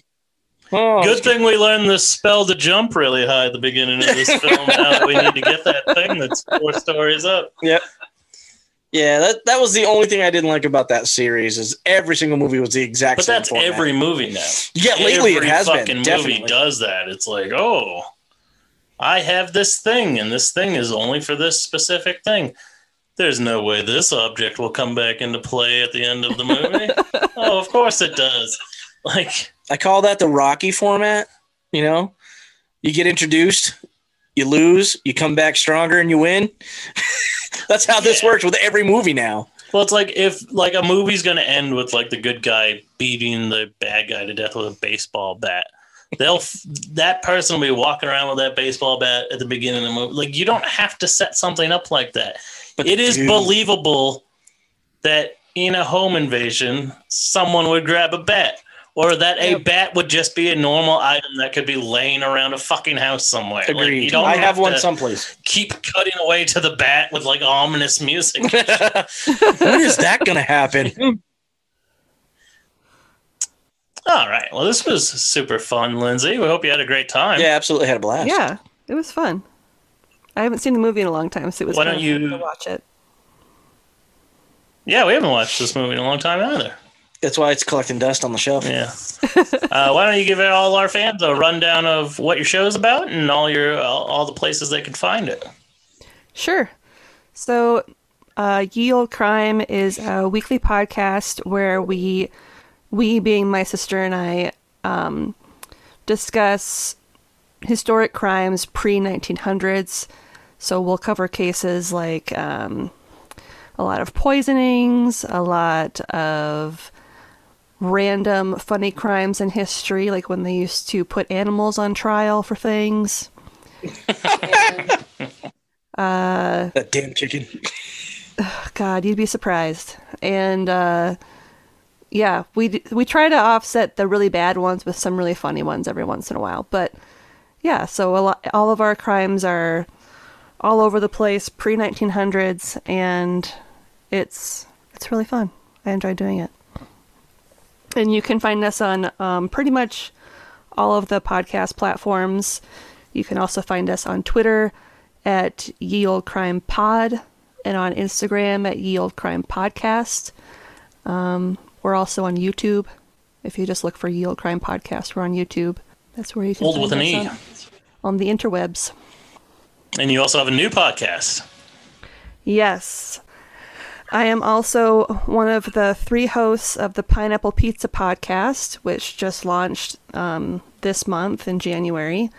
oh, Good thing we learned the spell to jump really high at the beginning of (laughs) this film. Now that we need to get that thing that's four stories up. Yeah, that, that was the only thing I didn't like about that series is every single movie was the exact But same. that's format. every movie now. yeah lately it Every has fucking been movie definitely. does that. It's like, oh, I have this thing, and this thing is only for this specific thing. There's no way this object will come back into play at the end of the movie. oh, of course it does. Like, I call that the Rocky format. You know, you get introduced, you lose, you come back stronger, and you win. (laughs) that's how this Yeah. works with every movie now. well, it's like if like a movie's gonna end with like the good guy beating the bad guy to death with a baseball bat. They'll f- that person will be walking around with that baseball bat at the beginning of the movie. Like you don't have to set something up like that. But it is dude, believable that in a home invasion, someone would grab a bat, or that a bat would just be a normal item that could be laying around a fucking house somewhere. Like, Agreed. you don't I have, one to someplace. keep cutting away to the bat with like ominous music. (laughs) when is that going (laughs) to happen? All right. Well, this was super fun, Lindsay. We hope you had a great time. yeah, absolutely had a blast. yeah, it was fun. I haven't seen the movie in a long time, so it was Why kind don't of fun you- to watch it. Yeah, we haven't watched this movie in a long time either. that's why it's collecting dust on the shelf. Yeah. uh, why don't you give all our fans a rundown of what your show's about and all your all, all the places they can find it? Sure. So, uh, Ye Old Crime is a weekly podcast where we, we being my sister and I, um, discuss historic crimes pre 1900s. So, we'll cover cases like um, a lot of poisonings, a lot of random funny crimes in history, like when they used to put animals on trial for things. uh, That damn chicken. (laughs) Ah, God, you'd be surprised. And uh, yeah, we d- we try to offset the really bad ones with some really funny ones every once in a while. But yeah, so a lot, all of our crimes are all over the place, pre 1900s, and it's it's really fun. I enjoy doing it. And you can find us on um, pretty much all of the podcast platforms. You can also find us on Twitter at Ye Old Crime Pod and on Instagram at Ye Old Crime Podcast. Um, we're also on YouTube. If you just look for Ye Old Crime Podcast, we're on YouTube. That's where you can Old find with an us E. on- on the interwebs. And you also have a new podcast. Yes. I am also one of the three hosts of the Pineapple Pizza podcast, which just launched um, this month in January.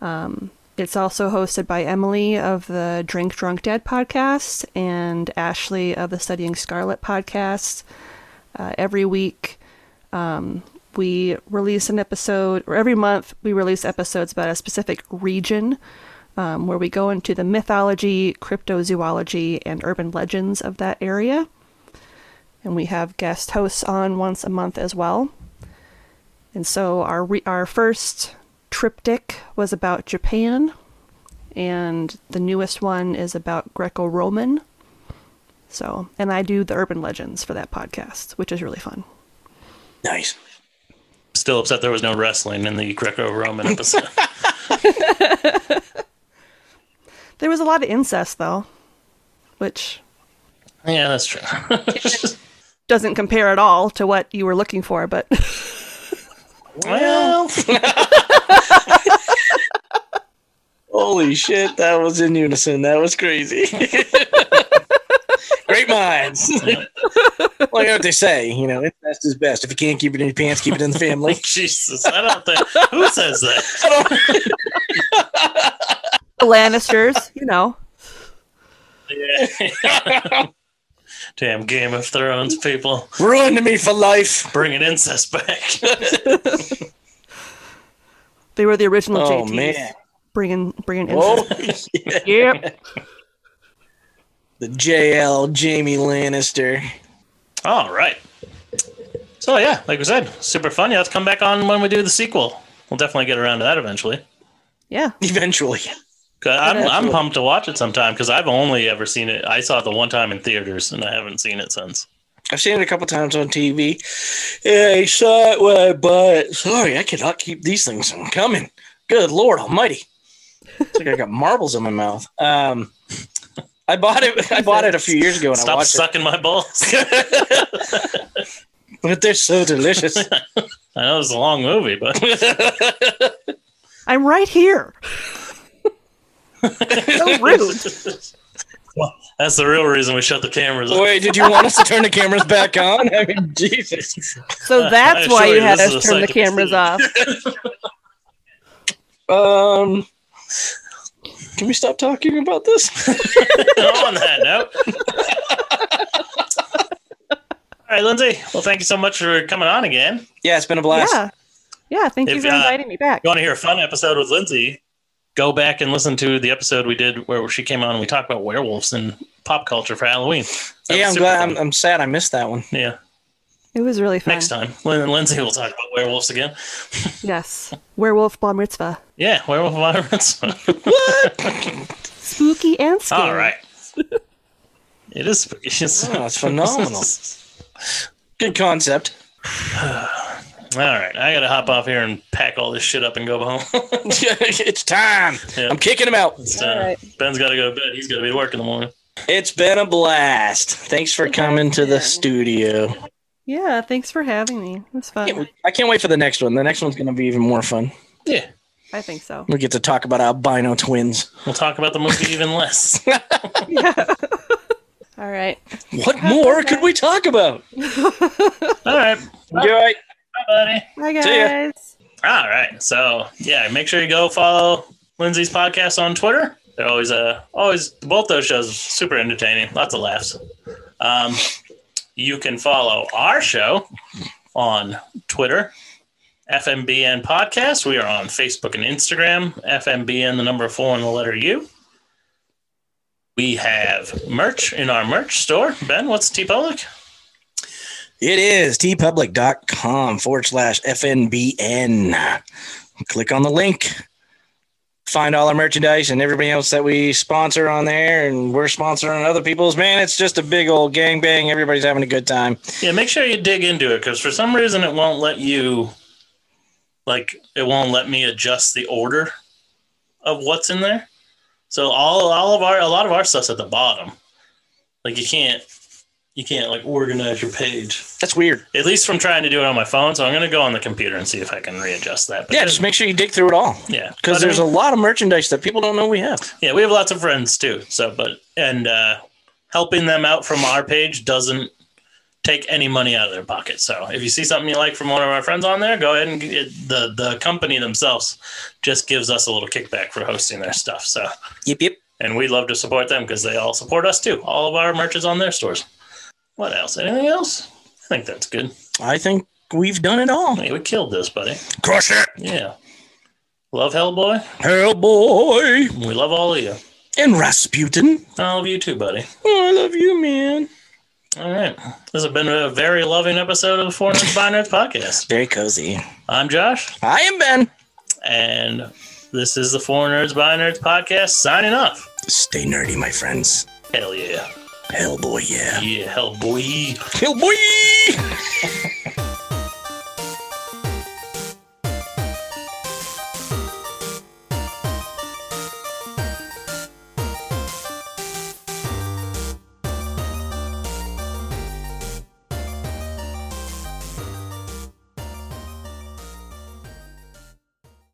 Um, it's also hosted by Emily of the Drink Drunk Dead podcast and Ashley of the Studying Scarlet podcast. Uh, every week, um, we release an episode, or every month, we release episodes about a specific region um, where we go into the mythology, cryptozoology, and urban legends of that area. And we have guest hosts on once a month as well. And so our re- our first triptych was about Japan, and the newest one is about Greco-Roman. So, and I do the urban legends for that podcast, which is really fun. Nice. Still upset there was no wrestling in the Greco-Roman (laughs) episode. There was a lot of incest though, which yeah, that's true. doesn't compare at all to what you were looking for, but (laughs) well, (laughs) Holy shit, that was in unison. That was crazy. Great minds. well, you know what they say, you know, incest is best. If you can't keep it in your pants, keep it in the family. Jesus, I don't think who says that. the Lannisters, you know. Yeah. (laughs) Damn Game of Thrones people Ruined me for life. bringing incest back. (laughs) They were the original Oh, JTs. man. Bringing bringing Whoa. incest. Yep. the JL Jamie Lannister. All right. So yeah, like we said, super fun. You have to come back on when we do the sequel. We'll definitely get around to that eventually. Yeah. Eventually. 'Cause I'm, I'm Eventually. pumped to watch it sometime because I've only ever seen it. I saw it the one time in theaters and I haven't seen it since. I've seen it a couple times on TV. Yeah, I saw it when I bought it. Sorry, I cannot keep these things from coming. Good Lord Almighty! It's like I got marbles in my mouth. Um, I bought it. I bought it a few years ago, and I Stop watched sucking my balls. (laughs) it. But they're so delicious. I know it's a long movie, (laughs) but I'm right here. so rude. that's the real reason we shut the cameras off. (laughs) Wait, did you want us to turn the cameras back on? I mean, Jesus. So that's why assure you, you had this us is a turn the psychic cameras scene. off. Um, can we stop talking about this? (laughs) On that note. All right, Lindsay. Well, thank you so much for coming on again. yeah, it's been a blast. Yeah. Yeah, thank you If, for uh, inviting me back. you want to hear a fun episode with Lindsay, go back and listen to the episode we did where she came on and we talked about werewolves and pop culture for Halloween. That Yeah, was I'm super glad. fun. I'm, I'm sad I missed that one. yeah, It was really fun. next time Lin- Lindsay will talk about werewolves again. Yes. Werewolf Bar Mitzvah. Yeah, werewolf environments. (laughs) Spooky and scary. All right. It is spooky. It's- Oh, (laughs) it's phenomenal. Good concept. (laughs) All right, I gotta hop off here and pack all this shit up and go home. it's time. Yeah. I'm kicking him out. So, uh, Ben's gotta go to bed. He's gotta be at work in the morning. It's been a blast. Thanks for coming to the studio. Yeah, thanks for having me. It was I fun. can't- I can't wait for the next one. The next one's going to be even more fun. Yeah, I think so. We get to talk about albino twins. we'll talk about the movie even less. All right. What more could we talk about? All right, All right. bye, buddy. Bye guys. See ya. All right. So yeah, make sure you go follow Lindsay's podcast on Twitter. They're always uh always both those shows are super entertaining. Lots of laughs. Um, you can follow our show on Twitter, FMBN Podcast. We are on Facebook and Instagram, FMBN, the number four and the letter U. We have merch in our merch store. Ben, what's T Public? It is tpublic.com forward slash FNBN. Click on the link, find all our merchandise and everybody else that we sponsor on there, and we're sponsoring other people's. Man, it's just a big old gangbang. Everybody's having a good time. Yeah, make sure you dig into it because for some reason it won't let you, like, it won't let me adjust the order of what's in there. So all all of our a lot of our stuff's at the bottom. Like you can't you can't like organize your page. That's weird. At least from trying to do it on my phone. So I'm gonna go on the computer and see if I can readjust that. But Yeah, then- just make sure you dig through it all yeah, But because I there's a mean, lot of merchandise that people don't know we have. yeah we have lots of friends too. So but and uh, helping them out from our page doesn't take any money out of their pocket. So if you see something you like from one of our friends on there, go ahead and get the the company themselves just gives us a little kickback for hosting their stuff. So Yep, yep. and we love to support them because they all support us too. All of our merch is on their stores. What else? Anything else? I think that's good. I think we've done it all. Hey, we killed this, buddy. Crush it, Yeah. Love Hellboy. Hellboy, We love all of you. and Rasputin. I love you too, buddy. Oh, I love you, man. All right. This has been a very loving episode of the Four Nerds by Nerds podcast. Very cozy. I'm Josh, I am Ben. and this is the Four Nerds by Nerds podcast signing off. Stay nerdy, my friends. Hell yeah. Hellboy, yeah. Yeah, Hellboy. Hellboy!